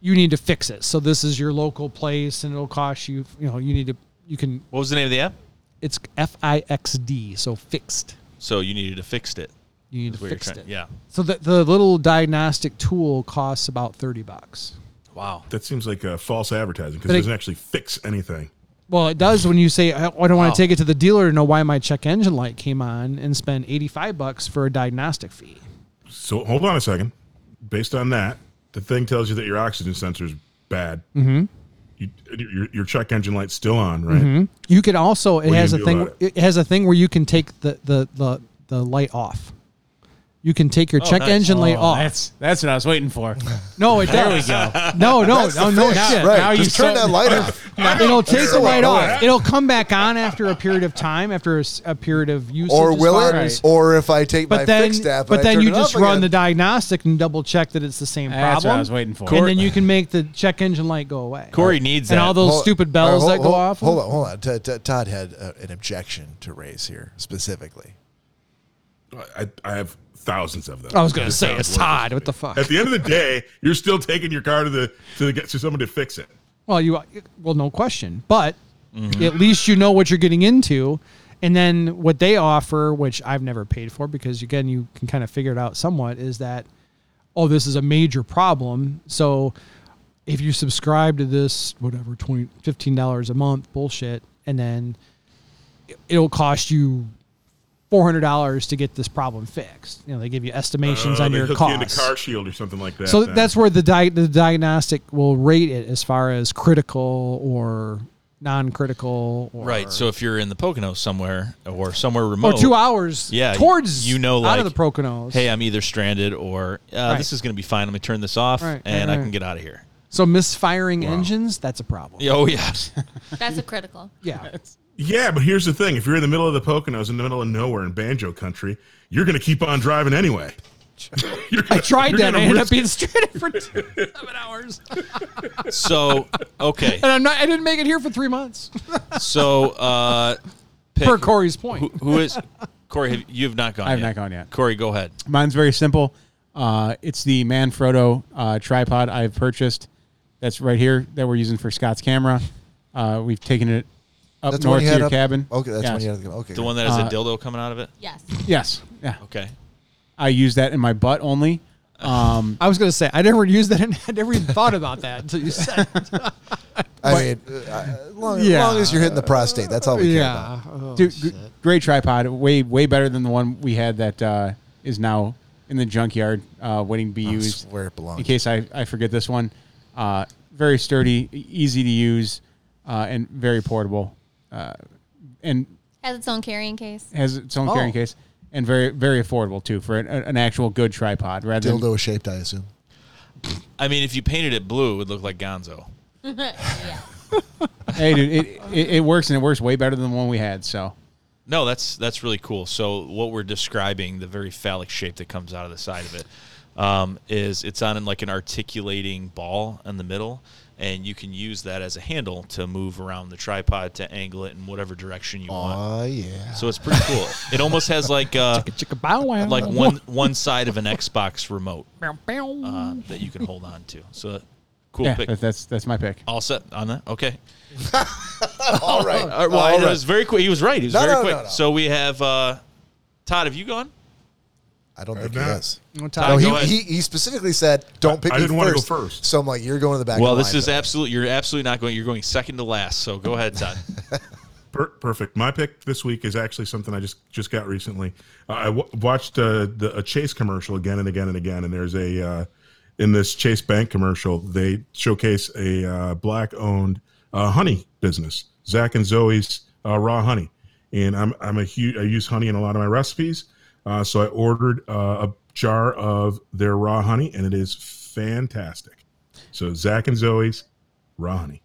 Speaker 2: you need to fix it so this is your local place and it'll cost you you know you need to you can
Speaker 5: what was the name of the app?
Speaker 2: it's f-i-x-d so fixed
Speaker 5: So you needed to fix it.
Speaker 2: you need to
Speaker 5: what you're
Speaker 2: fix it
Speaker 5: trying- yeah.
Speaker 2: so the, the little diagnostic tool costs about 30 bucks
Speaker 5: Wow.
Speaker 6: That seems like uh, false advertising because
Speaker 2: But
Speaker 6: it
Speaker 2: it-
Speaker 6: doesn't actually fix anything.
Speaker 2: well it does when you say i, I don't want
Speaker 5: Wow.
Speaker 2: to take it to the dealer to know why my check engine light came on and spend 85 bucks for a diagnostic fee
Speaker 6: So hold on a second. Based on that, the thing tells you that your oxygen sensor is bad. Mm-hmm. You, your, your check engine light's still on, right?
Speaker 2: You could also it
Speaker 6: What do you
Speaker 2: has a
Speaker 6: do
Speaker 2: thing
Speaker 6: about
Speaker 2: it has a thing where you can take the the the, the light off. You can take your check
Speaker 5: nice.
Speaker 2: engine light
Speaker 3: Oh,
Speaker 2: off.
Speaker 3: that's that's what I was waiting for.
Speaker 2: no, it does. There we go. No, no,
Speaker 1: That's
Speaker 2: Oh, no,
Speaker 1: the
Speaker 2: no
Speaker 1: fix,
Speaker 2: shit.
Speaker 1: Right.
Speaker 3: Now you
Speaker 1: Just turn
Speaker 3: saw-
Speaker 1: that light off.
Speaker 2: It'll take the light
Speaker 1: Oh,
Speaker 2: off. It'll come back on after a period of time, after a, s- a period of usage.
Speaker 1: Or
Speaker 2: as
Speaker 1: will
Speaker 2: far
Speaker 1: it?
Speaker 2: as-
Speaker 1: Or if I take my
Speaker 2: But then,
Speaker 1: fixed app, and
Speaker 2: but
Speaker 1: I
Speaker 2: then
Speaker 1: turn
Speaker 2: you
Speaker 1: it
Speaker 2: just
Speaker 1: off
Speaker 2: run
Speaker 1: again.
Speaker 2: the diagnostic and double check that it's the same problem.
Speaker 3: That's what I was waiting for.
Speaker 2: And then you can make the check engine light go away.
Speaker 5: Corey needs
Speaker 2: and
Speaker 5: that.
Speaker 2: all those
Speaker 1: Hold-
Speaker 2: stupid
Speaker 1: all right,
Speaker 2: bells
Speaker 1: hold-
Speaker 2: that go
Speaker 1: hold-
Speaker 2: off.
Speaker 1: Hold on, hold on. T- T- Todd had uh, an objection to raise here specifically.
Speaker 6: I, I have thousands of them.
Speaker 2: I was going to
Speaker 6: This
Speaker 2: say
Speaker 6: sounds
Speaker 2: it's
Speaker 6: worthless
Speaker 2: Todd.
Speaker 6: to
Speaker 2: What
Speaker 6: me.
Speaker 2: the fuck?
Speaker 6: At the end of the day, you're still taking your car to the to the, to someone to fix it.
Speaker 2: Well, you well, no question. But
Speaker 6: Mm-hmm.
Speaker 2: at least you know what you're getting into, and then what they offer, which I've never paid for because again, you can kind of figure it out somewhat, is that oh, this is a major problem. So if you subscribe to this whatever 20 $15 a month bullshit, and then it- it'll cost you four hundred dollars to get this problem fixed. You know, they give you estimations
Speaker 6: Uh,
Speaker 2: on
Speaker 6: they
Speaker 2: your
Speaker 6: hook you into
Speaker 2: costs.
Speaker 6: car shield or something like that.
Speaker 2: so
Speaker 6: then.
Speaker 2: that's where the di- the diagnostic will rate it as far as critical or non-critical. Or,
Speaker 5: Right. So if you're in the Poconos somewhere or somewhere
Speaker 2: or
Speaker 5: remote,
Speaker 2: two hours.
Speaker 5: Oh. Yeah,
Speaker 2: towards
Speaker 5: you know,
Speaker 2: out of the
Speaker 5: like,
Speaker 2: Proconos.
Speaker 5: hey, I'm either stranded or uh, this is going to be fine. Let me turn this off
Speaker 2: Right,
Speaker 5: and
Speaker 2: right,
Speaker 5: I can
Speaker 2: right.
Speaker 5: get out of here.
Speaker 2: so misfiring engines, that's a problem.
Speaker 5: Yeah, Oh, yeah.
Speaker 4: That's a critical.
Speaker 2: Yeah.
Speaker 6: yeah, but here's the thing: if you're in the middle of the Poconos, in the middle of nowhere in Banjo Country, you're going to keep on driving anyway. You're
Speaker 2: I
Speaker 6: gonna-
Speaker 2: tried
Speaker 6: you're
Speaker 2: that. I
Speaker 6: gonna
Speaker 2: ended up
Speaker 6: risk
Speaker 2: being
Speaker 6: it.
Speaker 2: stranded for two, seven hours, and
Speaker 5: so, okay.
Speaker 2: I'm not. I didn't make it here for three months.
Speaker 5: So, uh, pick,
Speaker 2: per Corey's point,
Speaker 5: who, who is Corey? Have, you have not gone.
Speaker 3: I have
Speaker 5: yet.
Speaker 3: not gone yet.
Speaker 5: Corey, go ahead.
Speaker 3: Mine's very simple. Uh, it's the Manfrotto uh, tripod I've purchased. That's right here that we're using for Scott's camera. Uh, we've taken it up
Speaker 1: That's
Speaker 3: north
Speaker 1: when
Speaker 3: to
Speaker 1: you had
Speaker 3: your
Speaker 1: up-
Speaker 3: cabin.
Speaker 1: Okay, that's
Speaker 3: yes.
Speaker 1: when you had. Okay,
Speaker 5: The one that has
Speaker 3: Uh,
Speaker 5: a dildo coming out of it.
Speaker 4: Yes.
Speaker 3: Yes. Yeah.
Speaker 5: Okay.
Speaker 3: I use that in my butt only. Um,
Speaker 2: I was going to say I never used that. and I never even thought about that until you said. it.
Speaker 1: I mean, uh, as long,
Speaker 2: Yeah.
Speaker 1: as long as you're hitting the prostate, that's all we care about.
Speaker 2: yeah. Oh,
Speaker 3: dude, g- great tripod. Way way better than the one we had that uh, is now in the junkyard uh, waiting to be used.
Speaker 1: where it belongs.
Speaker 3: In case I, I forget this one. Uh, very sturdy, e- easy to use, uh, and very portable. Uh, and
Speaker 4: Has its own carrying case.
Speaker 3: has its own
Speaker 1: Oh.
Speaker 3: carrying case and very very affordable too for an, an actual good tripod rather than
Speaker 1: Dildo shaped, I assume.
Speaker 5: I mean, if you painted it blue, it would look like Gonzo.
Speaker 3: hey dude it, it, it works and it works way better than the one we had so
Speaker 5: No, that's that's really cool. So what we're describing, the very phallic shape that comes out of the side of it, um, is it's on like an articulating ball in the middle, and you can use that as a handle to move around the tripod to angle it in whatever direction you want.
Speaker 1: Oh yeah.
Speaker 5: So it's pretty cool. it almost has like uh,
Speaker 2: Chicka bow wow.
Speaker 5: like one one side of an Xbox remote
Speaker 2: Bow, bow.
Speaker 5: uh, that you can hold on to. So cool
Speaker 3: yeah
Speaker 5: pick.
Speaker 3: that, that's that's my pick
Speaker 5: All set on that. Okay.
Speaker 1: all right.
Speaker 5: All right, well, I know it was very quick. He was right. He was
Speaker 1: No,
Speaker 5: very
Speaker 1: no, no,
Speaker 5: quick.
Speaker 1: no.
Speaker 5: So we have uh, Todd. Have you gone?
Speaker 1: I don't think he
Speaker 6: not.
Speaker 1: does.
Speaker 2: One
Speaker 5: No,
Speaker 1: No,
Speaker 2: time.
Speaker 5: he-
Speaker 1: he,
Speaker 5: go ahead.
Speaker 1: he, he specifically said, "Don't pick
Speaker 6: I
Speaker 1: me
Speaker 6: didn't wanna go first.
Speaker 1: So I'm like, "You're going to the back."
Speaker 5: Well,
Speaker 1: of the
Speaker 5: this
Speaker 1: line,
Speaker 5: is
Speaker 1: though.
Speaker 5: absolutely. You're absolutely not going. You're going second to last. So go ahead, Todd.
Speaker 6: Per- perfect. My pick this week is actually something I just just got recently. Uh, I w- watched uh, the, a Chase commercial again and again and again, and there's a uh, in this Chase Bank commercial they showcase a uh, black owned uh, honey business, Zach and Zoe's uh, raw honey, and I'm I'm a huge I use honey in a lot of my recipes, uh, so I ordered uh, a jar of their raw honey, and it is fantastic. So Zach and Zoe's raw honey.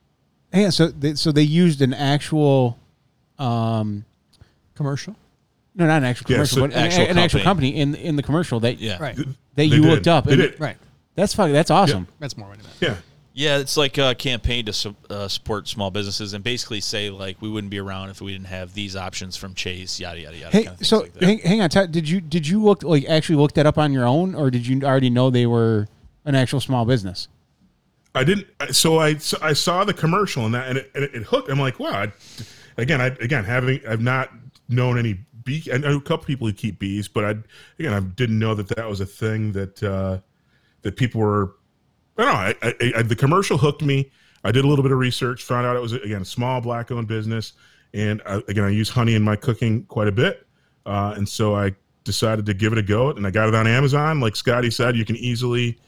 Speaker 3: yeah so they, so they used an actual um
Speaker 2: commercial.
Speaker 3: no not an actual
Speaker 6: Yeah,
Speaker 3: commercial
Speaker 6: so
Speaker 3: but an
Speaker 5: actual
Speaker 3: actual, an actual
Speaker 5: company.
Speaker 3: company in in the commercial that
Speaker 5: Yeah.
Speaker 2: Right.
Speaker 3: that
Speaker 6: They
Speaker 3: you
Speaker 6: did.
Speaker 3: looked up
Speaker 6: They
Speaker 3: and
Speaker 6: did.
Speaker 2: Right.
Speaker 3: that's fucking that's awesome
Speaker 2: That's more what I meant.
Speaker 6: Yeah.
Speaker 5: Yeah, it's like a campaign to su- uh, support small businesses and basically say like we wouldn't be around if we didn't have these options from Chase. Yada yada yada.
Speaker 3: hey
Speaker 5: kind of things
Speaker 3: so
Speaker 5: like that.
Speaker 3: hang, hang on Todd, did you did you look like actually look that up on your own or did you already know they were an actual small business
Speaker 6: I didn't. I- So I so I saw the commercial and that and it, and it, it hooked. I'm like, wow. I, again, I again having I've not known any bee. I know a couple people who keep bees, but I again I didn't know that that was a thing that uh, that people were. I don't know. I, I, I, the commercial hooked me. I did a little bit of research, found out it was again a small black owned business, and I, again I use honey in my cooking quite a bit, uh, and so I decided to give it a go. And I got it on Amazon. Like Scotty said, you can easily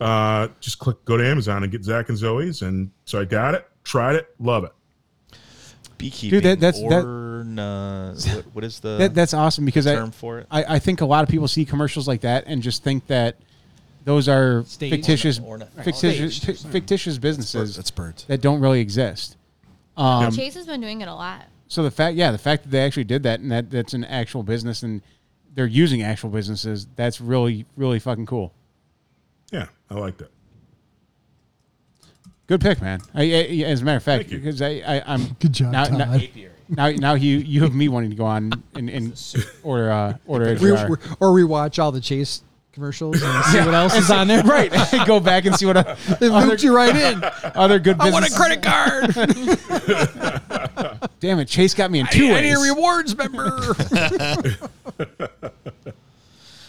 Speaker 6: uh, just click go to Amazon and get Zach and Zoe's. And so I got it, tried it, love it.
Speaker 5: beekeeping.
Speaker 3: dude, that- that's- that-
Speaker 5: orna- uh, what- what is the
Speaker 3: that, that's awesome because I,
Speaker 5: term for it?
Speaker 3: I, I think a lot of people see commercials like that and just think that those are
Speaker 2: Staged.
Speaker 3: fictitious,
Speaker 5: Orna- orna-
Speaker 3: fictitious,
Speaker 5: Staged.
Speaker 3: fi- fictitious businesses
Speaker 1: That's birds.
Speaker 3: that don't really exist.
Speaker 4: Chase has been doing it a lot.
Speaker 3: So the fact, yeah, the fact that they actually did that and that that's an actual business and they're using actual businesses, that's really, really fucking cool.
Speaker 6: Yeah, I liked it.
Speaker 3: Good pick, man. I, I, as a matter of fact,
Speaker 6: Thank you.
Speaker 3: because I, I, I'm
Speaker 2: Good job,
Speaker 3: now, Now,
Speaker 2: Todd.
Speaker 3: now, now you, you have me wanting to go on and, and order, uh, order a
Speaker 2: Re-
Speaker 3: jar.
Speaker 2: re- or rewatch all the Chase commercials and see what else is on there.
Speaker 3: right, go back and see what I,
Speaker 2: They looped you right in.
Speaker 3: other good
Speaker 2: I
Speaker 3: businesses.
Speaker 2: want a credit card.
Speaker 3: Damn it, Chase got me in two
Speaker 2: I, I
Speaker 3: ways.
Speaker 2: need a rewards member.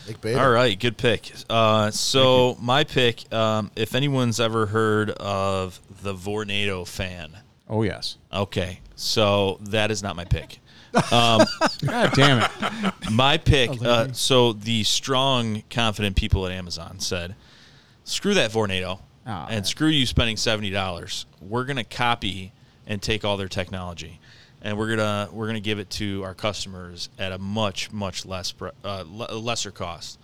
Speaker 1: Nick Bader.
Speaker 5: All right, good pick. Uh, so my pick, um, if anyone's ever heard of the Vornado fan,
Speaker 3: oh yes,
Speaker 5: okay, so that is not my pick. Um,
Speaker 3: God damn it.
Speaker 5: My pick. Uh, so the strong, confident people at Amazon said, "Screw that Vornado,
Speaker 3: Aw.
Speaker 5: and screw you spending seventy dollars. We're gonna copy and take all their technology, and we're gonna we're gonna give it to our customers at a much much less pr- uh, le- lesser cost."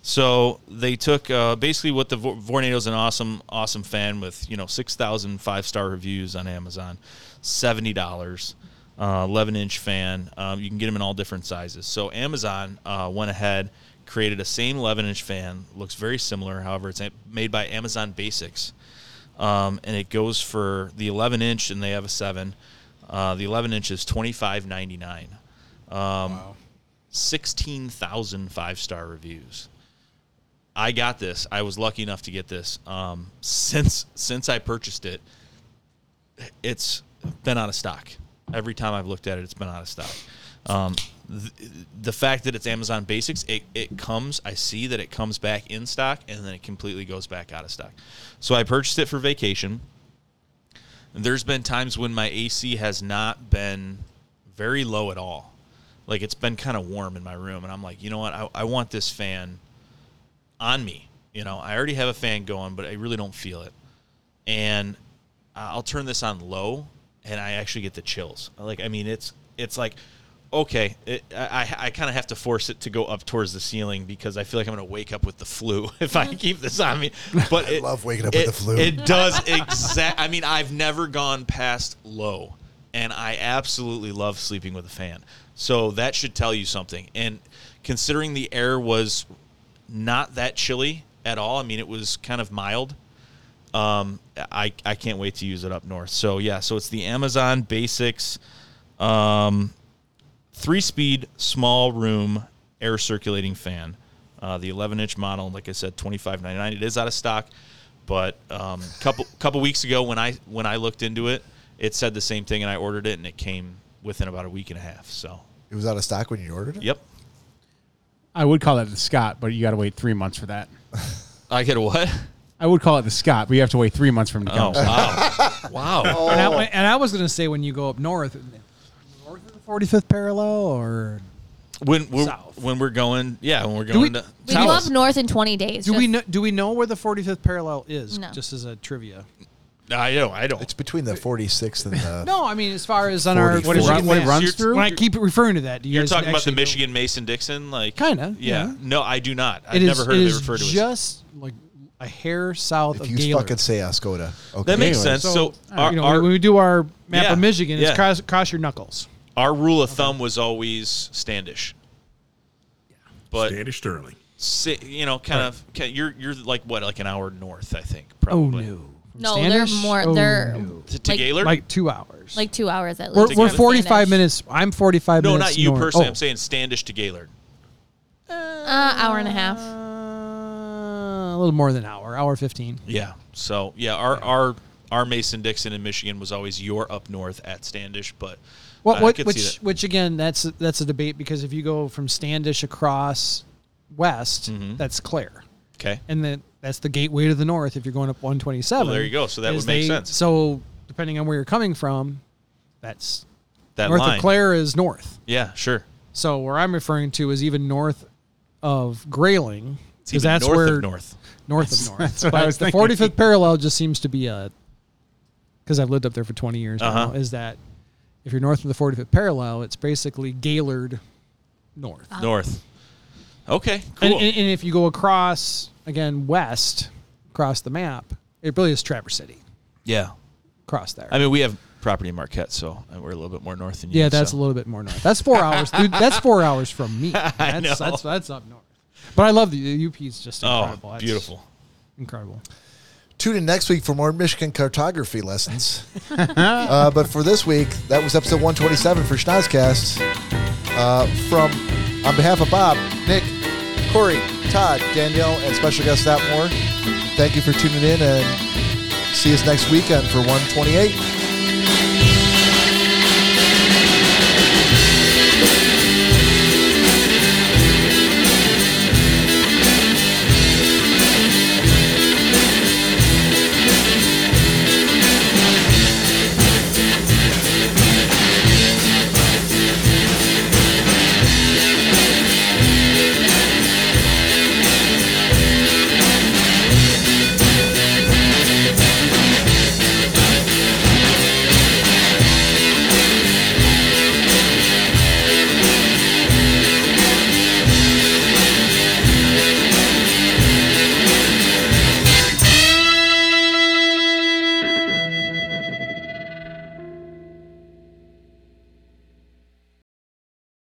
Speaker 5: So they took uh, basically what the Vor- Vornado's an awesome, awesome fan with you know 6,000 five star reviews on Amazon, seventy dollars, eleven inch uh, fan. Um, you can get them in all different sizes. So Amazon uh, went ahead, created a same eleven inch fan, looks very similar. However, it's a- made by Amazon Basics, um, and it goes for the eleven inch, and they have a seven. Uh, the eleven inch is twenty five ninety nine. Um, wow. 16,000 five star reviews. I got this. I was lucky enough to get this. Um, since since I purchased it, it's been out of stock. Every time I've looked at it, it's been out of stock. Um, th- the fact that it's Amazon Basics, it, it comes. I see that it comes back in stock, and then it completely goes back out of stock. So I purchased it for vacation. There's been times when my AC has not been very low at all. Like it's been kind of warm in my room, and I'm like, you know what? I, I want this fan on me. You know, I already have a fan going, but I really don't feel it. And I'll turn this on low, and I actually get the chills. Like, I mean, it's it's like, okay, it, I I kind of have to force it to go up towards the ceiling because I feel like I'm gonna wake up with the flu if I keep this on me. But I
Speaker 1: love waking up with the flu.
Speaker 5: It does exact. I mean, I've never gone past low, and I absolutely love sleeping with a fan. So that should tell you something. And considering the air was not that chilly at all. I mean, it was kind of mild. Um, I I can't wait to use it up north. So yeah, so it's the Amazon Basics, um, three speed small room air circulating fan, uh, the 11 inch model. Like I said, 25.99. It is out of stock, but um, couple couple weeks ago when I when I looked into it, it said the same thing, and I ordered it, and it came within about a week and a half. So
Speaker 1: It was out of stock when you ordered it.
Speaker 5: yep,
Speaker 3: I would call that the Scott, but you got to wait three months for that.
Speaker 5: I get a what?
Speaker 3: I would call it the Scott, but you have to wait three months for him to
Speaker 5: Oh
Speaker 3: come.
Speaker 5: wow, wow.
Speaker 2: And, I, and I was going to say when you go up north, north of the 45th parallel or
Speaker 5: when we're
Speaker 2: South.
Speaker 5: when we're going, yeah, when we're
Speaker 2: we-
Speaker 5: going to
Speaker 4: We
Speaker 5: South.
Speaker 4: love North in 20 days.
Speaker 2: do we
Speaker 4: just-
Speaker 2: know, do we know where the 45th parallel is
Speaker 4: No.
Speaker 2: just as a trivia?
Speaker 5: I don't. I don't.
Speaker 1: It's between the 46th and the.
Speaker 2: No, I mean as far as on our
Speaker 1: 40, What it run-
Speaker 3: what it
Speaker 2: Michigan
Speaker 3: runs
Speaker 2: Mass.
Speaker 3: through?
Speaker 2: When I keep referring to that, do you
Speaker 5: You're
Speaker 2: guys
Speaker 5: talking about
Speaker 2: actually
Speaker 5: the
Speaker 2: know-
Speaker 5: Michigan Mason Dixon, like
Speaker 2: Kinda,
Speaker 5: Yeah.
Speaker 2: yeah.
Speaker 5: No, I do not. I've
Speaker 2: It is-
Speaker 5: never heard
Speaker 2: it
Speaker 5: it
Speaker 2: is
Speaker 5: referred to as.
Speaker 2: just like a hair south
Speaker 1: If
Speaker 2: of
Speaker 1: you
Speaker 2: Gaylord.
Speaker 1: fucking say Oscoda, okay.
Speaker 5: That makes
Speaker 3: Anyway,
Speaker 5: sense. So, our,
Speaker 2: you know,
Speaker 5: our,
Speaker 2: when we do our map
Speaker 5: Yeah,
Speaker 2: of Michigan, it's
Speaker 5: yeah.
Speaker 2: cross, cross your knuckles.
Speaker 5: our rule of thumb was always Standish. But
Speaker 6: Standish Sterling.
Speaker 5: si- you know, kind of, ki- you're you're like what, like an hour north, I think,
Speaker 2: Oh,
Speaker 5: probably.
Speaker 4: No, they're
Speaker 2: Standish?
Speaker 4: more.
Speaker 2: Oh,
Speaker 4: they're
Speaker 2: no.
Speaker 5: To, to
Speaker 4: Like-
Speaker 5: Gaylord?
Speaker 2: Like two hours.
Speaker 4: like two hours at
Speaker 2: we're,
Speaker 4: least.
Speaker 2: we're
Speaker 4: from
Speaker 2: 45
Speaker 4: Standish.
Speaker 2: minutes. I'm 45
Speaker 5: no,
Speaker 2: minutes.
Speaker 5: not you
Speaker 2: north.
Speaker 5: personally.
Speaker 2: Oh.
Speaker 5: I'm saying Standish to Gaylord.
Speaker 4: Uh, hour and a half.
Speaker 2: Uh, a little more than an hour, hour 15.
Speaker 5: Yeah. So yeah, our our our Mason Dixon in Michigan was always you're up north at Standish, but
Speaker 2: What,
Speaker 5: I
Speaker 2: what,
Speaker 5: could see
Speaker 2: which,
Speaker 5: that.
Speaker 2: which again, that's that's a debate because if you go from Standish across west,
Speaker 5: Mm-hmm.
Speaker 2: that's Clare,
Speaker 5: Okay.
Speaker 2: and then that's the gateway to the north. If you're going up 127,
Speaker 5: Well, there you go. So that
Speaker 2: is
Speaker 5: would make
Speaker 2: they-
Speaker 5: sense.
Speaker 2: So depending on where you're coming from, that's
Speaker 5: That
Speaker 2: north
Speaker 5: line.
Speaker 2: of Clare is north.
Speaker 5: Yeah, sure.
Speaker 2: So where I'm referring to is even north of Grayling,
Speaker 5: It's
Speaker 2: because
Speaker 5: even
Speaker 2: that's
Speaker 5: north
Speaker 2: where
Speaker 5: of north.
Speaker 2: north of north.
Speaker 3: that's what
Speaker 2: but
Speaker 3: I was
Speaker 2: the
Speaker 3: thinking.
Speaker 2: 45th parallel just seems to be a because I've lived up there for 20 years
Speaker 5: Uh-huh.
Speaker 2: now. Is that if you're north of the 45th parallel, it's basically Gaylord north.
Speaker 5: North. Okay, cool.
Speaker 2: And, and, and if you go across again west, across the map, it really is Traverse City
Speaker 5: yeah.
Speaker 2: across there.
Speaker 5: I mean, we have property in Marquette, so we're a little bit more north than you.
Speaker 2: yeah, that's
Speaker 5: so.
Speaker 2: a little bit more north. That's four hours. Dude, that's four hours from me. That's,
Speaker 5: know.
Speaker 2: that's that's up north. But I love the, the UP is just
Speaker 5: Oh,
Speaker 2: incredible. It's
Speaker 5: beautiful.
Speaker 2: incredible.
Speaker 1: Tune in next week for more Michigan cartography lessons. uh, but for this week, that was episode 127 for Schnozcast. Uh, from, on behalf of Bob, Nick, Corey, Todd, Danielle, and special guest That Moore, thank you for tuning in and see us next weekend for 128.